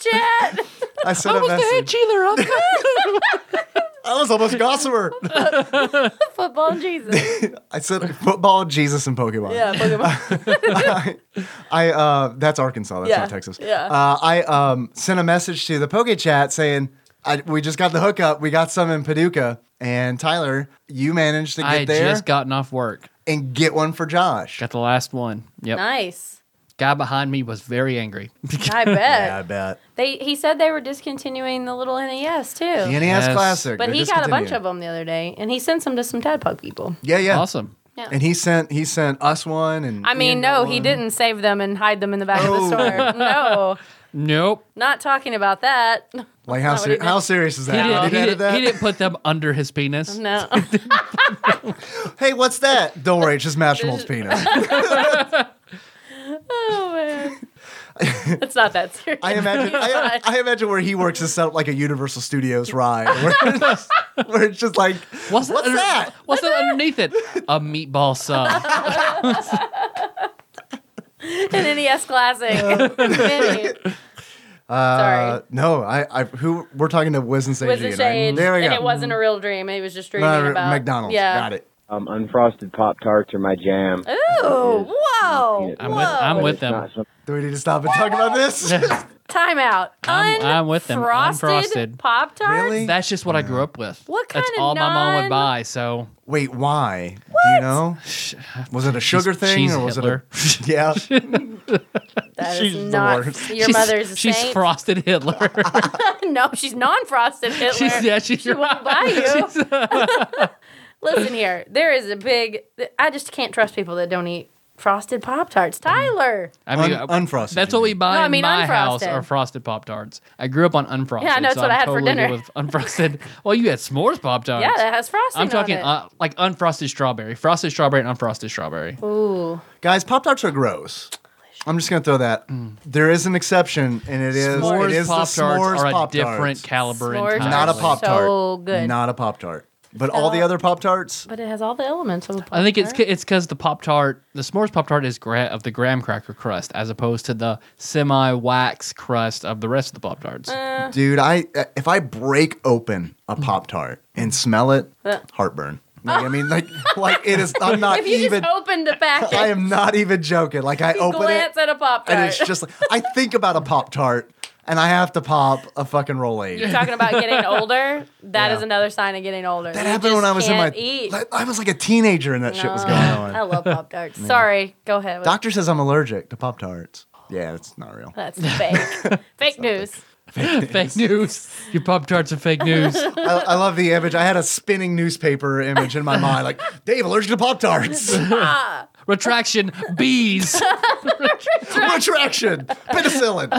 Speaker 3: chat.
Speaker 2: I sent a message.
Speaker 1: cheater. I'm
Speaker 2: I was almost gossamer.
Speaker 3: Football and Jesus.
Speaker 2: I said football, Jesus, and Pokemon.
Speaker 3: Yeah, Pokemon.
Speaker 2: I uh, that's Arkansas. That's
Speaker 3: Yeah,
Speaker 2: not Texas.
Speaker 3: yeah.
Speaker 2: Uh, I um sent a message to the Poke chat saying. I, we just got the hookup. We got some in Paducah, and Tyler, you managed to get
Speaker 1: I had
Speaker 2: there
Speaker 1: just gotten off work.
Speaker 2: and get one for Josh.
Speaker 1: Got the last one. Yep.
Speaker 3: Nice.
Speaker 1: Guy behind me was very angry.
Speaker 3: I bet.
Speaker 2: Yeah, I bet
Speaker 3: They he said they were discontinuing the little NES too.
Speaker 2: the NES
Speaker 1: Yes.
Speaker 2: Classic.
Speaker 3: but
Speaker 2: they're
Speaker 3: he got a bunch
Speaker 2: discontinued.
Speaker 3: of them the other day, and he sent some to some Tadpog people.
Speaker 2: Yeah, yeah.
Speaker 1: Awesome.
Speaker 2: And he sent he sent us one, and
Speaker 3: I mean,
Speaker 2: Ian got
Speaker 3: no, he
Speaker 2: one.
Speaker 3: didn't save them and hide them in the back
Speaker 2: Oh.
Speaker 3: of the store. No,
Speaker 1: Nope.
Speaker 3: not talking about that.
Speaker 2: Like how
Speaker 3: Not what he
Speaker 2: ser-
Speaker 3: did.
Speaker 2: how serious is
Speaker 1: He,
Speaker 2: that?
Speaker 1: didn't,
Speaker 2: Did
Speaker 1: he,
Speaker 2: edit
Speaker 1: didn't,
Speaker 2: that?
Speaker 1: he didn't put them under his penis.
Speaker 3: No,
Speaker 2: Hey, what's that? Don't worry, it's just Mashimal's penis.
Speaker 3: oh man, it's not that serious.
Speaker 2: I imagine, I, I imagine where he works is set up like a Universal Studios ride, where it's just, where it's just like,
Speaker 1: What's,
Speaker 2: What's
Speaker 1: under-
Speaker 2: that?
Speaker 1: What's that underneath it? A meatball sub.
Speaker 3: An NES classic. Mini.
Speaker 2: uh,
Speaker 3: Sorry.
Speaker 2: no, I, I, who we're talking to Wiz and Sage.
Speaker 3: Was it
Speaker 2: again,
Speaker 3: shade?
Speaker 2: Right? There we go.
Speaker 3: And it wasn't a real dream. It was just dreaming
Speaker 2: Uh,
Speaker 3: about
Speaker 2: McDonald's.
Speaker 3: Yeah.
Speaker 2: Got it.
Speaker 8: um, unfrosted Pop Tarts are my jam.
Speaker 3: Ooh! Whoa!
Speaker 8: I'm
Speaker 1: with-
Speaker 3: whoa.
Speaker 1: I'm
Speaker 8: But
Speaker 1: with
Speaker 8: it's
Speaker 1: them.
Speaker 8: not something-
Speaker 2: Do we need to stop and talk about this?
Speaker 3: Time out.
Speaker 1: I'm- I'm with them. Unfrosted.
Speaker 3: Pop Tarts?
Speaker 2: Really?
Speaker 1: That's just what I grew up with.
Speaker 3: What
Speaker 1: That's
Speaker 3: kind of
Speaker 1: all my mom would
Speaker 3: non-
Speaker 1: buy. So
Speaker 2: Wait, why? Do you know? Was it a sugar
Speaker 1: She's-
Speaker 2: thing
Speaker 1: she's
Speaker 2: or was
Speaker 1: Hitler.
Speaker 2: it? A, yeah.
Speaker 3: That is
Speaker 2: She's the
Speaker 3: not.
Speaker 2: worst.
Speaker 3: Your
Speaker 1: she's,
Speaker 3: mother's a
Speaker 1: she's
Speaker 3: saint.
Speaker 1: frosted Hitler.
Speaker 3: no, she's non-frosted Hitler.
Speaker 1: she's yeah, she's
Speaker 3: she won't buy you. Listen here, there is a big. I just can't trust people that don't eat frosted Pop
Speaker 1: Mm.
Speaker 3: Tarts. Tyler.
Speaker 1: I mean,
Speaker 2: Un-
Speaker 1: I-
Speaker 2: unfrosted,
Speaker 1: That's
Speaker 2: you
Speaker 1: what we
Speaker 2: mean.
Speaker 1: buy
Speaker 3: No, I
Speaker 1: in
Speaker 3: mean
Speaker 1: my house
Speaker 3: unfrosted.
Speaker 1: are frosted pop tarts. I grew up on unfrosted.
Speaker 3: Yeah, I know, that's
Speaker 1: so
Speaker 3: what
Speaker 1: I'm
Speaker 3: I had for
Speaker 1: totally good
Speaker 3: dinner.
Speaker 1: With unfrosted. well, you had s'mores pop tarts.
Speaker 3: Yeah, that has frosting.
Speaker 1: I'm talking
Speaker 3: On
Speaker 1: uh, like unfrosted strawberry, frosted strawberry, and unfrosted strawberry.
Speaker 3: it. Ooh,
Speaker 2: Guys, Pop Tarts are gross. I'm just gonna throw that. There is an exception, and it is
Speaker 1: Mm. S'mores
Speaker 2: it is
Speaker 1: pop
Speaker 2: the s'mores
Speaker 1: tarts are a
Speaker 2: Pop-Tarts.
Speaker 1: different caliber
Speaker 3: S'mores
Speaker 1: entirely.
Speaker 2: Not a
Speaker 3: So
Speaker 2: pop tart.
Speaker 3: good.
Speaker 2: Not a pop tart. But all the other Pop Tarts,
Speaker 3: But it has all the elements of a
Speaker 1: I think it's
Speaker 3: Pop-Tart.
Speaker 1: it's because the pop tart, the s'mores pop tart is gra- of the graham cracker crust, as opposed to the semi wax crust of the rest of the pop tarts.
Speaker 3: Uh.
Speaker 1: Mm.
Speaker 2: dude, I uh, if I break open a Pop Tart and smell it, heartburn. Like, I mean, like, like it is. I'm not
Speaker 3: If you
Speaker 2: even.
Speaker 3: just opened the packet,
Speaker 2: I am not even joking. Like I open
Speaker 3: glance
Speaker 2: it,
Speaker 3: at a pop
Speaker 2: and it's
Speaker 3: tart.
Speaker 2: just like I think about a Pop Tart, and I have to pop a fucking roll-aid.
Speaker 3: Talking about getting older, That is
Speaker 2: Yeah.
Speaker 3: another sign of getting older.
Speaker 2: That
Speaker 3: You
Speaker 2: happened when
Speaker 3: just
Speaker 2: I was in my.
Speaker 3: can't eat.
Speaker 2: like, I was like a teenager, and that shit was going
Speaker 3: I
Speaker 2: on.
Speaker 3: love Pop Tarts. Sorry, go ahead. with-
Speaker 2: Doctor says I'm allergic to Pop Tarts. Yeah, that's not real.
Speaker 3: That's fake. fake news.
Speaker 1: fake news. Your pop tarts are fake news.
Speaker 2: I, I love the image. I had a spinning newspaper image in my mind, like Dave allergic to Pop Tarts.
Speaker 1: Retraction bees.
Speaker 2: Retraction, penicillin.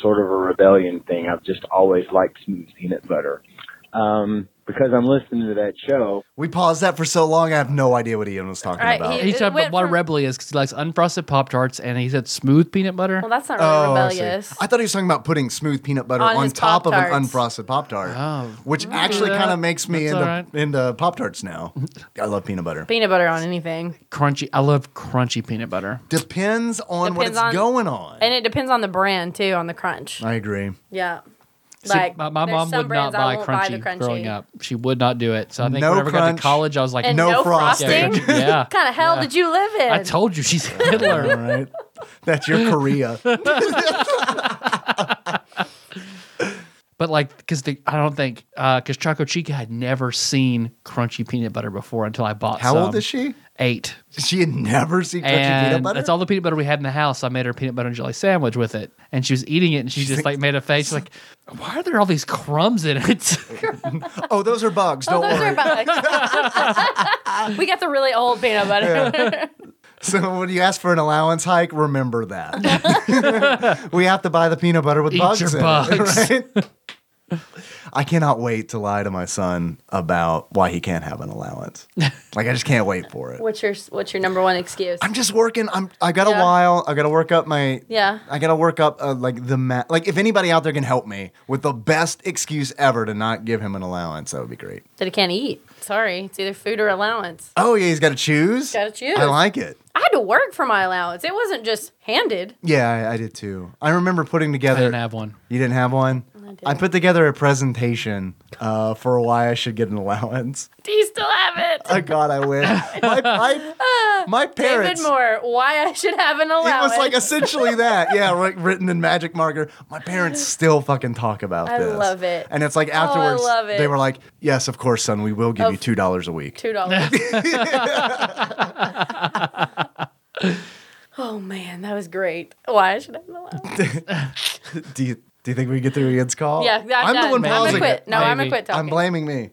Speaker 8: sort of a rebellion thing. I've just always liked smooth peanut butter. Um, because I'm listening to that show,
Speaker 2: We paused that for so long. I have no idea what Ian was talking
Speaker 3: All right,
Speaker 2: about.
Speaker 3: he-
Speaker 1: He
Speaker 3: It
Speaker 1: talked
Speaker 3: went
Speaker 1: about what a
Speaker 3: from-
Speaker 1: rebel he is because he likes unfrosted pop tarts, and he said smooth peanut butter.
Speaker 3: Well, that's not really
Speaker 2: Oh, I see.
Speaker 3: rebellious.
Speaker 2: I, thought he was talking about putting smooth peanut butter
Speaker 3: On
Speaker 2: on,
Speaker 3: his
Speaker 2: top of an
Speaker 3: Pop-Tarts.
Speaker 2: unfrosted Pop Tart,
Speaker 1: Oh.
Speaker 2: which actually
Speaker 1: Yeah,
Speaker 2: kind of makes me
Speaker 1: that's
Speaker 2: into,
Speaker 1: alright.
Speaker 2: into Pop Tarts now. I love peanut butter.
Speaker 3: Peanut butter on anything,
Speaker 1: crunchy. I love crunchy peanut butter.
Speaker 2: Depends on what
Speaker 3: Depends
Speaker 2: it's
Speaker 3: on-
Speaker 2: going on.
Speaker 3: and it depends on the brand too, on the crunch.
Speaker 2: I agree.
Speaker 3: Yeah.
Speaker 1: See, my, my
Speaker 3: there's
Speaker 1: mom
Speaker 3: some
Speaker 1: would not
Speaker 3: brands I
Speaker 1: buy
Speaker 3: won't
Speaker 1: crunchy,
Speaker 3: the crunchy.
Speaker 1: growing up. She would not do it. So I think
Speaker 2: No
Speaker 1: whenever I got
Speaker 2: crunch.
Speaker 1: to college, I was like,
Speaker 3: And
Speaker 2: No
Speaker 3: no,
Speaker 2: frosting.
Speaker 3: frosting.
Speaker 1: Yeah. yeah.
Speaker 3: What kind of hell did you live in?
Speaker 1: I told you she's Hitler.
Speaker 2: All right. That's your Korea.
Speaker 1: But like, because I don't think because Choco Chica had never seen crunchy peanut butter before until I bought.
Speaker 2: How
Speaker 1: some.
Speaker 2: old is she?
Speaker 1: Eight.
Speaker 2: She had never seen crunchy
Speaker 1: and
Speaker 2: peanut butter.
Speaker 1: that's all the peanut butter we had in the house. I made her a peanut butter and jelly sandwich with it, and she was eating it, and she just like made a face like, "Why are there all these crumbs in it?"
Speaker 2: Oh, those are bugs.
Speaker 3: Oh,
Speaker 2: Don't
Speaker 3: those
Speaker 2: worry.
Speaker 3: are bugs. we got the really old peanut butter.
Speaker 2: so when you ask for an allowance hike, remember that. we have to buy the peanut butter with
Speaker 1: Eat
Speaker 2: bugs
Speaker 1: your
Speaker 2: in
Speaker 1: bugs.
Speaker 2: it. Right? I cannot wait to lie to my son about why he can't have an allowance. Like I just can't wait for it.
Speaker 3: What's your What's your number one excuse?
Speaker 2: I'm just working. I'm. I got a
Speaker 3: Yeah.
Speaker 2: while. I got to work up my.
Speaker 3: Yeah.
Speaker 2: I got to work up uh, like the ma- like if anybody out there can help me with the best excuse ever to not give him an allowance, that would be great.
Speaker 3: That it can't eat. Sorry, it's either food or allowance.
Speaker 2: Oh yeah, he's got to choose.
Speaker 3: Gotta choose.
Speaker 2: I like it.
Speaker 3: I had to work for my allowance. It wasn't just handed.
Speaker 2: Yeah, I, I did too. I remember putting
Speaker 1: I
Speaker 2: together.
Speaker 1: didn't have one.
Speaker 2: You didn't have one. I, put together a presentation uh, for why I should get an allowance.
Speaker 3: Do you still have it? Uh,
Speaker 2: Oh God, I wish. My, my, my
Speaker 3: David
Speaker 2: parents.
Speaker 3: Moore, why I should have an
Speaker 2: It
Speaker 3: allowance.
Speaker 2: was like essentially that, yeah, like written in magic marker. My parents still fucking talk about
Speaker 3: I
Speaker 2: this.
Speaker 3: love it. Oh,
Speaker 2: And it's like afterwards,
Speaker 3: love it.
Speaker 2: they were like, "Yes, of course, son. We will give you
Speaker 3: Of-
Speaker 2: two dollars a week."
Speaker 3: two dollars. oh man, that was great. Why I should have an allowance?
Speaker 2: Do you do you think we get through Ian's call?
Speaker 3: Yeah, I'm,
Speaker 2: I'm the
Speaker 3: done.
Speaker 2: one
Speaker 3: I'm gonna
Speaker 2: pausing
Speaker 3: quit.
Speaker 2: it.
Speaker 3: No, I'm gonna
Speaker 1: Maybe.
Speaker 3: quit talking.
Speaker 2: I'm blaming me.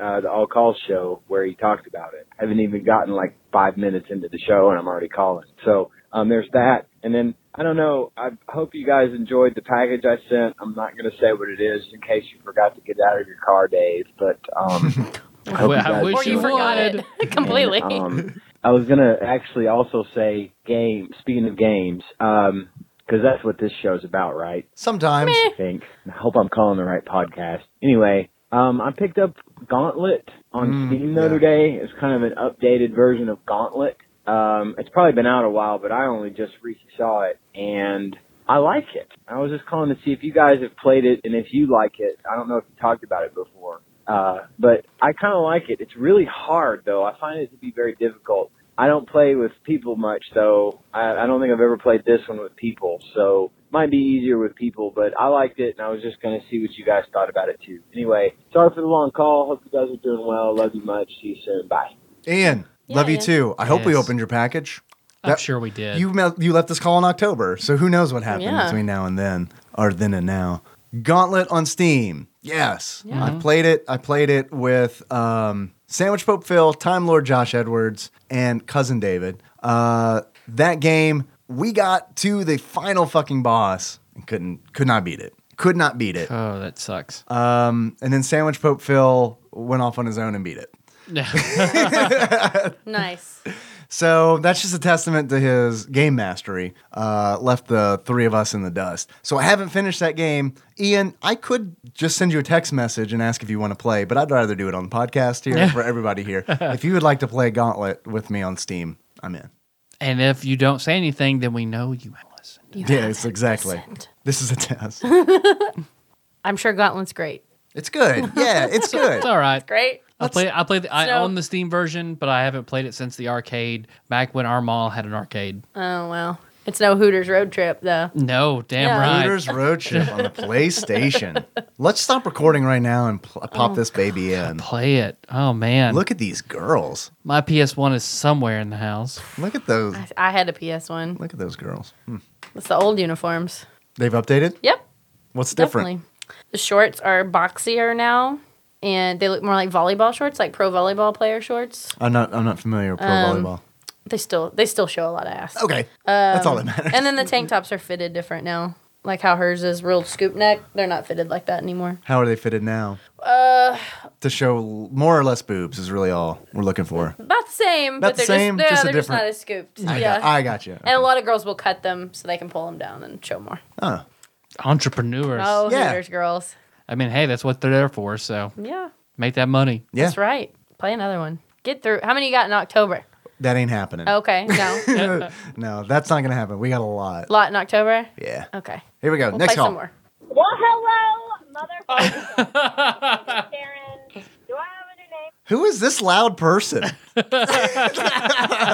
Speaker 8: uh, the All Call show where he talked about it. I haven't even gotten like five minutes into the show and I'm already calling. So um, there's that. And then I don't know. I hope you guys enjoyed the package I sent. I'm not going to say what it is in case you forgot to get out of your car, Dave. But um, I, hope
Speaker 1: Well,
Speaker 8: you
Speaker 1: I
Speaker 8: guys
Speaker 1: wish
Speaker 3: or you
Speaker 8: enjoyed
Speaker 3: forgot
Speaker 1: would.
Speaker 3: it completely.
Speaker 8: and, um, I was gonna actually also say game. Speaking of games, because that's what this show's about, right?
Speaker 2: Sometimes
Speaker 8: I think. I hope I'm calling the right podcast. Anyway, um, I picked up Gauntlet on Steam the
Speaker 2: Mm, yeah.
Speaker 8: other day. It's kind of an updated version of Gauntlet. Um, it's probably been out a while, but I only just recently saw it, and I like it. I was just calling to see if you guys have played it and if you like it. I don't know if you talked about it before, uh, but I kind of like it. It's really hard, though. I find it to be very difficult. I don't play with people much, so I, I don't think I've ever played this one with people. So might be easier with people, but I liked it, and I was just going to see what you guys thought about it too. Anyway, sorry for the long call. Hope you guys are doing well. Love you much. See you soon. Bye.
Speaker 2: Ian,
Speaker 3: Yeah,
Speaker 2: love you
Speaker 3: Ian.
Speaker 2: too. I hope we
Speaker 1: Yes.
Speaker 2: opened your package.
Speaker 1: I'm
Speaker 2: That-
Speaker 1: sure we did.
Speaker 2: You me- you left this call in October, so who knows what happened
Speaker 3: Yeah.
Speaker 2: between now and then, or then and now. Gauntlet on Steam. Yes, I played it. I played it with um, Sandwich Pope Phil, Time Lord Josh Edwards, and cousin David. Uh, that game, we got to the final fucking boss and couldn't could not beat it. Could not beat it.
Speaker 1: oh, that sucks.
Speaker 2: Um, and then Sandwich Pope Phil went off on his own and beat it.
Speaker 3: nice.
Speaker 2: So that's just a testament to his game mastery. Uh, left the three of us in the dust. So I haven't finished that game. Ian, I could just send you a text message and ask if you want to play, but I'd rather do it on the podcast here for everybody here. if you would like to play Gauntlet with me on Steam, I'm in.
Speaker 1: And if you don't say anything, then we know you have listened.
Speaker 3: You
Speaker 2: Yes,
Speaker 3: haven't
Speaker 2: exactly.
Speaker 3: listened.
Speaker 2: This is a test.
Speaker 3: I'm sure Gauntlet's great.
Speaker 2: It's good. Yeah, it's good.
Speaker 1: It's all right.
Speaker 3: Great.
Speaker 1: I play. I play. The, I
Speaker 3: so-
Speaker 1: own the Steam version, but I haven't played it since the arcade. Back when our mall had an arcade.
Speaker 3: Oh well, it's no Hooters road trip though.
Speaker 1: No, damn
Speaker 3: Yeah.
Speaker 1: right.
Speaker 2: Hooters Road Trip on the PlayStation. Let's stop recording right now and pl- pop this
Speaker 3: Oh.
Speaker 2: baby in.
Speaker 1: Play it. Oh man,
Speaker 2: Look at these girls.
Speaker 1: my PS One is somewhere in the house.
Speaker 2: Look at those.
Speaker 3: I, I had a PS one.
Speaker 2: Look at those girls. Hmm.
Speaker 3: It's the old uniforms.
Speaker 2: They've updated.
Speaker 3: Yep,
Speaker 2: What's different?
Speaker 3: definitely. The shorts are boxier now, and they look more like volleyball shorts, like pro volleyball player shorts. Um,
Speaker 2: I'm not. I'm not familiar with pro volleyball.
Speaker 3: They still they still show a lot of ass. Um,
Speaker 2: Okay, that's all that matters.
Speaker 3: And then the tank tops are fitted different now. Like how hers is real scoop neck. They're not fitted like that anymore.
Speaker 2: How are they fitted now? Uh, to show l- more or less boobs is really all we're looking for.
Speaker 3: About the same, but
Speaker 2: About the
Speaker 3: they're
Speaker 2: same,
Speaker 3: just, yeah,
Speaker 2: just a
Speaker 3: they're just
Speaker 2: different-
Speaker 3: not as scooped.
Speaker 2: I
Speaker 3: yeah.
Speaker 2: got. I got you.
Speaker 3: and a lot of girls will cut them so they can pull them down and show more.
Speaker 2: Oh,
Speaker 1: Entrepreneurs.
Speaker 3: Oh,
Speaker 2: Yeah.
Speaker 3: Hooters girls.
Speaker 1: I mean, hey, that's what they're there for. So
Speaker 3: Yeah,
Speaker 1: make that money.
Speaker 2: yeah.
Speaker 3: that's right. Play another one. Get through. How many you got in October?
Speaker 2: That ain't happening.
Speaker 3: Okay, no.
Speaker 2: No, that's not gonna happen. We got a lot.
Speaker 3: Lot in October?
Speaker 2: Yeah.
Speaker 3: Okay.
Speaker 2: Here we go.
Speaker 3: We'll
Speaker 2: Next
Speaker 3: play
Speaker 2: call.
Speaker 3: some more.
Speaker 9: Well, hello, motherfucker. Karen. Do I have a new name?
Speaker 2: Who is this loud person?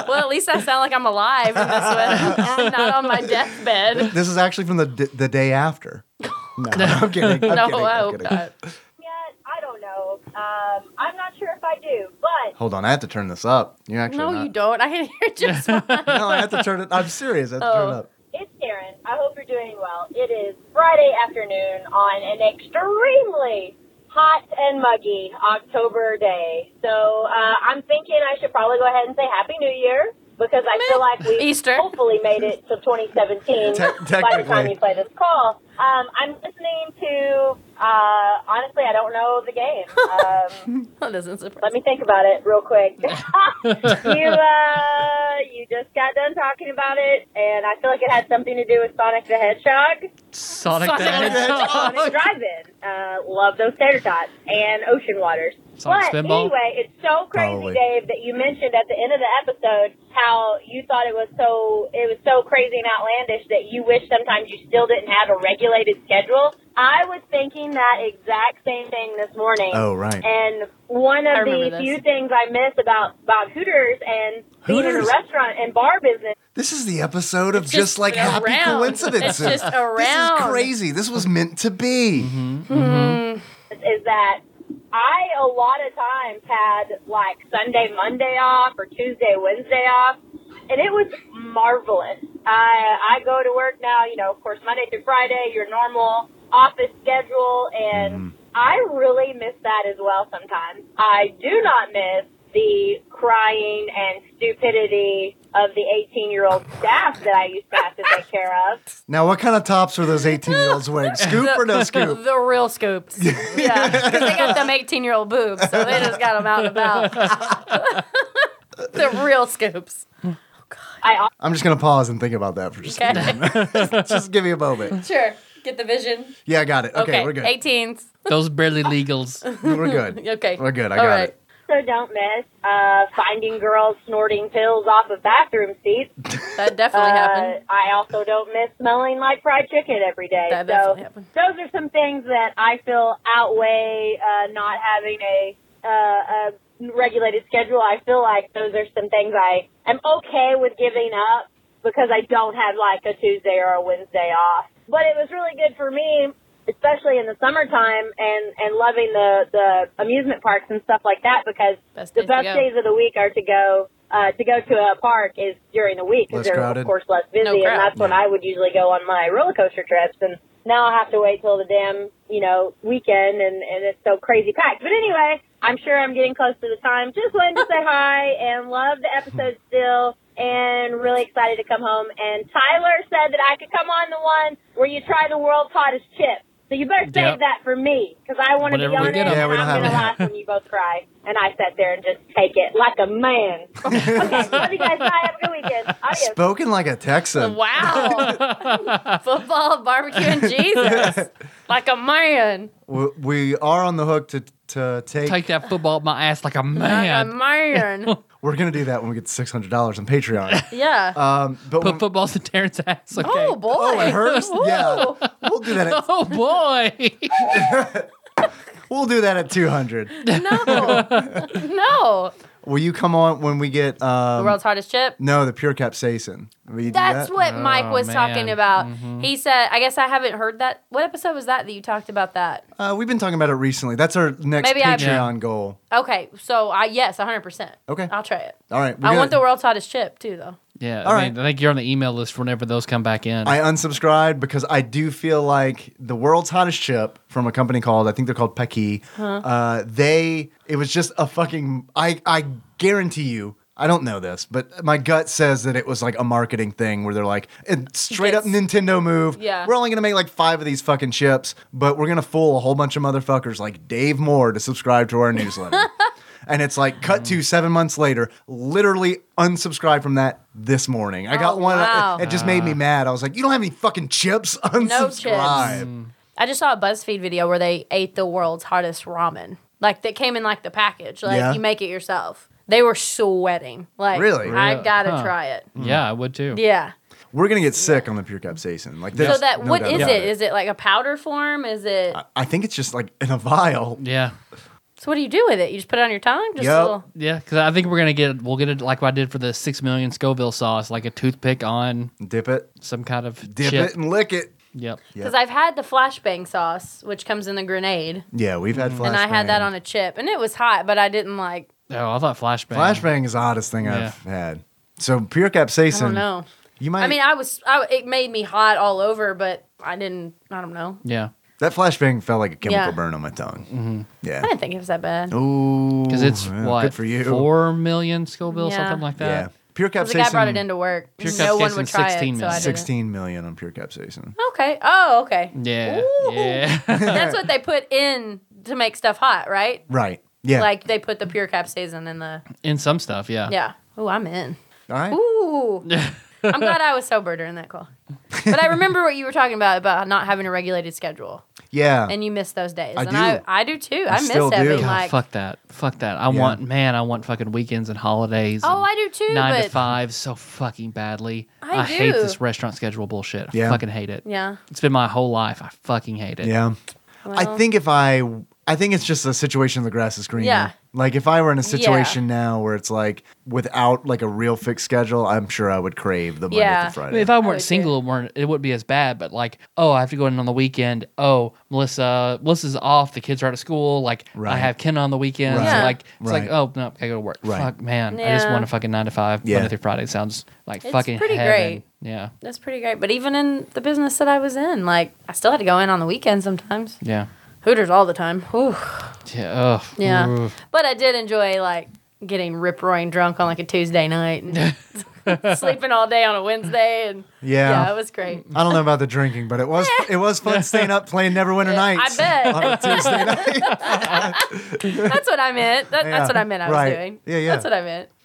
Speaker 3: Well, at least I sound like I'm alive in this one. I'm not on my deathbed.
Speaker 2: this is actually from the d- the day after. No, I'm kidding. I'm
Speaker 3: No,
Speaker 2: kidding,
Speaker 3: I
Speaker 2: I'm
Speaker 3: hope
Speaker 2: kidding.
Speaker 3: not.
Speaker 9: Yet I don't know. Um, I'm not sure if I do, but
Speaker 2: Hold on, I have to turn this up. You actually
Speaker 3: No,
Speaker 2: not-
Speaker 3: you don't. I can hear just fine.
Speaker 2: No, I have to turn it. I'm serious. I have to turn it
Speaker 3: Oh.
Speaker 2: up.
Speaker 9: it's Karen. I hope you're doing well. It is Friday afternoon on an extremely hot and muggy October day. So uh, I'm thinking I should probably go ahead and say Happy New Year because I feel like we
Speaker 3: Easter.
Speaker 9: hopefully made it to 2017
Speaker 2: Te-
Speaker 9: by the time
Speaker 2: technically.
Speaker 9: you play this call. Um, I'm listening to, uh, honestly, I don't know the game. Um,
Speaker 3: That doesn't surprise
Speaker 9: Let me think about it real quick. you uh, you just got done talking about it, and I feel like it had something to do with Sonic the Hedgehog.
Speaker 1: Sonic,
Speaker 3: Sonic
Speaker 1: the
Speaker 3: the
Speaker 1: Hedgehog.
Speaker 9: Sonic Drive-In. Uh, love those tater tots and ocean waters.
Speaker 1: Sonic
Speaker 9: but
Speaker 1: Spinball?
Speaker 9: anyway, it's so crazy,
Speaker 2: Probably.
Speaker 9: Dave, that you mentioned at the end of the episode how you thought it was so it was so crazy and outlandish that you wish sometimes you still didn't have a regulated schedule. I was thinking that exact same thing this morning.
Speaker 2: Oh, right.
Speaker 9: And one
Speaker 3: I
Speaker 9: of
Speaker 3: remember
Speaker 9: the
Speaker 3: this.
Speaker 9: few things I miss about about Hooters and being in the
Speaker 2: Hooters?
Speaker 9: restaurant and bar business.
Speaker 2: This is the episode of
Speaker 3: It's
Speaker 2: just,
Speaker 3: just
Speaker 2: like happy
Speaker 3: around.
Speaker 2: coincidences.
Speaker 3: It's just around.
Speaker 2: This is crazy. This was meant to be.
Speaker 9: Mm-hmm,
Speaker 2: Hmm.
Speaker 9: is that I a lot of times had like Sunday, Monday off or Tuesday, Wednesday off, and it was marvelous. I I go to work now, you know, of course Monday through Friday, your normal office schedule, and I really miss that as well. Sometimes I do not miss the crying and stupidity of the 18 year old staff that I used to have to take care of.
Speaker 2: Now, what kind of tops are those 18 year olds wearing? Scoop or no
Speaker 3: me.
Speaker 2: scoop?
Speaker 3: The real scoops. yeah. Because they got them 18 year old boobs, so they just got them out and about. the real scoops. Oh,
Speaker 9: I
Speaker 2: I'm just going to pause and think about that for just a
Speaker 3: Okay.
Speaker 2: minute. just give me a moment.
Speaker 3: sure. Get the vision.
Speaker 2: Yeah, I got it. Okay,
Speaker 3: Okay.
Speaker 2: we're good.
Speaker 3: 18s.
Speaker 1: Those barely legals.
Speaker 2: We're good.
Speaker 3: Okay.
Speaker 2: We're good. I
Speaker 3: All
Speaker 2: got
Speaker 3: right.
Speaker 2: it.
Speaker 9: also don't miss uh, finding girls snorting pills off of bathroom seats.
Speaker 3: That definitely happened.
Speaker 9: Uh, I also don't miss smelling like fried chicken every day.
Speaker 3: That
Speaker 9: so
Speaker 3: definitely happened.
Speaker 9: those are some things that I feel outweigh uh, not having a, uh, a regulated schedule. I feel like those are some things I am okay with giving up because I don't have like a Tuesday or a Wednesday off. But it was really good for me, especially in the summertime and and loving the the amusement parks and stuff like that because
Speaker 3: Best
Speaker 9: the
Speaker 3: days to
Speaker 9: best
Speaker 3: go.
Speaker 9: days of the week are to go uh, to go to a park is during the week
Speaker 2: Less
Speaker 9: because they're
Speaker 2: crowded.
Speaker 9: of course less busy,
Speaker 3: No crowd.
Speaker 9: and that's when I would usually go on my roller coaster trips. And now I have to wait till the damn you know weekend, and and it's so crazy packed. But anyway, I'm sure I'm getting close to the time. Just wanted to say hi and love the episode still. And really excited to come home. And Tyler said that I could come on the one where you try the world's hottest chip. So you better save
Speaker 1: Yep.
Speaker 9: that for me because I want to be
Speaker 1: Whenever we
Speaker 9: on it.
Speaker 1: get 'em.
Speaker 9: and
Speaker 2: Yeah, we don't
Speaker 9: I'm
Speaker 2: have
Speaker 9: gonna
Speaker 2: them.
Speaker 9: laugh when you both cry. and I sat there and just take it like a man. okay, love you guys. Bye. Have a good weekend. Adios.
Speaker 2: Spoken like a Texan.
Speaker 3: Wow. Football, barbecue, and Jesus. Like a man.
Speaker 2: We, we are on the hook to to take.
Speaker 1: Take that football up my ass like a
Speaker 3: Like a
Speaker 1: man.
Speaker 3: man.
Speaker 2: We're gonna do that when we get to six hundred dollars on Patreon.
Speaker 3: Yeah.
Speaker 2: Um, but when-
Speaker 1: Put footballs in Terrence's ass. Okay.
Speaker 3: Oh, boy.
Speaker 2: oh, it hurts. Yeah, we'll do that. At,
Speaker 1: Oh, boy.
Speaker 2: we'll do that at two hundred.
Speaker 3: No. no.
Speaker 2: Will you come on when we get?
Speaker 3: The
Speaker 2: Um,
Speaker 3: world's hardest chip.
Speaker 2: no, the pure capsaicin. Will you do
Speaker 3: That's
Speaker 2: that? Mm-hmm.
Speaker 3: what
Speaker 1: Oh,
Speaker 3: Mike was
Speaker 1: man. Mm-hmm.
Speaker 3: talking about. He said, I guess I haven't heard that. What episode was that that you talked about that?
Speaker 2: Uh, we've been talking about it recently. That's our next
Speaker 3: Maybe I-
Speaker 2: Patreon goal.
Speaker 3: Okay, so I yes, 100%.
Speaker 2: Okay.
Speaker 3: I'll try it.
Speaker 2: All right. we're
Speaker 3: I
Speaker 2: gonna-
Speaker 3: want the world's hottest chip too, though.
Speaker 1: Yeah.
Speaker 2: All
Speaker 1: I, mean, I think you're on the email list whenever those come back in.
Speaker 2: I unsubscribed because I do feel like the world's hottest chip from a company called I think they're called Pecky. Uh, they it was just a fucking I I guarantee you. I don't know this, but my gut says that it was like a marketing thing where they're like, and straight up
Speaker 3: Yes.
Speaker 2: Nintendo move.
Speaker 3: Yeah.
Speaker 2: We're only going to make like five of these fucking chips, but we're going to fool a whole bunch of motherfuckers like Dave Moore to subscribe to our newsletter. and it's like cut to seven months later, literally unsubscribe from that this morning. I got
Speaker 3: Oh,
Speaker 2: one.
Speaker 3: wow.
Speaker 2: It, it just
Speaker 1: Uh.
Speaker 2: made me mad. I was like, you don't have any fucking chips? Unsubscribe.
Speaker 3: I just saw a BuzzFeed video where they ate the world's hottest ramen. Like that came in like the package. Like
Speaker 2: Yeah.
Speaker 3: you make it yourself. They were sweating. Like
Speaker 2: Really? Mm.
Speaker 3: I
Speaker 1: Really?
Speaker 3: gotta
Speaker 1: Huh.
Speaker 3: try it.
Speaker 1: yeah, I would too.
Speaker 3: Yeah.
Speaker 2: We're going to get sick on the pure capsaicin. Like this.
Speaker 3: so that what is it?
Speaker 2: Is
Speaker 3: Is it like a powder form? Is it
Speaker 2: I think it's just like in a vial.
Speaker 1: Yeah.
Speaker 3: so what do you do with it? You just put it on your tongue? Just
Speaker 2: Yep.
Speaker 3: a little
Speaker 1: Yeah, because I think we're gonna get we'll get it like what I did for the six million Scoville sauce, like a toothpick on
Speaker 2: Dip it,
Speaker 1: some kind of
Speaker 2: dip
Speaker 1: chip.
Speaker 2: it, and lick it.
Speaker 1: Yep.
Speaker 3: because I've had the flashbang sauce, which comes in the grenade,
Speaker 2: Yeah, we've had flashbang.
Speaker 3: and I had that on a chip, and it was hot, but I didn't like.
Speaker 1: Oh, I thought flashbang.
Speaker 2: Flashbang is the hottest thing I've had. So pure capsaicin.
Speaker 3: I don't know.
Speaker 2: You might.
Speaker 3: I mean, I was. I, it made me hot all over, but I didn't. I don't know.
Speaker 1: Yeah,
Speaker 2: that flashbang felt like a chemical
Speaker 3: Yeah.
Speaker 2: burn on my tongue.
Speaker 3: I
Speaker 2: Yeah.
Speaker 3: didn't think it was that bad.
Speaker 2: Ooh.
Speaker 1: because it's
Speaker 2: yeah,
Speaker 1: what
Speaker 2: Good for you.
Speaker 1: four million Scoville,
Speaker 3: Yeah.
Speaker 1: something like
Speaker 2: Yeah.
Speaker 1: that.
Speaker 2: Pure
Speaker 3: 'Cause the guy brought it
Speaker 2: capsaicin.
Speaker 3: into work.
Speaker 1: Pure
Speaker 3: no one
Speaker 1: capsaicin,
Speaker 3: would try
Speaker 1: 16
Speaker 3: it, so I
Speaker 1: minutes.
Speaker 3: didn't.
Speaker 2: 16 million on pure capsaicin.
Speaker 3: Okay. Oh, okay.
Speaker 1: Yeah,
Speaker 3: Ooh.
Speaker 1: yeah.
Speaker 3: That's what they put in to make stuff hot, right?
Speaker 2: Right. Yeah.
Speaker 3: Like they put the pure capsaicin in the.
Speaker 1: In some stuff, yeah.
Speaker 3: Yeah. Oh, I'm in.
Speaker 2: All right.
Speaker 3: Ooh. I'm glad I was sober during that call. But I remember what you were talking about about not having a regulated schedule.
Speaker 2: Yeah.
Speaker 3: and you miss those days.
Speaker 2: I
Speaker 3: and
Speaker 2: do.
Speaker 3: I, I do too. I, miss
Speaker 2: still do.
Speaker 3: having
Speaker 1: God,
Speaker 3: like
Speaker 1: fuck that. Fuck that. I
Speaker 2: Yeah.
Speaker 1: want man. I want fucking weekends and holidays.
Speaker 3: oh,
Speaker 1: and
Speaker 3: I do too.
Speaker 1: nine
Speaker 3: but
Speaker 1: to five so fucking badly.
Speaker 3: I
Speaker 1: hate
Speaker 3: do.
Speaker 1: this restaurant schedule bullshit. I
Speaker 2: Yeah.
Speaker 1: fucking hate it.
Speaker 3: yeah,
Speaker 1: It's been my whole life. I fucking hate it.
Speaker 2: yeah. I
Speaker 3: Well.
Speaker 2: think if I, I think it's just a situation the grass is greener.
Speaker 3: Yeah.
Speaker 2: Like if I were in a situation now where it's like without like a real fixed schedule, I'm sure I would crave the Monday
Speaker 3: Yeah.
Speaker 2: to
Speaker 1: I
Speaker 2: Friday.
Speaker 1: mean, if I weren't
Speaker 3: would
Speaker 1: single, it, weren't, it wouldn't be as bad. But like, oh, I have to go in on the weekend. Oh, Melissa, Melissa's off. The kids are out of school. Like, I
Speaker 2: Right.
Speaker 1: have Ken on the weekends.
Speaker 2: Right.
Speaker 3: Yeah.
Speaker 1: Like, it's like,
Speaker 2: Right.
Speaker 1: oh no, I go to work.
Speaker 2: Right.
Speaker 1: Fuck, man, I just
Speaker 3: Yeah.
Speaker 1: want a fucking nine to five
Speaker 2: Yeah.
Speaker 1: Monday through Friday. It sounds like
Speaker 3: It's
Speaker 1: fucking
Speaker 3: pretty
Speaker 1: heaven.
Speaker 3: great.
Speaker 1: Yeah,
Speaker 3: that's pretty great. But even in the business that I was in, like I still had to go in on the weekend sometimes.
Speaker 1: yeah,
Speaker 3: Hooters all the time. Whew.
Speaker 1: yeah. Ugh.
Speaker 3: Yeah,
Speaker 1: Ooh.
Speaker 3: but I did enjoy like getting rip roaring drunk on like a Tuesday night and sleeping all day on a Wednesday, and
Speaker 2: Yeah.
Speaker 3: yeah, it was great.
Speaker 2: I don't know about the drinking, but it was it was fun staying up playing Neverwinter
Speaker 3: I
Speaker 2: Nights.
Speaker 3: bet.
Speaker 2: on a Tuesday night.
Speaker 3: That's what I meant. That,
Speaker 2: Yeah.
Speaker 3: That's what I meant. I was
Speaker 2: Right.
Speaker 3: doing.
Speaker 2: Yeah, yeah.
Speaker 3: That's what I meant.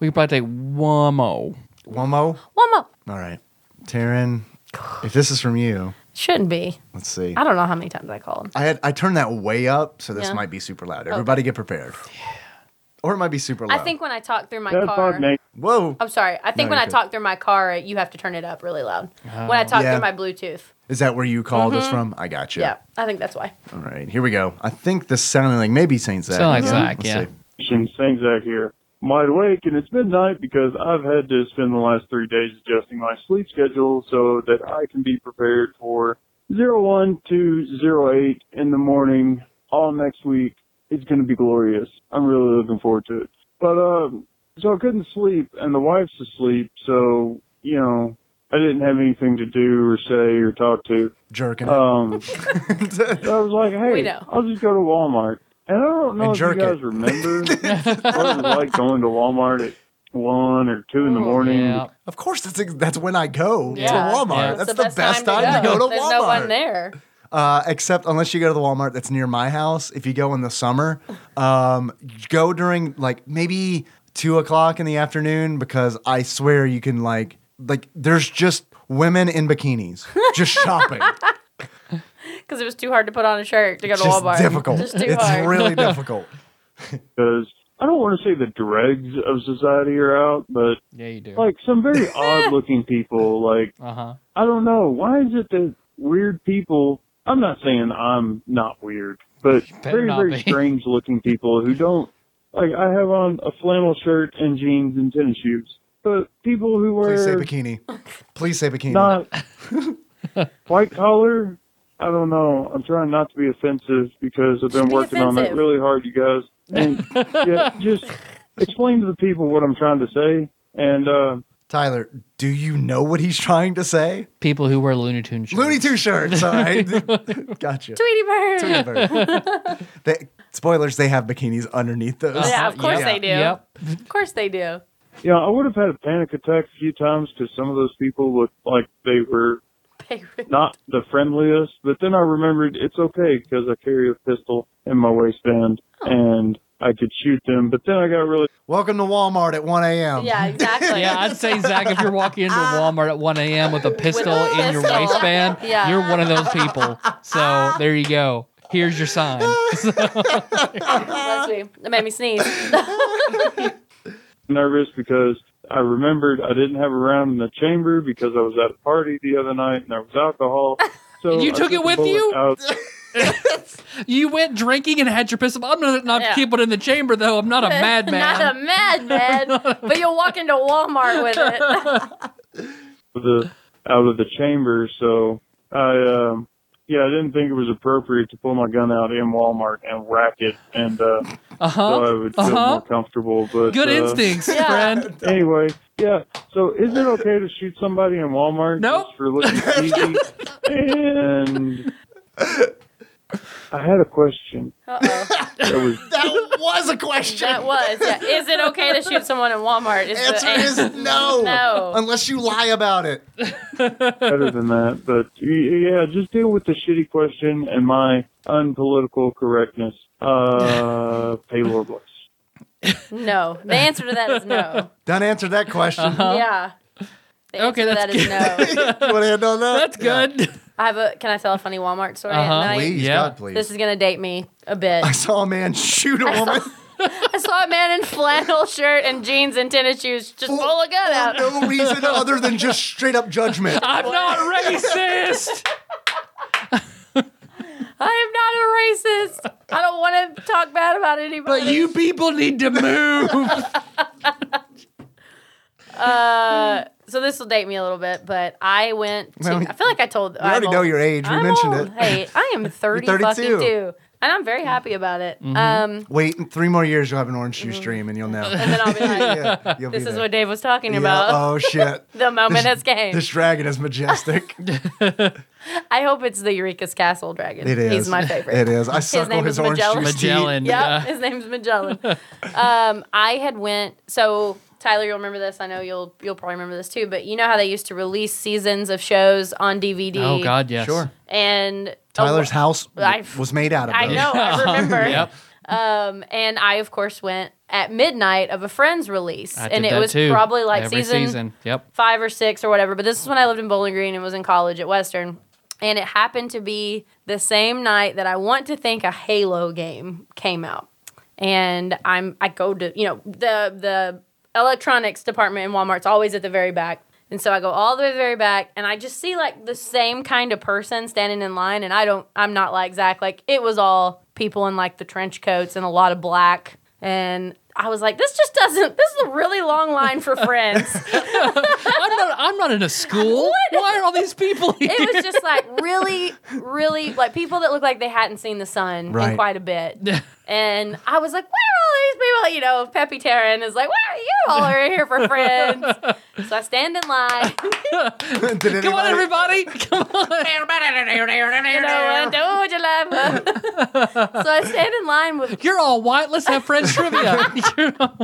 Speaker 1: We could probably take one more.
Speaker 2: One more.
Speaker 3: One more
Speaker 2: All right, Taryn. If this is from you,
Speaker 3: shouldn't be.
Speaker 2: let's see.
Speaker 3: I don't know how many times I called.
Speaker 2: I had I turned that way up, so this
Speaker 3: Yeah.
Speaker 2: might be super loud. Everybody get prepared. Or it might be super
Speaker 3: I
Speaker 2: loud.
Speaker 3: think when I talk through my
Speaker 5: That
Speaker 3: car.
Speaker 5: bug makes
Speaker 2: Whoa.
Speaker 3: I'm sorry. I think when
Speaker 2: No, you're
Speaker 3: I
Speaker 2: good.
Speaker 3: talk through my car, you have to turn it up really loud. When I talk
Speaker 2: Yeah.
Speaker 3: through my Bluetooth.
Speaker 2: Is that where you called us from? I got you.
Speaker 3: Mm-hmm. Yeah. I think that's why.
Speaker 2: All right, here we go. I think this sounded like maybe Saint Zach.
Speaker 1: Sound like
Speaker 2: Yeah.
Speaker 1: Zach,
Speaker 2: Let's
Speaker 1: yeah.
Speaker 2: see.
Speaker 5: Christian sings out here. I'm wide awake and it's midnight because I've had to spend the last three days adjusting my sleep schedule so that I can be prepared for zero one to zero eight in the morning all next week. It's going to be glorious. I'm really looking forward to it. But, um, so I couldn't sleep and the wife's asleep. So, you know, I didn't have anything to do or say or talk to.
Speaker 2: Jerking. it.
Speaker 5: Um, so I was like,
Speaker 3: We
Speaker 5: hey,
Speaker 3: know.
Speaker 5: I'll just go to Walmart. And I don't know
Speaker 2: And
Speaker 5: if you
Speaker 2: jerk
Speaker 5: guys
Speaker 2: it.
Speaker 5: remember what it was like going to Walmart at one or two in the morning.
Speaker 1: Oh, Yeah.
Speaker 2: Of course, that's that's when I go
Speaker 3: Yeah.
Speaker 2: to Walmart.
Speaker 3: Yeah.
Speaker 2: That's
Speaker 3: It's
Speaker 2: the, best time, to go to
Speaker 3: There's
Speaker 2: Walmart.
Speaker 3: no one there.
Speaker 2: Uh, except unless you go to the Walmart that's near my house. If you go in the summer, um, go during like maybe two o'clock in the afternoon because I swear you can like like there's just women in bikinis just shopping.
Speaker 3: because it was too hard to put on a shirt to go to
Speaker 2: just
Speaker 3: Walmart.
Speaker 2: difficult.
Speaker 3: Just too
Speaker 2: it's
Speaker 3: hard.
Speaker 2: really difficult.
Speaker 5: because I don't want to say the dregs of society are out, but
Speaker 1: Yeah, you do.
Speaker 5: like some very odd looking people. Like
Speaker 1: Uh huh.
Speaker 5: I don't know why is it that weird people. I'm not saying I'm not weird, but
Speaker 1: better
Speaker 5: very
Speaker 1: not
Speaker 5: very
Speaker 1: be.
Speaker 5: strange looking people who don't like. I have on a flannel shirt and jeans and tennis shoes, but people who
Speaker 2: Please say
Speaker 5: wear
Speaker 2: bikini. Please say bikini.
Speaker 5: not white collar. I don't know. I'm trying not to be offensive because I've been
Speaker 3: Be
Speaker 5: working on it
Speaker 3: offensive.
Speaker 5: really hard, you guys. And yeah, just explain to the people what I'm trying to say. And uh,
Speaker 2: Tyler, do you know what he's trying to say?
Speaker 1: People who wear Looney Tunes shirts.
Speaker 2: Looney Two shirts. All right, gotcha.
Speaker 3: Tweety Bird.
Speaker 2: Tweety bird. they, spoilers: they have bikinis underneath those.
Speaker 3: Yeah, of course
Speaker 1: Yep.
Speaker 3: they do.
Speaker 1: Yep.
Speaker 3: Of course they do.
Speaker 5: yeah, I would have had a panic attack a few times because some of those people looked like they were
Speaker 3: They really-
Speaker 5: not the friendliest. But then I remembered it's okay because I carry a pistol in my waistband
Speaker 1: Oh.
Speaker 5: and I could shoot them. But then I got really
Speaker 2: Welcome to Walmart at 1 a.m.
Speaker 3: Yeah, exactly. Uh,
Speaker 1: Yeah, I'd say Zach, if you're walking into Walmart at 1 a.m. with a pistol
Speaker 3: a
Speaker 1: in your
Speaker 3: pistol.
Speaker 1: waistband,
Speaker 3: Yeah.
Speaker 1: you're one of those people. So there you go. Here's your sign.
Speaker 3: Bless me. That made me sneeze.
Speaker 5: nervous because I remembered I didn't have a round in the chamber because I was at a party the other night and there was alcohol. So
Speaker 1: You
Speaker 5: I
Speaker 1: took it
Speaker 5: a
Speaker 1: with
Speaker 5: bullet
Speaker 1: you?
Speaker 5: out.
Speaker 1: you went drinking and had your pistol. I'm not, not
Speaker 3: Yeah.
Speaker 1: keeping it in the chamber, though. I'm not a madman.
Speaker 3: Not a madman, but you'll walk into Walmart with it.
Speaker 5: of the out of the chamber. So I, um, yeah, I didn't think it was appropriate to pull my gun out in Walmart and rack it, and uh, so I
Speaker 1: uh-huh.
Speaker 5: would feel
Speaker 1: Uh-huh.
Speaker 5: more comfortable. But
Speaker 1: Good
Speaker 5: uh,
Speaker 1: instincts,
Speaker 3: Yeah.
Speaker 1: friend.
Speaker 5: Anyway, yeah. So is it okay to shoot somebody in Walmart
Speaker 1: Nope.
Speaker 5: just for looking easy? and I had a question.
Speaker 3: Uh-oh.
Speaker 5: That was
Speaker 2: That was a question.
Speaker 3: That was. Yeah. Is it okay to shoot someone in Walmart? Is the
Speaker 2: Answer is no.
Speaker 3: No.
Speaker 2: Unless you lie about it.
Speaker 5: better than that. But y- yeah, just deal with the shitty question and my unpolitical correctness. Uh, Paylor Bliss.
Speaker 3: No. The answer to that is no.
Speaker 2: Don't answer that question.
Speaker 3: Yeah. The
Speaker 1: Uh-huh.
Speaker 3: answer
Speaker 1: Okay,
Speaker 3: to
Speaker 1: that's
Speaker 3: that is
Speaker 1: good.
Speaker 3: no.
Speaker 2: You want to end on that?
Speaker 1: That's
Speaker 2: Yeah.
Speaker 1: good.
Speaker 3: I have a. Can I tell a funny Walmart story at
Speaker 1: Uh-huh.
Speaker 3: night?
Speaker 2: Please,
Speaker 1: Yeah.
Speaker 2: God, please.
Speaker 3: This is gonna date me a bit.
Speaker 2: I saw a man shoot a woman.
Speaker 3: I saw a man in flannel shirt and jeans and tennis shoes just pull a gun out.
Speaker 2: No reason other than just straight up judgment.
Speaker 1: I'm not racist.
Speaker 3: I am not a racist. I don't want to talk bad about anybody.
Speaker 1: But you people need to move.
Speaker 3: Uh, so this will date me a little bit, but I went. To,
Speaker 2: Well,
Speaker 3: I feel like I told.
Speaker 2: You already know your age. We mentioned it.
Speaker 3: Hey, I am 30
Speaker 2: You're 32.
Speaker 3: fucking two, and I'm very happy about it.
Speaker 1: Mm-hmm.
Speaker 3: Um, Mm-hmm.
Speaker 2: Wait, in three more years you'll have an orange juice dream and you'll know.
Speaker 3: and then I'll be like,
Speaker 2: yeah, you'll
Speaker 3: this
Speaker 2: be
Speaker 3: is
Speaker 2: there.
Speaker 3: what Dave was talking
Speaker 2: Yeah,
Speaker 3: about.
Speaker 2: Oh shit.
Speaker 3: the moment
Speaker 2: This-
Speaker 3: has came.
Speaker 2: This dragon is majestic.
Speaker 3: I hope it's the Eureka's Castle Dragon.
Speaker 2: It is.
Speaker 3: He's my favorite.
Speaker 2: It is. I suckle
Speaker 3: name
Speaker 2: his
Speaker 3: is
Speaker 2: orange
Speaker 3: Magellan.
Speaker 2: juice. tea.
Speaker 1: Magellan.
Speaker 3: Yeah,
Speaker 1: Yeah.
Speaker 3: his name's Magellan. um, I had went so Tyler, you'll remember this. I know you'll you'll probably remember this too. But you know how they used to release seasons of shows on DVD.
Speaker 1: Oh, God, yes.
Speaker 2: Sure.
Speaker 3: And
Speaker 2: Tyler's
Speaker 3: oh,
Speaker 2: house
Speaker 3: I've-
Speaker 2: was made out of
Speaker 3: I
Speaker 2: those.
Speaker 3: know. I remember.
Speaker 1: Yep.
Speaker 3: Um, and I of course went at midnight of a friend's release,
Speaker 1: I
Speaker 3: and
Speaker 1: did
Speaker 3: it
Speaker 1: that
Speaker 3: was
Speaker 1: too.
Speaker 3: probably like
Speaker 1: Every Yep.
Speaker 3: five or six or whatever. But this is when I lived in Bowling Green and was in college at Western. And it happened to be the same night that I want to think a Halo game came out. And I'm I go to you know the the electronics department in Walmart's always at the very back. And so I go all the way to the very back and I just see like the same kind of person standing in line and I don't I'm not like Zach. Like it was all people in like the trench coats and a lot of black. And I was like, this just doesn't this is a really long line for friends.
Speaker 1: I'm not. I'm not in a school. Why are all these people here?
Speaker 3: it was just like really, really like people that looked like they hadn't seen the sun
Speaker 2: Right.
Speaker 3: in quite a bit. And I was like, where are all these people? You know, Peppy Taryn is like, where are you all are here for friends? so I stand in line.
Speaker 2: Did
Speaker 1: Come on,
Speaker 2: anybody-
Speaker 1: everybody! Come on!
Speaker 3: you know, I told you love. so I stand in line with
Speaker 1: You're all white. Let's have French trivia. You know?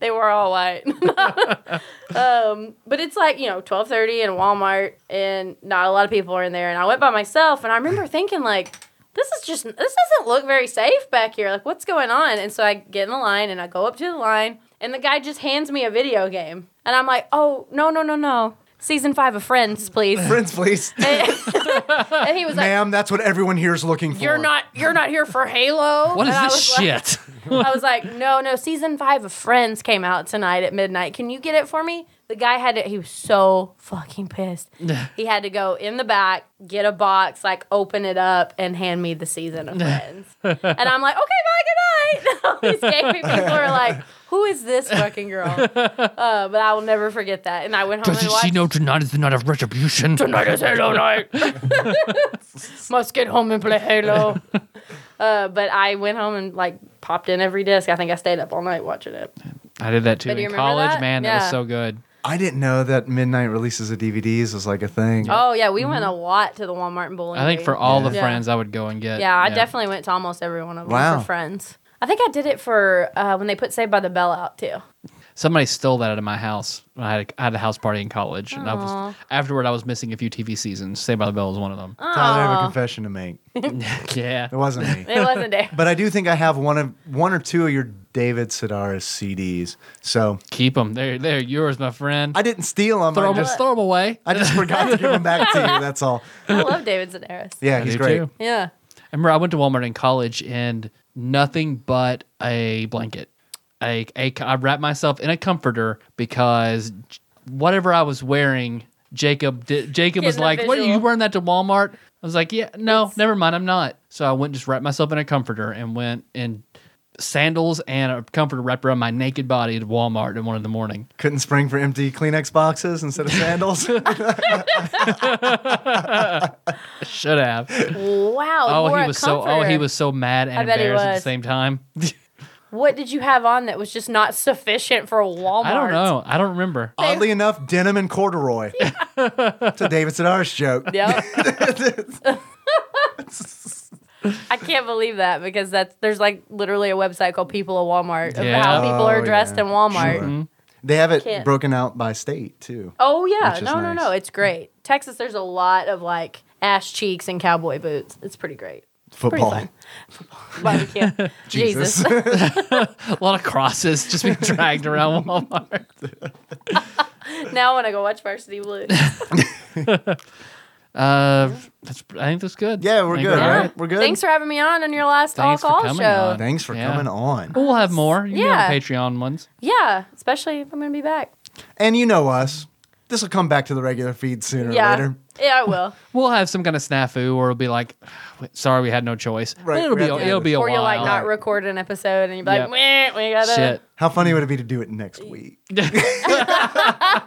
Speaker 3: they were all white. um, but it's like you know twelve thirty in Walmart, and not a lot of people are in there. And I went by myself, and I remember thinking like, this is just this doesn't look very safe back here. Like what's going on? And so I get in the line, and I go up to the line, and the guy just hands me a video game, and I'm like, oh no no no no. Season five of Friends, please.
Speaker 2: Friends, please.
Speaker 3: and he was like,
Speaker 2: Ma'am, that's what everyone here is looking for.
Speaker 3: "You're not, you're not here for Halo."
Speaker 1: What is
Speaker 3: And I
Speaker 1: this
Speaker 3: was like-
Speaker 1: shit?
Speaker 3: I was like, no, no. Season five of Friends came out tonight at midnight. Can you get it for me? The guy had to, he was so fucking pissed. he had to go in the back, get a box, like open it up, and hand me the season of Friends. and I'm like, okay, bye, good night. All These gay people are like, who is this fucking girl? Uh, but I will never forget that. And I went home and
Speaker 1: Doesn't she
Speaker 3: watched.
Speaker 1: know tonight is the night of retribution? Tonight is Halo night.
Speaker 3: Must get home and play Halo. uh, but I went home and like popped in every disc. I think I stayed up all night watching it.
Speaker 1: I did that too
Speaker 3: But do you
Speaker 1: in
Speaker 3: remember
Speaker 1: college,
Speaker 3: that?
Speaker 1: man. That
Speaker 3: Yeah.
Speaker 1: was so good.
Speaker 2: I didn't know that midnight releases of DVDs was like a thing.
Speaker 3: Oh yeah, we went a lot to the Walmart and bowling.
Speaker 1: Mm-hmm. I think
Speaker 3: Green.
Speaker 1: for all the
Speaker 3: Yeah.
Speaker 1: friends, I would go and get.
Speaker 3: yeah, I definitely went to almost every one of them
Speaker 2: Wow.
Speaker 3: for friends. I think I did it for uh, when they put Saved by the Bell out too.
Speaker 1: Somebody stole that out of my house. when I had a, I had a house party in college, and I
Speaker 3: Aw.
Speaker 1: was afterward. I was missing a few TV seasons. Saved by the Bell was one of them.
Speaker 2: Tyler, I have a
Speaker 3: Aw.
Speaker 2: confession to make.
Speaker 1: yeah.
Speaker 2: It wasn't me.
Speaker 3: It wasn't there.
Speaker 2: But I do think I have one of one or two of your David Sedaris CDs. So
Speaker 1: Keep them. They're they're yours, my friend.
Speaker 2: I didn't steal them.
Speaker 1: throw
Speaker 2: I
Speaker 1: 'em-
Speaker 2: just,
Speaker 1: throw 'em away.
Speaker 2: I just forgot to give them back to you. That's all.
Speaker 3: I love David Sedaris.
Speaker 2: Yeah,
Speaker 1: I
Speaker 2: he's
Speaker 1: do
Speaker 2: great.
Speaker 1: too.
Speaker 3: Yeah.
Speaker 1: I remember I went to Walmart in college and nothing but a blanket. I, I, I wrapped myself in a comforter because j- whatever I was wearing, Jacob did, Jacob was
Speaker 3: Getting a
Speaker 1: like, "What are you
Speaker 3: visual.
Speaker 1: wearing that to Walmart?" I was like, "Yeah, no, never mind, I'm not." So I went and just wrapped myself in a comforter and went in sandals and a comforter wrapped around my naked body to Walmart at one in the morning.
Speaker 2: Couldn't spring for empty Kleenex boxes instead of sandals.
Speaker 1: Should have.
Speaker 3: Wow. you
Speaker 1: Oh,
Speaker 3: wore
Speaker 1: he
Speaker 3: a
Speaker 1: was so oh he
Speaker 3: comforter.
Speaker 1: was so mad and
Speaker 3: I bet he
Speaker 1: embarrassed at the
Speaker 3: was.
Speaker 1: same time.
Speaker 3: What did you have on that was just not sufficient for Walmart?
Speaker 1: I don't know. I don't remember.
Speaker 2: Oddly enough, denim and corduroy. it's a David Sedaris joke.
Speaker 3: Yep. I can't believe that because that's there's like literally a website called People of Walmart of
Speaker 1: Yeah. Mm-hmm.
Speaker 3: how people are
Speaker 2: Oh,
Speaker 3: dressed
Speaker 2: yeah.
Speaker 3: in Walmart.
Speaker 2: Mm-hmm. They have it
Speaker 3: Can't.
Speaker 2: broken out by state too.
Speaker 3: Oh yeah,
Speaker 2: Which is
Speaker 3: no, no, no,
Speaker 2: nice.
Speaker 3: it's great. Texas, there's a lot of like ash cheeks and cowboy boots. It's pretty great.
Speaker 2: Football.
Speaker 3: fun. Barbecue. Jesus.
Speaker 1: A lot of crosses just being dragged around Walmart.
Speaker 3: now when I go watch Varsity Blues,
Speaker 1: Uh, that's, I think that's good.
Speaker 2: yeah, we're
Speaker 1: I
Speaker 2: good,
Speaker 1: think all
Speaker 2: right?
Speaker 1: right.
Speaker 2: We're good.
Speaker 3: thanks for having me on on your last all
Speaker 1: Thanks for
Speaker 3: call
Speaker 1: coming
Speaker 3: show.
Speaker 1: on.
Speaker 2: Thanks for
Speaker 1: Yeah.
Speaker 2: coming on.
Speaker 1: We'll have more. You yeah.
Speaker 3: Yeah.
Speaker 1: Can be on Patreon ones.
Speaker 3: Yeah, especially if I'm gonna be back.
Speaker 2: And you know us. This will come back to the regular feed sooner
Speaker 3: yeah,
Speaker 2: or later.
Speaker 3: yeah, I will.
Speaker 1: We'll have some kind of snafu, or it'll be like, sorry, we had no choice.
Speaker 2: Right,
Speaker 1: it'll
Speaker 2: we
Speaker 1: be
Speaker 2: have to
Speaker 1: it'll
Speaker 2: do
Speaker 1: be a
Speaker 3: or
Speaker 1: while.
Speaker 3: you'll like not record an episode and you'll be like,
Speaker 1: Yep.
Speaker 3: "Meh, we gotta
Speaker 1: Shit.
Speaker 2: How funny would it be to do it next week?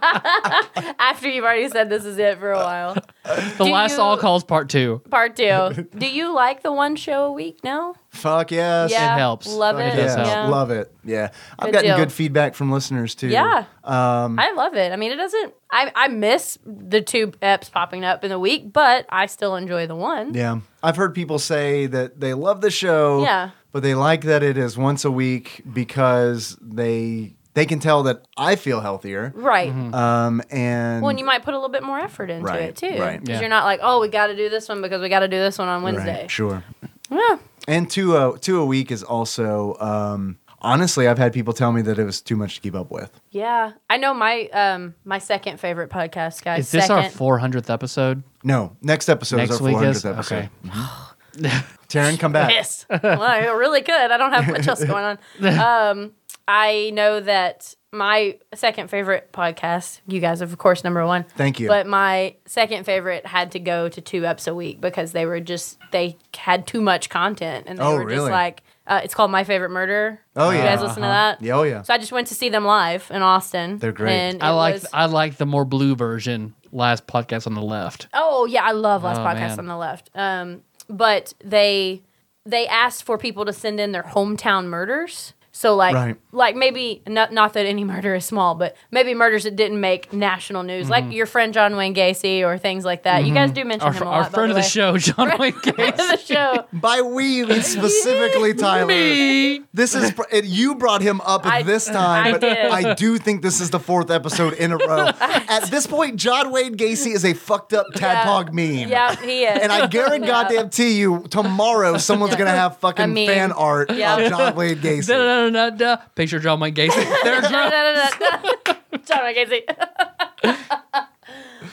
Speaker 3: after you've already said this is it for a while.
Speaker 1: The
Speaker 3: Do
Speaker 1: last
Speaker 3: you-
Speaker 1: all calls part two.
Speaker 3: Part two. Do you like the one show a week now?
Speaker 2: Fuck yes.
Speaker 3: yeah,
Speaker 1: helps.
Speaker 3: Love
Speaker 1: Fuck,
Speaker 3: it.
Speaker 1: it does
Speaker 2: Yeah,
Speaker 1: help.
Speaker 3: Yeah.
Speaker 2: love it. Yeah, I've
Speaker 3: Good
Speaker 2: gotten
Speaker 3: deal.
Speaker 2: good feedback from listeners too.
Speaker 3: Yeah.
Speaker 2: um,
Speaker 3: I love it. I mean, it doesn't. I I miss the two eps popping up in the week, but I still enjoy the one.
Speaker 2: yeah. I've heard people say that they love the show.
Speaker 3: Yeah.
Speaker 2: but they like that it is once a week because they they can tell that I feel healthier.
Speaker 3: Right.
Speaker 1: Mm-hmm.
Speaker 2: Um, and
Speaker 3: Well, and you might put a little bit more effort into
Speaker 2: Right,
Speaker 3: it too,
Speaker 2: right.
Speaker 1: Yeah.
Speaker 3: you're not like, oh, we got to do this one because we got to do this one on
Speaker 2: Right,
Speaker 3: Wednesday.
Speaker 2: sure.
Speaker 3: Yeah.
Speaker 2: And two a two a week is also um, honestly, I've had people tell me that it was too much to keep up with.
Speaker 3: Yeah. I know my um my second favorite podcast, guys.
Speaker 1: Is this
Speaker 3: second.
Speaker 1: our 400th episode?
Speaker 2: No, next episode
Speaker 1: Next
Speaker 2: is our
Speaker 1: week
Speaker 2: 400th
Speaker 1: is?
Speaker 2: episode.
Speaker 1: Okay. Mm-hmm.
Speaker 2: Taryn, come back.
Speaker 3: Yes. well, I really could. I don't have much else going on. Um, I know that my second favorite podcast, you guys, of course, number one.
Speaker 2: Thank you.
Speaker 3: But my second favorite had to go to two eps a week because they were just, they had too much content. And they
Speaker 2: Oh,
Speaker 3: were just
Speaker 2: really?
Speaker 3: like, uh, it's called My Favorite Murder.
Speaker 2: Oh,
Speaker 3: You
Speaker 2: yeah.
Speaker 3: guys listen to that?
Speaker 2: Yeah, oh, yeah.
Speaker 3: So I just went to see them live in Austin.
Speaker 2: They're great.
Speaker 3: And
Speaker 1: I
Speaker 3: it
Speaker 1: like
Speaker 3: was-
Speaker 1: I like the more blue version. Last podcast on the left.
Speaker 3: Oh yeah, I love Last
Speaker 1: Oh,
Speaker 3: Podcast
Speaker 1: man.
Speaker 3: on the Left. Um, but they they asked for people to send in their hometown murders. So like
Speaker 2: Right.
Speaker 3: like maybe not not that any murder is small, but maybe murders that didn't make national news, like your friend John Wayne Gacy or things like that. You guys do mention
Speaker 1: Mm-hmm. Our,
Speaker 3: him a lot.
Speaker 1: our
Speaker 3: by
Speaker 1: friend of the
Speaker 3: way.
Speaker 1: show, John Wayne
Speaker 3: Friend of the
Speaker 1: Gacy.
Speaker 3: show.
Speaker 2: By we, it's specifically Tyler.
Speaker 1: Me.
Speaker 2: This is pr- it, you brought him up at
Speaker 3: I-
Speaker 2: this time,
Speaker 3: I
Speaker 2: but
Speaker 3: did.
Speaker 2: I do think this is the fourth episode in a row. at this point, John Wayne Gacy is a fucked up tadpog meme.
Speaker 3: Yeah, he is.
Speaker 2: And I guarantee goddamn to you, tomorrow someone's gonna have fucking
Speaker 3: A meme.
Speaker 2: fan art Uh,
Speaker 3: Yeah.
Speaker 2: of John Wayne
Speaker 1: Da,
Speaker 2: Gacy.
Speaker 1: da, da, da, da. Picture John Wayne Gacy. They're drunk.
Speaker 3: Sorry, Casey. uh,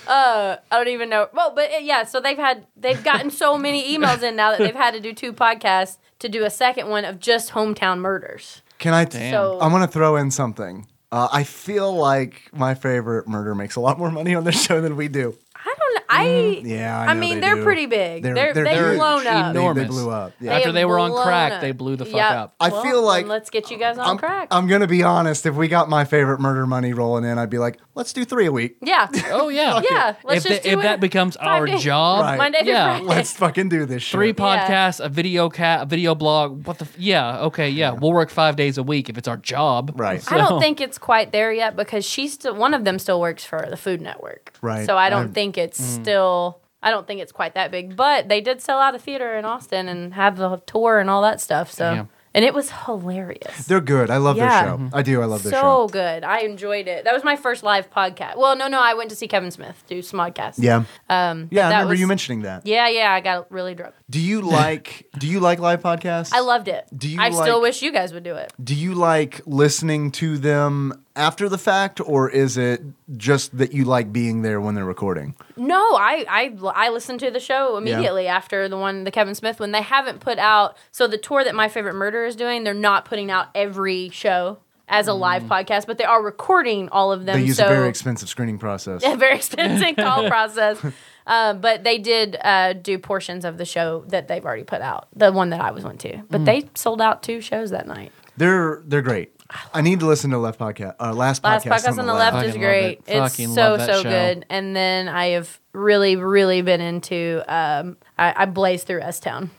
Speaker 3: I don't even know. Well, but uh, yeah, so they've had they've gotten so many emails in now that they've had to do two podcasts to do a second one of just hometown murders.
Speaker 2: Can I?
Speaker 3: So
Speaker 2: I'm gonna throw in something. Uh, I feel like my favorite murder makes a lot more money on this show than we do.
Speaker 3: I don't. know. I
Speaker 2: Mm. Yeah, I,
Speaker 3: I,
Speaker 2: know
Speaker 3: mean
Speaker 2: they
Speaker 3: they are
Speaker 2: do.
Speaker 3: pretty big. They're they're,
Speaker 2: huge.
Speaker 3: blown up.
Speaker 2: They- They,
Speaker 1: Enormous.
Speaker 2: blew up. Yeah.
Speaker 1: After
Speaker 3: have
Speaker 1: they were on
Speaker 3: blown
Speaker 1: crack,
Speaker 3: up.
Speaker 1: they blew the fuck
Speaker 3: Yep.
Speaker 1: up.
Speaker 2: I
Speaker 3: Well,
Speaker 2: feel like
Speaker 3: then let's get you guys on
Speaker 2: I'm,
Speaker 3: crack.
Speaker 2: I'm gonna be honest. If we got my favorite murder money rolling in, I'd be like, let's do three a week.
Speaker 3: yeah.
Speaker 1: Oh yeah,
Speaker 3: Yeah, let's
Speaker 1: if
Speaker 3: just
Speaker 1: the-
Speaker 3: do it
Speaker 1: if
Speaker 3: Um,
Speaker 1: that becomes
Speaker 3: five
Speaker 1: our
Speaker 3: days.
Speaker 1: job,
Speaker 2: Right.
Speaker 3: Monday through
Speaker 1: yeah,
Speaker 3: Friday.
Speaker 2: Let's fucking do this shit.
Speaker 1: three
Speaker 3: Yeah.
Speaker 1: podcasts, a video cat, a video blog. What the? F- yeah, okay, yeah, we'll work five days a week if it's our job.
Speaker 3: I
Speaker 2: Right.
Speaker 1: So-
Speaker 3: don't think it's quite there yet because she's still one of them still works for the Food Network.
Speaker 2: Right. Mm.
Speaker 3: So I don't
Speaker 2: I-
Speaker 3: think it's still I don't think it's quite that big. But they did sell out a theater in Austin and have the tour and all that stuff. So
Speaker 1: Damn.
Speaker 3: and it was hilarious.
Speaker 2: They're good. I love
Speaker 3: Yeah.
Speaker 2: their show. I do. I love
Speaker 3: so
Speaker 2: their show.
Speaker 3: good. I enjoyed it. That was my first live podcast. Well, no, no, I went to see Kevin Smith do Smodcast.
Speaker 2: Yeah.
Speaker 3: Um but
Speaker 2: Yeah.
Speaker 3: that
Speaker 2: I remember
Speaker 3: was-
Speaker 2: you mentioning that.
Speaker 3: Yeah, yeah, I got really drunk.
Speaker 2: Do you like? do you like live podcasts?
Speaker 3: I loved it.
Speaker 2: Do you
Speaker 3: I still
Speaker 2: like-
Speaker 3: wish you guys would do it.
Speaker 2: Do you like listening to them after the fact, or is it just that you like being there when they're recording?
Speaker 3: No, I, I I listened to the show immediately after the one the Kevin Smith one. They haven't put out so the tour that My Favorite Murder is doing. They're not putting out every show as a live podcast, but they are recording all of them.
Speaker 2: Mm. They use
Speaker 3: so
Speaker 2: a very expensive screening process.
Speaker 3: a very expensive call process. Uh, but they did uh, do portions of the show that they've already put out, the one that I was went to.
Speaker 2: Mm.
Speaker 3: But they sold out two shows that night.
Speaker 2: They're they're great. I need to listen to left podcast. Uh, last podcast.
Speaker 3: Last podcast on the left is
Speaker 1: Fucking love
Speaker 3: great.
Speaker 1: it.
Speaker 3: It's
Speaker 1: Fucking
Speaker 3: so
Speaker 1: love that
Speaker 3: so
Speaker 1: show.
Speaker 3: good. And then I have really really been into. Um, I, I blazed through S Town.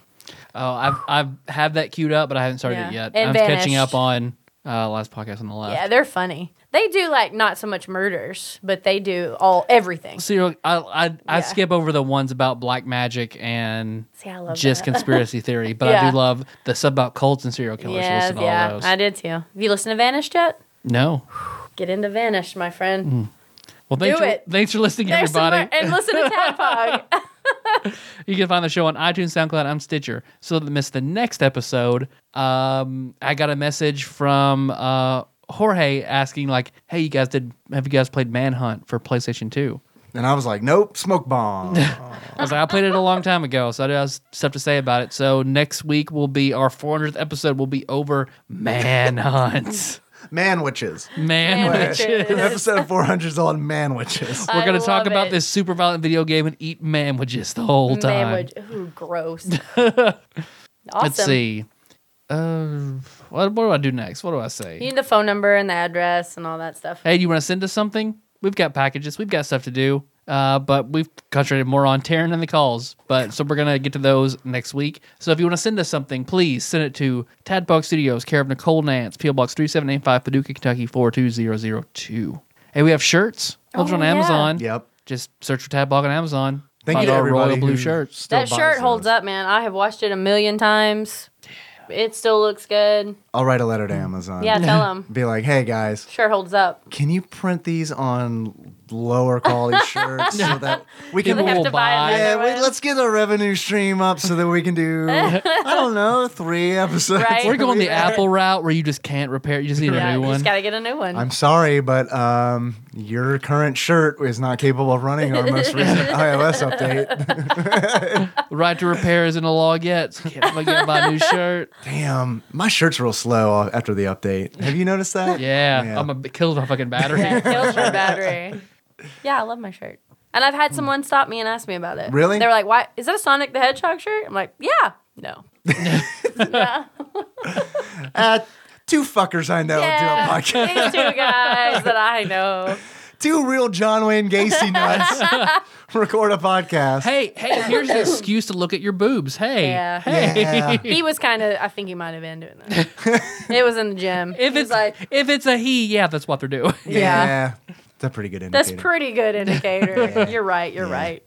Speaker 1: Oh, I've I've have that queued up, but I haven't started
Speaker 3: Yeah.
Speaker 1: it yet.
Speaker 3: It
Speaker 1: I'm catching
Speaker 3: vanished.
Speaker 1: up on uh, last podcast on the left.
Speaker 3: Yeah, they're funny. They do like not so much murders, but they do all everything.
Speaker 1: So you're, I I,
Speaker 3: Yeah.
Speaker 1: I skip over the ones about black magic and
Speaker 3: See, I love
Speaker 1: just
Speaker 3: that.
Speaker 1: conspiracy theory, but I
Speaker 3: Yeah.
Speaker 1: do love the sub about cults and serial killers. so
Speaker 3: Yes,
Speaker 1: listen to all
Speaker 3: yeah,
Speaker 1: those.
Speaker 3: I did too. Have you listened to Vanished yet?
Speaker 1: no,
Speaker 3: Get into Vanished, my friend.
Speaker 1: Mm. well, thanks
Speaker 3: Do
Speaker 1: for,
Speaker 3: it.
Speaker 1: thanks for listening,
Speaker 3: There's some
Speaker 1: everybody.
Speaker 3: more- and listen to Tadpog.
Speaker 1: You can find the show on iTunes, SoundCloud, and Stitcher. So that miss the next episode, um, I got a message from uh, Jorge asking, like, "Hey, you guys did? Have you guys played Manhunt for PlayStation 2?
Speaker 2: And I was like, nope, smoke bomb.
Speaker 1: I was like, "I played it a long time ago, so I do have stuff to say about it." So next week will be our 400th episode. Will be over Manhunt,
Speaker 2: Man witches.
Speaker 1: man.
Speaker 3: Manhunt.
Speaker 2: An episode 400 is on man witches.
Speaker 1: We're gonna
Speaker 3: I
Speaker 1: talk
Speaker 3: love
Speaker 1: about
Speaker 3: it.
Speaker 1: this super violent video game and eat manwages the whole time.
Speaker 3: Man would, ooh, gross. awesome.
Speaker 1: Let's see. Uh, what, what do I do next? What do I say?
Speaker 3: You need the phone number and the address and all that stuff.
Speaker 1: hey, do you want to send us something? We've got packages, we've got stuff to do, uh, but we've concentrated more on Taryn and the calls. But so we're gonna get to those next week. So if you want to send us something, please send it to Tadpog Studios, care of Nicole Nance, PO Box three seven eight five, Paducah, Kentucky four two zero zero two. Hey, we have shirts over
Speaker 3: Oh,
Speaker 1: on
Speaker 3: yeah.
Speaker 1: Amazon.
Speaker 2: Yep.
Speaker 1: Just search for Tadpog on Amazon.
Speaker 2: Thank
Speaker 1: Find
Speaker 2: you to
Speaker 1: our
Speaker 2: everybody.
Speaker 1: royal blue
Speaker 2: who
Speaker 1: shirts.
Speaker 2: still
Speaker 3: That
Speaker 2: buys
Speaker 3: shirt holds
Speaker 2: those.
Speaker 3: up, man. I have watched it a million times. It still looks good.
Speaker 2: I'll write a letter to Amazon.
Speaker 3: Yeah, tell them.
Speaker 2: Be like, hey guys,
Speaker 3: Sure holds up.
Speaker 2: can you print these on lower quality shirts so that we
Speaker 3: Do
Speaker 2: can.
Speaker 3: they have
Speaker 1: will
Speaker 3: to buy
Speaker 1: buy-
Speaker 3: another
Speaker 2: Yeah,
Speaker 3: one?
Speaker 2: we, let's get our revenue stream up so that we can do, I don't know, three episodes.
Speaker 3: Right.
Speaker 1: We're going the
Speaker 2: Yeah.
Speaker 1: Apple route where you just can't repair. it. You just need
Speaker 3: Yeah,
Speaker 1: a new
Speaker 3: you
Speaker 1: one.
Speaker 3: just gotta get a new one.
Speaker 2: I'm sorry, but um, your current shirt is not capable of running our most recent iOS update.
Speaker 1: Right to repair isn't a law yet. So can't fucking get my new shirt.
Speaker 2: Damn, my shirt's real slow after the update. Have you noticed that?
Speaker 1: Yeah,
Speaker 2: Yeah.
Speaker 1: I'm a killed my fucking battery.
Speaker 3: Yeah, it kills your battery. Yeah, I love my shirt. And I've
Speaker 1: Hmm.
Speaker 3: had someone stop me and ask me about it.
Speaker 2: Really?
Speaker 3: They were like, "Why is that a Sonic the Hedgehog shirt?" I'm like, "Yeah, no."
Speaker 2: Uh, two fuckers I know
Speaker 3: Yeah.
Speaker 1: Oh,
Speaker 2: do a podcast.
Speaker 3: These two guys that I know.
Speaker 2: two real John Wayne Gacy nuts record a podcast.
Speaker 1: Hey, hey, here's an excuse to look at your boobs. Hey,
Speaker 3: Yeah.
Speaker 1: hey.
Speaker 2: Yeah.
Speaker 3: He was kind of. I think he might have been doing that. it was in the gym.
Speaker 1: If
Speaker 3: He's
Speaker 1: it's
Speaker 3: like,
Speaker 1: if it's a he, yeah, that's what they're doing.
Speaker 2: yeah. That's a pretty good indicator.
Speaker 3: that's pretty good indicator. You're right. You're right.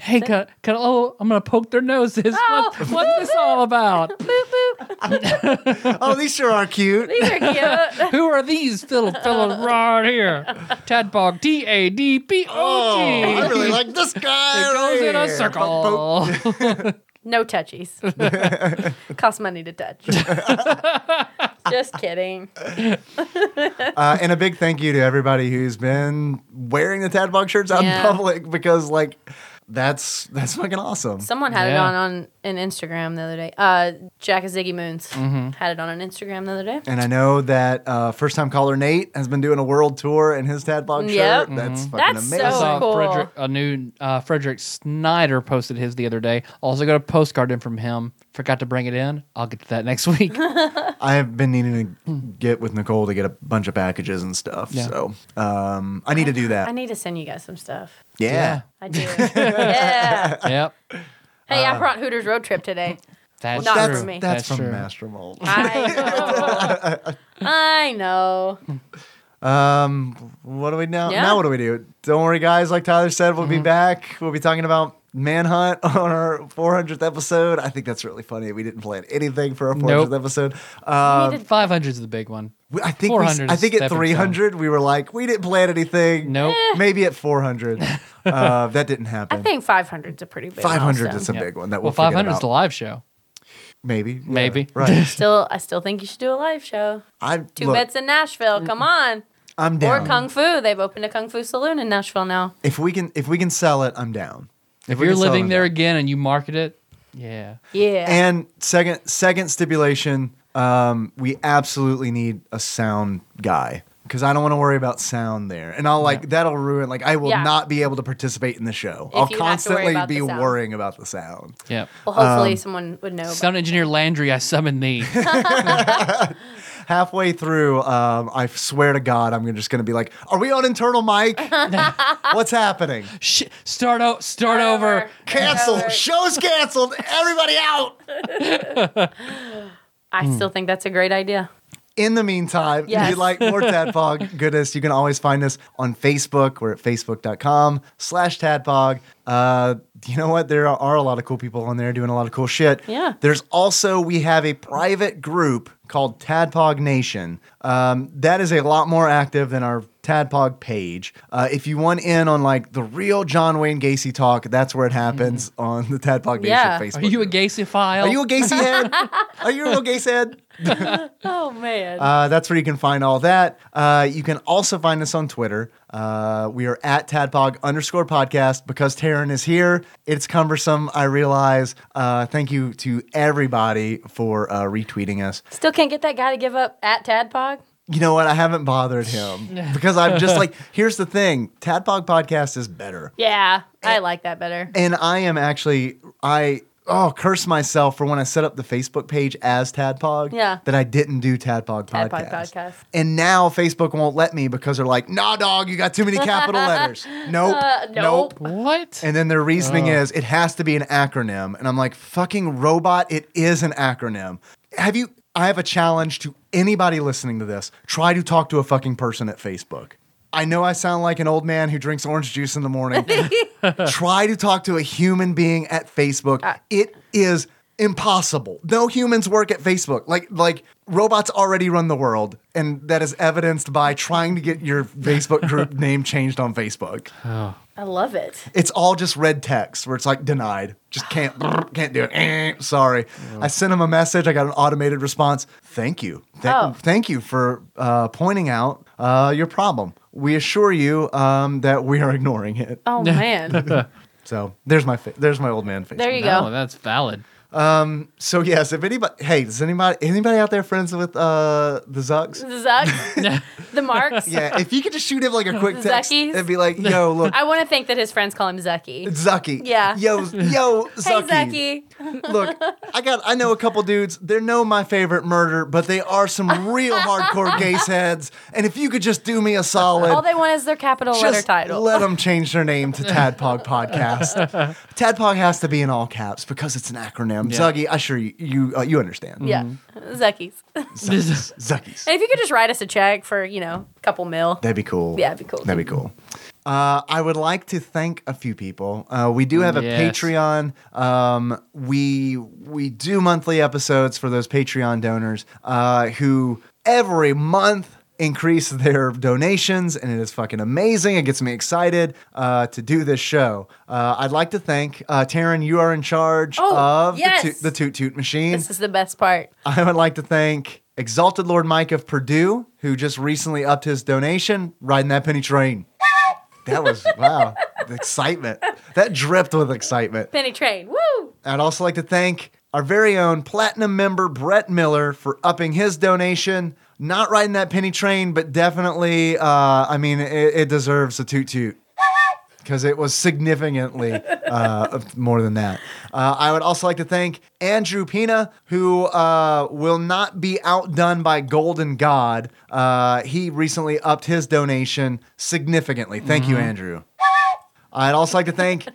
Speaker 1: hey, cut, cut, oh, I'm gonna poke their noses.
Speaker 3: Oh.
Speaker 1: What, what's this all about?
Speaker 2: oh, these sure are cute.
Speaker 3: These are cute.
Speaker 1: Who are these little fellas right here? Tadpog, T A D P
Speaker 2: Oh, I
Speaker 1: O G.
Speaker 2: really like this guy.
Speaker 1: It goes
Speaker 2: right
Speaker 1: in a
Speaker 2: here.
Speaker 1: circle.
Speaker 3: No touchies. Costs money to touch. Just kidding.
Speaker 2: Uh, and a big thank you to everybody who's been wearing the Tadbog shirts out
Speaker 3: Yeah.
Speaker 2: in public because, like, that's that's fucking awesome.
Speaker 3: Someone had it
Speaker 1: Yeah.
Speaker 3: on on an Instagram the other day. Uh, Jack and Ziggy Moons
Speaker 2: Mm-hmm.
Speaker 3: had it on an Instagram the other day.
Speaker 2: And I know that uh, first time caller Nate has been doing a world tour in his Tadbog
Speaker 3: Yep. Mm-hmm.
Speaker 2: shirt. That's fucking
Speaker 3: That's so
Speaker 2: amazing.
Speaker 1: I saw
Speaker 3: cool.
Speaker 1: Frederick, a new uh, Frederick Snyder posted his the other day. Also got a postcard in from him. Forgot to bring it in. I'll get to that next week.
Speaker 3: uh,
Speaker 2: I've been needing to get with Nicole to get a bunch of packages and stuff.
Speaker 1: Yeah.
Speaker 2: So um, I need to do that.
Speaker 3: I need to send you guys some stuff.
Speaker 2: yeah.
Speaker 3: I do. yeah.
Speaker 1: yep.
Speaker 3: Hey, I brought Hooters road trip today.
Speaker 1: That's
Speaker 3: Not
Speaker 1: true.
Speaker 2: Uh, That's,
Speaker 3: for me.
Speaker 2: that's, from Master Mold.
Speaker 3: I know. I know.
Speaker 2: Um, what do we now?
Speaker 3: Yeah.
Speaker 2: Now what do we do? Don't worry, guys. Like Tyler said, we'll be
Speaker 1: Mm-hmm.
Speaker 2: back. We'll be talking about Manhunt on our 400th episode. I think that's really funny. We didn't plan anything for our 400th
Speaker 1: Nope.
Speaker 2: episode. Uh,
Speaker 3: We did-
Speaker 1: 500 is the big one.
Speaker 2: we- I think we,
Speaker 1: 400
Speaker 2: I think
Speaker 1: is
Speaker 2: at
Speaker 1: stepping
Speaker 2: 300 we were like we didn't plan anything.
Speaker 1: Nope.
Speaker 3: Eh.
Speaker 2: Maybe at 400, uh, that didn't happen.
Speaker 3: I think 500's a pretty big
Speaker 2: 500
Speaker 3: milestone.
Speaker 2: is a
Speaker 1: Yep.
Speaker 2: big one that we'll,
Speaker 1: Well, 500 is
Speaker 2: forget
Speaker 1: the
Speaker 2: about.
Speaker 1: live show.
Speaker 2: Maybe, yeah,
Speaker 1: Maybe.
Speaker 2: right?
Speaker 3: Still, I still think you should do a live show.
Speaker 2: I
Speaker 3: Two
Speaker 2: look,
Speaker 3: beds in Nashville. Come on.
Speaker 2: I'm
Speaker 3: Or
Speaker 2: down.
Speaker 3: Kung Fu. They've opened a Kung Fu saloon in Nashville now.
Speaker 2: if we can, if we can sell it, I'm down.
Speaker 1: If,
Speaker 2: we
Speaker 1: you're
Speaker 2: can sell it,
Speaker 1: living
Speaker 2: I'm
Speaker 1: there
Speaker 2: down.
Speaker 1: again and you market it, yeah.
Speaker 3: Yeah.
Speaker 2: And second second stipulation, um, we absolutely need a sound guy because I don't want to worry about sound there, and I'll like that'll ruin. Like I will
Speaker 3: Yeah.
Speaker 2: not be able to participate in the show.
Speaker 3: you have
Speaker 2: I'll
Speaker 3: to worry
Speaker 2: constantly
Speaker 3: about the
Speaker 2: be
Speaker 3: sound.
Speaker 2: worrying about the sound.
Speaker 1: Yep.
Speaker 3: well,
Speaker 2: Um,
Speaker 3: hopefully someone would know. about-
Speaker 1: Sound engineer Landry, I summon thee.
Speaker 2: Halfway through, um, I swear to God, I'm just gonna be like, "Are we on internal mic? What's happening?
Speaker 1: Sh- start o- start over.
Speaker 2: Cancel. Show's canceled. Everybody out." Hmm.
Speaker 3: I still think that's a great idea.
Speaker 2: In the meantime, if you
Speaker 3: Yes.
Speaker 2: like more Tadpog goodness, you can always find us on Facebook. We're at facebook.com slash Tadpog. Uh, you know what? There are a lot of cool people on there doing a lot of cool shit.
Speaker 3: Yeah.
Speaker 2: There's also, we have a private group called Tadpog Nation. Um, that is a lot more active than our Tadpog page. Uh, if you want in on like the real John Wayne Gacy talk, that's where it happens on the Tadpog Nation
Speaker 3: Mm. Yeah.
Speaker 2: Facebook.
Speaker 1: Are you a
Speaker 2: group.
Speaker 1: gasophile?
Speaker 2: Are you a Gacy head? Are you a real Gacy head?
Speaker 3: Oh, man.
Speaker 2: Uh, that's where you can find all that. Uh, you can also find us on Twitter. Uh, we are at tadpog underscore podcast because Taryn is here. It's cumbersome, I realize. Uh, thank you to everybody for uh, retweeting us.
Speaker 3: still can't get that guy to give up at Tadpog.
Speaker 2: You know what? I haven't bothered him because I'm just like, here's the thing Tadpog podcast is better.
Speaker 3: Yeah. I like that better.
Speaker 2: And I am actually, I. Oh, curse myself for when I set up the Facebook page as Tadpog.
Speaker 3: Yeah.
Speaker 2: That I didn't do Tadpog,
Speaker 3: Tadpog podcast.
Speaker 2: And now Facebook won't let me because they're like, nah, dog, you got too many capital letters. Nope.
Speaker 3: nope.
Speaker 1: What?
Speaker 2: And then their reasoning is it has to be an acronym. And I'm like, fucking robot, it is an acronym. Have you? I have a challenge to anybody listening to this. Try to talk to a fucking person at Facebook. I know I sound like an old man who drinks orange juice in the morning. Try to talk to a human being at Facebook. it is impossible. No humans work at Facebook. Like like robots already run the world and that is evidenced by trying to get your Facebook group name changed on Facebook
Speaker 3: I love it.
Speaker 2: it's all just red text where it's like denied. Just can't can't do it. Eh, Sorry. I sent him a message. I got an automated response. Thank you. Th-
Speaker 3: Oh.
Speaker 2: Thank you for uh, pointing out uh, your problem. We assure you um, that we are ignoring it.
Speaker 3: Oh, man.
Speaker 2: So there's my fa- there's my old man face.
Speaker 3: There you
Speaker 1: No,
Speaker 3: go.
Speaker 1: that's valid.
Speaker 2: Um, so yes, if anybody, hey, does anybody anybody out there friends with uh the Zucks?
Speaker 3: The Zucks, the Marks.
Speaker 2: Yeah, if you could just shoot him like a quick
Speaker 3: The
Speaker 2: text
Speaker 3: Zuckies?
Speaker 2: and be like, "Yo, look,
Speaker 3: I want to think that his friends call him Zucky.
Speaker 2: Zucky,
Speaker 3: Yeah.
Speaker 2: yo, yo, Zucky,
Speaker 3: Hey, Zucky.
Speaker 2: look, I got, I know a couple dudes. They're no my favorite murder, but they are some real hardcore gaze heads. And if you could just do me a solid,
Speaker 3: All they want is their capital letter
Speaker 2: just
Speaker 3: title.
Speaker 2: let them change their name to Tadpog Podcast. Tadpog has to be in all caps because it's an acronym.
Speaker 1: Yeah.
Speaker 2: Zuggy, I sure you you, uh, you understand.
Speaker 3: yeah, Zuckies. And
Speaker 2: Zuckies.
Speaker 3: if you could just write us a check for you know a couple mil,
Speaker 2: That'd be cool.
Speaker 3: Yeah, it'd be cool.
Speaker 2: That'd be cool. Uh, I would like to thank a few people. Uh, we do have a
Speaker 1: Yes.
Speaker 2: Patreon. Um, we we do monthly episodes for those Patreon donors uh, who every month increase their donations, and it is fucking amazing. It gets me excited uh, to do this show. Uh, I'd like to thank uh, Taryn. You are in charge
Speaker 3: Oh,
Speaker 2: of
Speaker 3: yes.
Speaker 2: the, toot, the Toot Toot Machine.
Speaker 3: this is the best part.
Speaker 2: I would like to thank Exalted Lord Mike of Purdue, who just recently upped his donation, riding that penny train. That was, wow, the excitement. That dripped with excitement.
Speaker 3: Penny Train. Woo!
Speaker 2: I'd also like to thank our very own platinum member, Brett Miller, for upping his donation. Not riding that penny train, but definitely, uh, I mean, it, it deserves a toot toot because it was significantly uh, more than that. Uh, I would also like to thank Andrew Pina, who uh, will not be outdone by Golden God. Uh, he recently upped his donation significantly. Thank you, Andrew. I'd also like to thank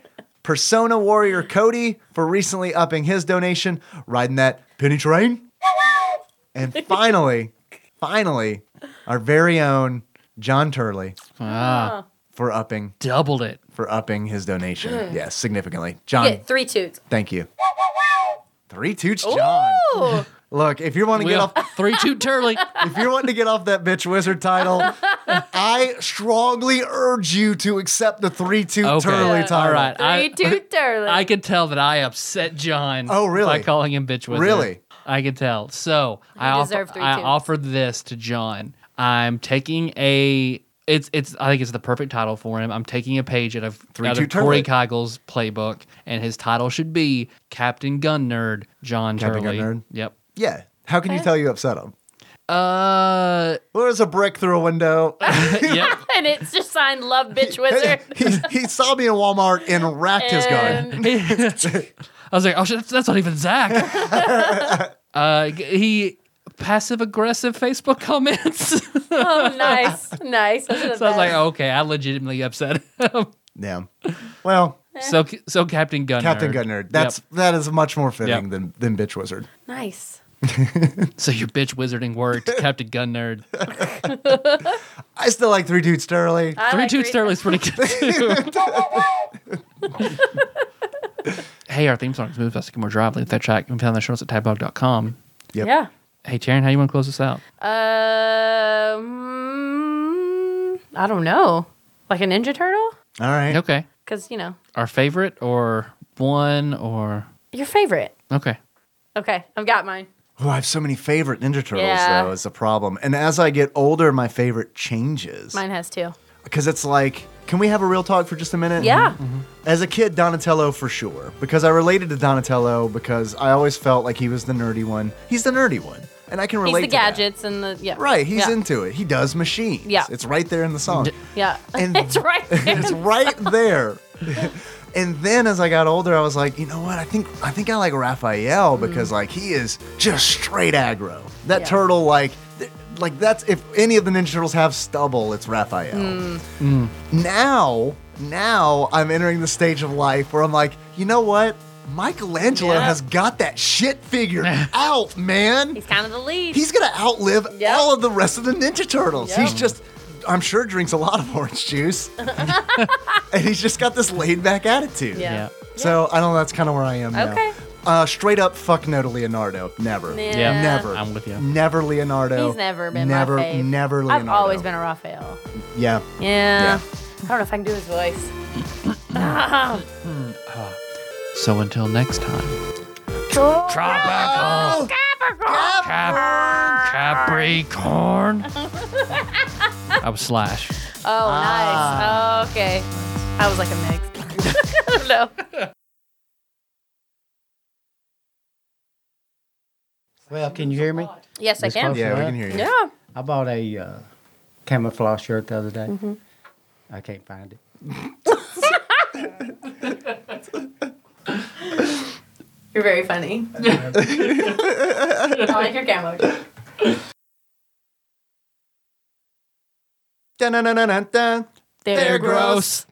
Speaker 2: Persona Warrior Cody for recently upping his donation, riding that penny train. And finally, finally, our very own John Turley
Speaker 1: Ah,
Speaker 2: for upping
Speaker 1: doubled it.
Speaker 2: for upping his donation. Yes, significantly. John,
Speaker 3: Get three toots.
Speaker 2: thank you. Three toots, John.
Speaker 3: Ooh.
Speaker 2: Look, if you're wanting to
Speaker 1: We
Speaker 2: get
Speaker 1: are
Speaker 2: off
Speaker 1: three two turley.
Speaker 2: if you're wanting to get off that bitch wizard title, I strongly urge you to accept the three toot
Speaker 1: Okay.
Speaker 2: Turley title.
Speaker 1: All right,
Speaker 3: Three
Speaker 1: I, uh,
Speaker 3: toot darling.
Speaker 1: I could tell that I upset John.
Speaker 2: Oh, really?
Speaker 1: By calling him bitch wizard.
Speaker 2: Really?
Speaker 1: I could tell. So I,
Speaker 3: You
Speaker 1: off-
Speaker 3: deserve three
Speaker 1: I
Speaker 3: twos.
Speaker 1: offered this to John. I'm taking a. It's it's. I think it's the perfect title for him. I'm taking a page out of
Speaker 2: Three
Speaker 1: out
Speaker 2: two
Speaker 1: of
Speaker 2: Turley.
Speaker 1: Corey Keigel's playbook, and his title should be Captain Gun Nerd John
Speaker 2: Captain Gun
Speaker 1: Turley.
Speaker 2: Nerd?
Speaker 1: Yep.
Speaker 2: Yeah. How can you tell you upset him?
Speaker 1: Uh.
Speaker 2: There's a brick through a window.
Speaker 1: yep.
Speaker 3: and it's just signed "Love Bitch Wizard."
Speaker 2: he, he saw me in Walmart and racked his gun.
Speaker 3: And-
Speaker 1: I was like, oh shit, that's, that's not even Zach. uh, g- he passive aggressive Facebook comments.
Speaker 3: oh, nice, nice. Those are the
Speaker 1: So I was like,
Speaker 3: best.
Speaker 1: okay, I legitimately upset him.
Speaker 2: Yeah. Well,
Speaker 1: so, so Captain Gunner.
Speaker 2: Captain Gun Nerd. That's that is much more fitting
Speaker 1: Yep.
Speaker 2: than than bitch wizard.
Speaker 3: nice.
Speaker 1: so your bitch wizarding worked, Captain Gun Nerd.
Speaker 2: I still like three dudes Sterling.
Speaker 3: I
Speaker 1: Three
Speaker 3: like
Speaker 1: two Sterling's pretty good too. hey, our theme song is Move Us to More Drive. Leave that track. You can find the show notes at tadbug.com.
Speaker 2: Yep.
Speaker 3: Yeah.
Speaker 1: Hey, Taryn, how you want to close this out?
Speaker 3: Um, Uh, I don't know. Like a Ninja Turtle?
Speaker 2: All right.
Speaker 1: Okay.
Speaker 3: Because, you know,
Speaker 1: Our favorite or one or.
Speaker 3: your favorite.
Speaker 1: Okay.
Speaker 3: Okay, I've got mine.
Speaker 2: Oh, I have so many favorite Ninja Turtles
Speaker 3: Yeah.
Speaker 2: though. It's a problem. And as I get older, my favorite changes.
Speaker 3: Mine has two.
Speaker 2: Because it's like, can we have a real talk for just a minute? Mm-hmm.
Speaker 3: Yeah.
Speaker 2: As a kid, Donatello for sure. Because I related to Donatello because I always felt like he was the nerdy one. He's the nerdy one, and I can
Speaker 3: He's
Speaker 2: relate.
Speaker 3: the
Speaker 2: to that.
Speaker 3: gadgets and the, yeah.
Speaker 2: Right, he's
Speaker 3: yeah.
Speaker 2: into it. He does machines.
Speaker 3: Yeah.
Speaker 2: It's right there in the song.
Speaker 3: Yeah.
Speaker 2: And-
Speaker 3: it's right there.
Speaker 2: it's right there. And then as I got older, I was like, you know what? I think I think I like Raphael because like he is just straight aggro.
Speaker 3: Mm.
Speaker 2: That
Speaker 3: Yeah.
Speaker 2: turtle like th- like that's if any of the Ninja Turtles have stubble, it's
Speaker 3: Hmm.
Speaker 2: Raphael.
Speaker 3: Mm.
Speaker 2: Now, now I'm entering the stage of life where I'm like, you know what? Michelangelo
Speaker 3: Yeah.
Speaker 2: has got that shit figured out, man.
Speaker 3: He's kind of the lead.
Speaker 2: He's gonna outlive
Speaker 3: Yep.
Speaker 2: all of the rest of the Ninja Turtles.
Speaker 3: Yep.
Speaker 2: He's just, I'm sure, drinks a lot of orange juice, and he's just got this laid back attitude.
Speaker 3: yeah.
Speaker 2: So I don't know. That's kind of where I am now.
Speaker 3: Okay.
Speaker 2: Uh, straight up, fuck no to Leonardo. Never.
Speaker 3: Yeah.
Speaker 2: Never.
Speaker 1: I'm with you.
Speaker 2: Never Leonardo.
Speaker 3: He's never been my
Speaker 2: never,
Speaker 3: fave.
Speaker 2: Never
Speaker 3: I've
Speaker 2: Leonardo.
Speaker 3: always been a Raphael.
Speaker 2: Yeah.
Speaker 3: Yeah. I don't know if I can do his voice.
Speaker 1: So until next time.
Speaker 3: Oh,
Speaker 1: Tropical Cap- Capricorn. I was Slash.
Speaker 3: Oh, nice. Oh, okay. I was like a mix. I don't know.
Speaker 4: Well, can you hear me?
Speaker 3: Yes, I
Speaker 4: This
Speaker 3: can.
Speaker 4: close Yeah, we enough? can hear you.
Speaker 3: Yeah.
Speaker 4: I bought a uh, camouflage shirt the other day.
Speaker 3: Mhm.
Speaker 4: I can't find it.
Speaker 3: You're very funny. I like your camo.
Speaker 2: Dun, dun, dun, dun, dun, dun.
Speaker 3: They're gross.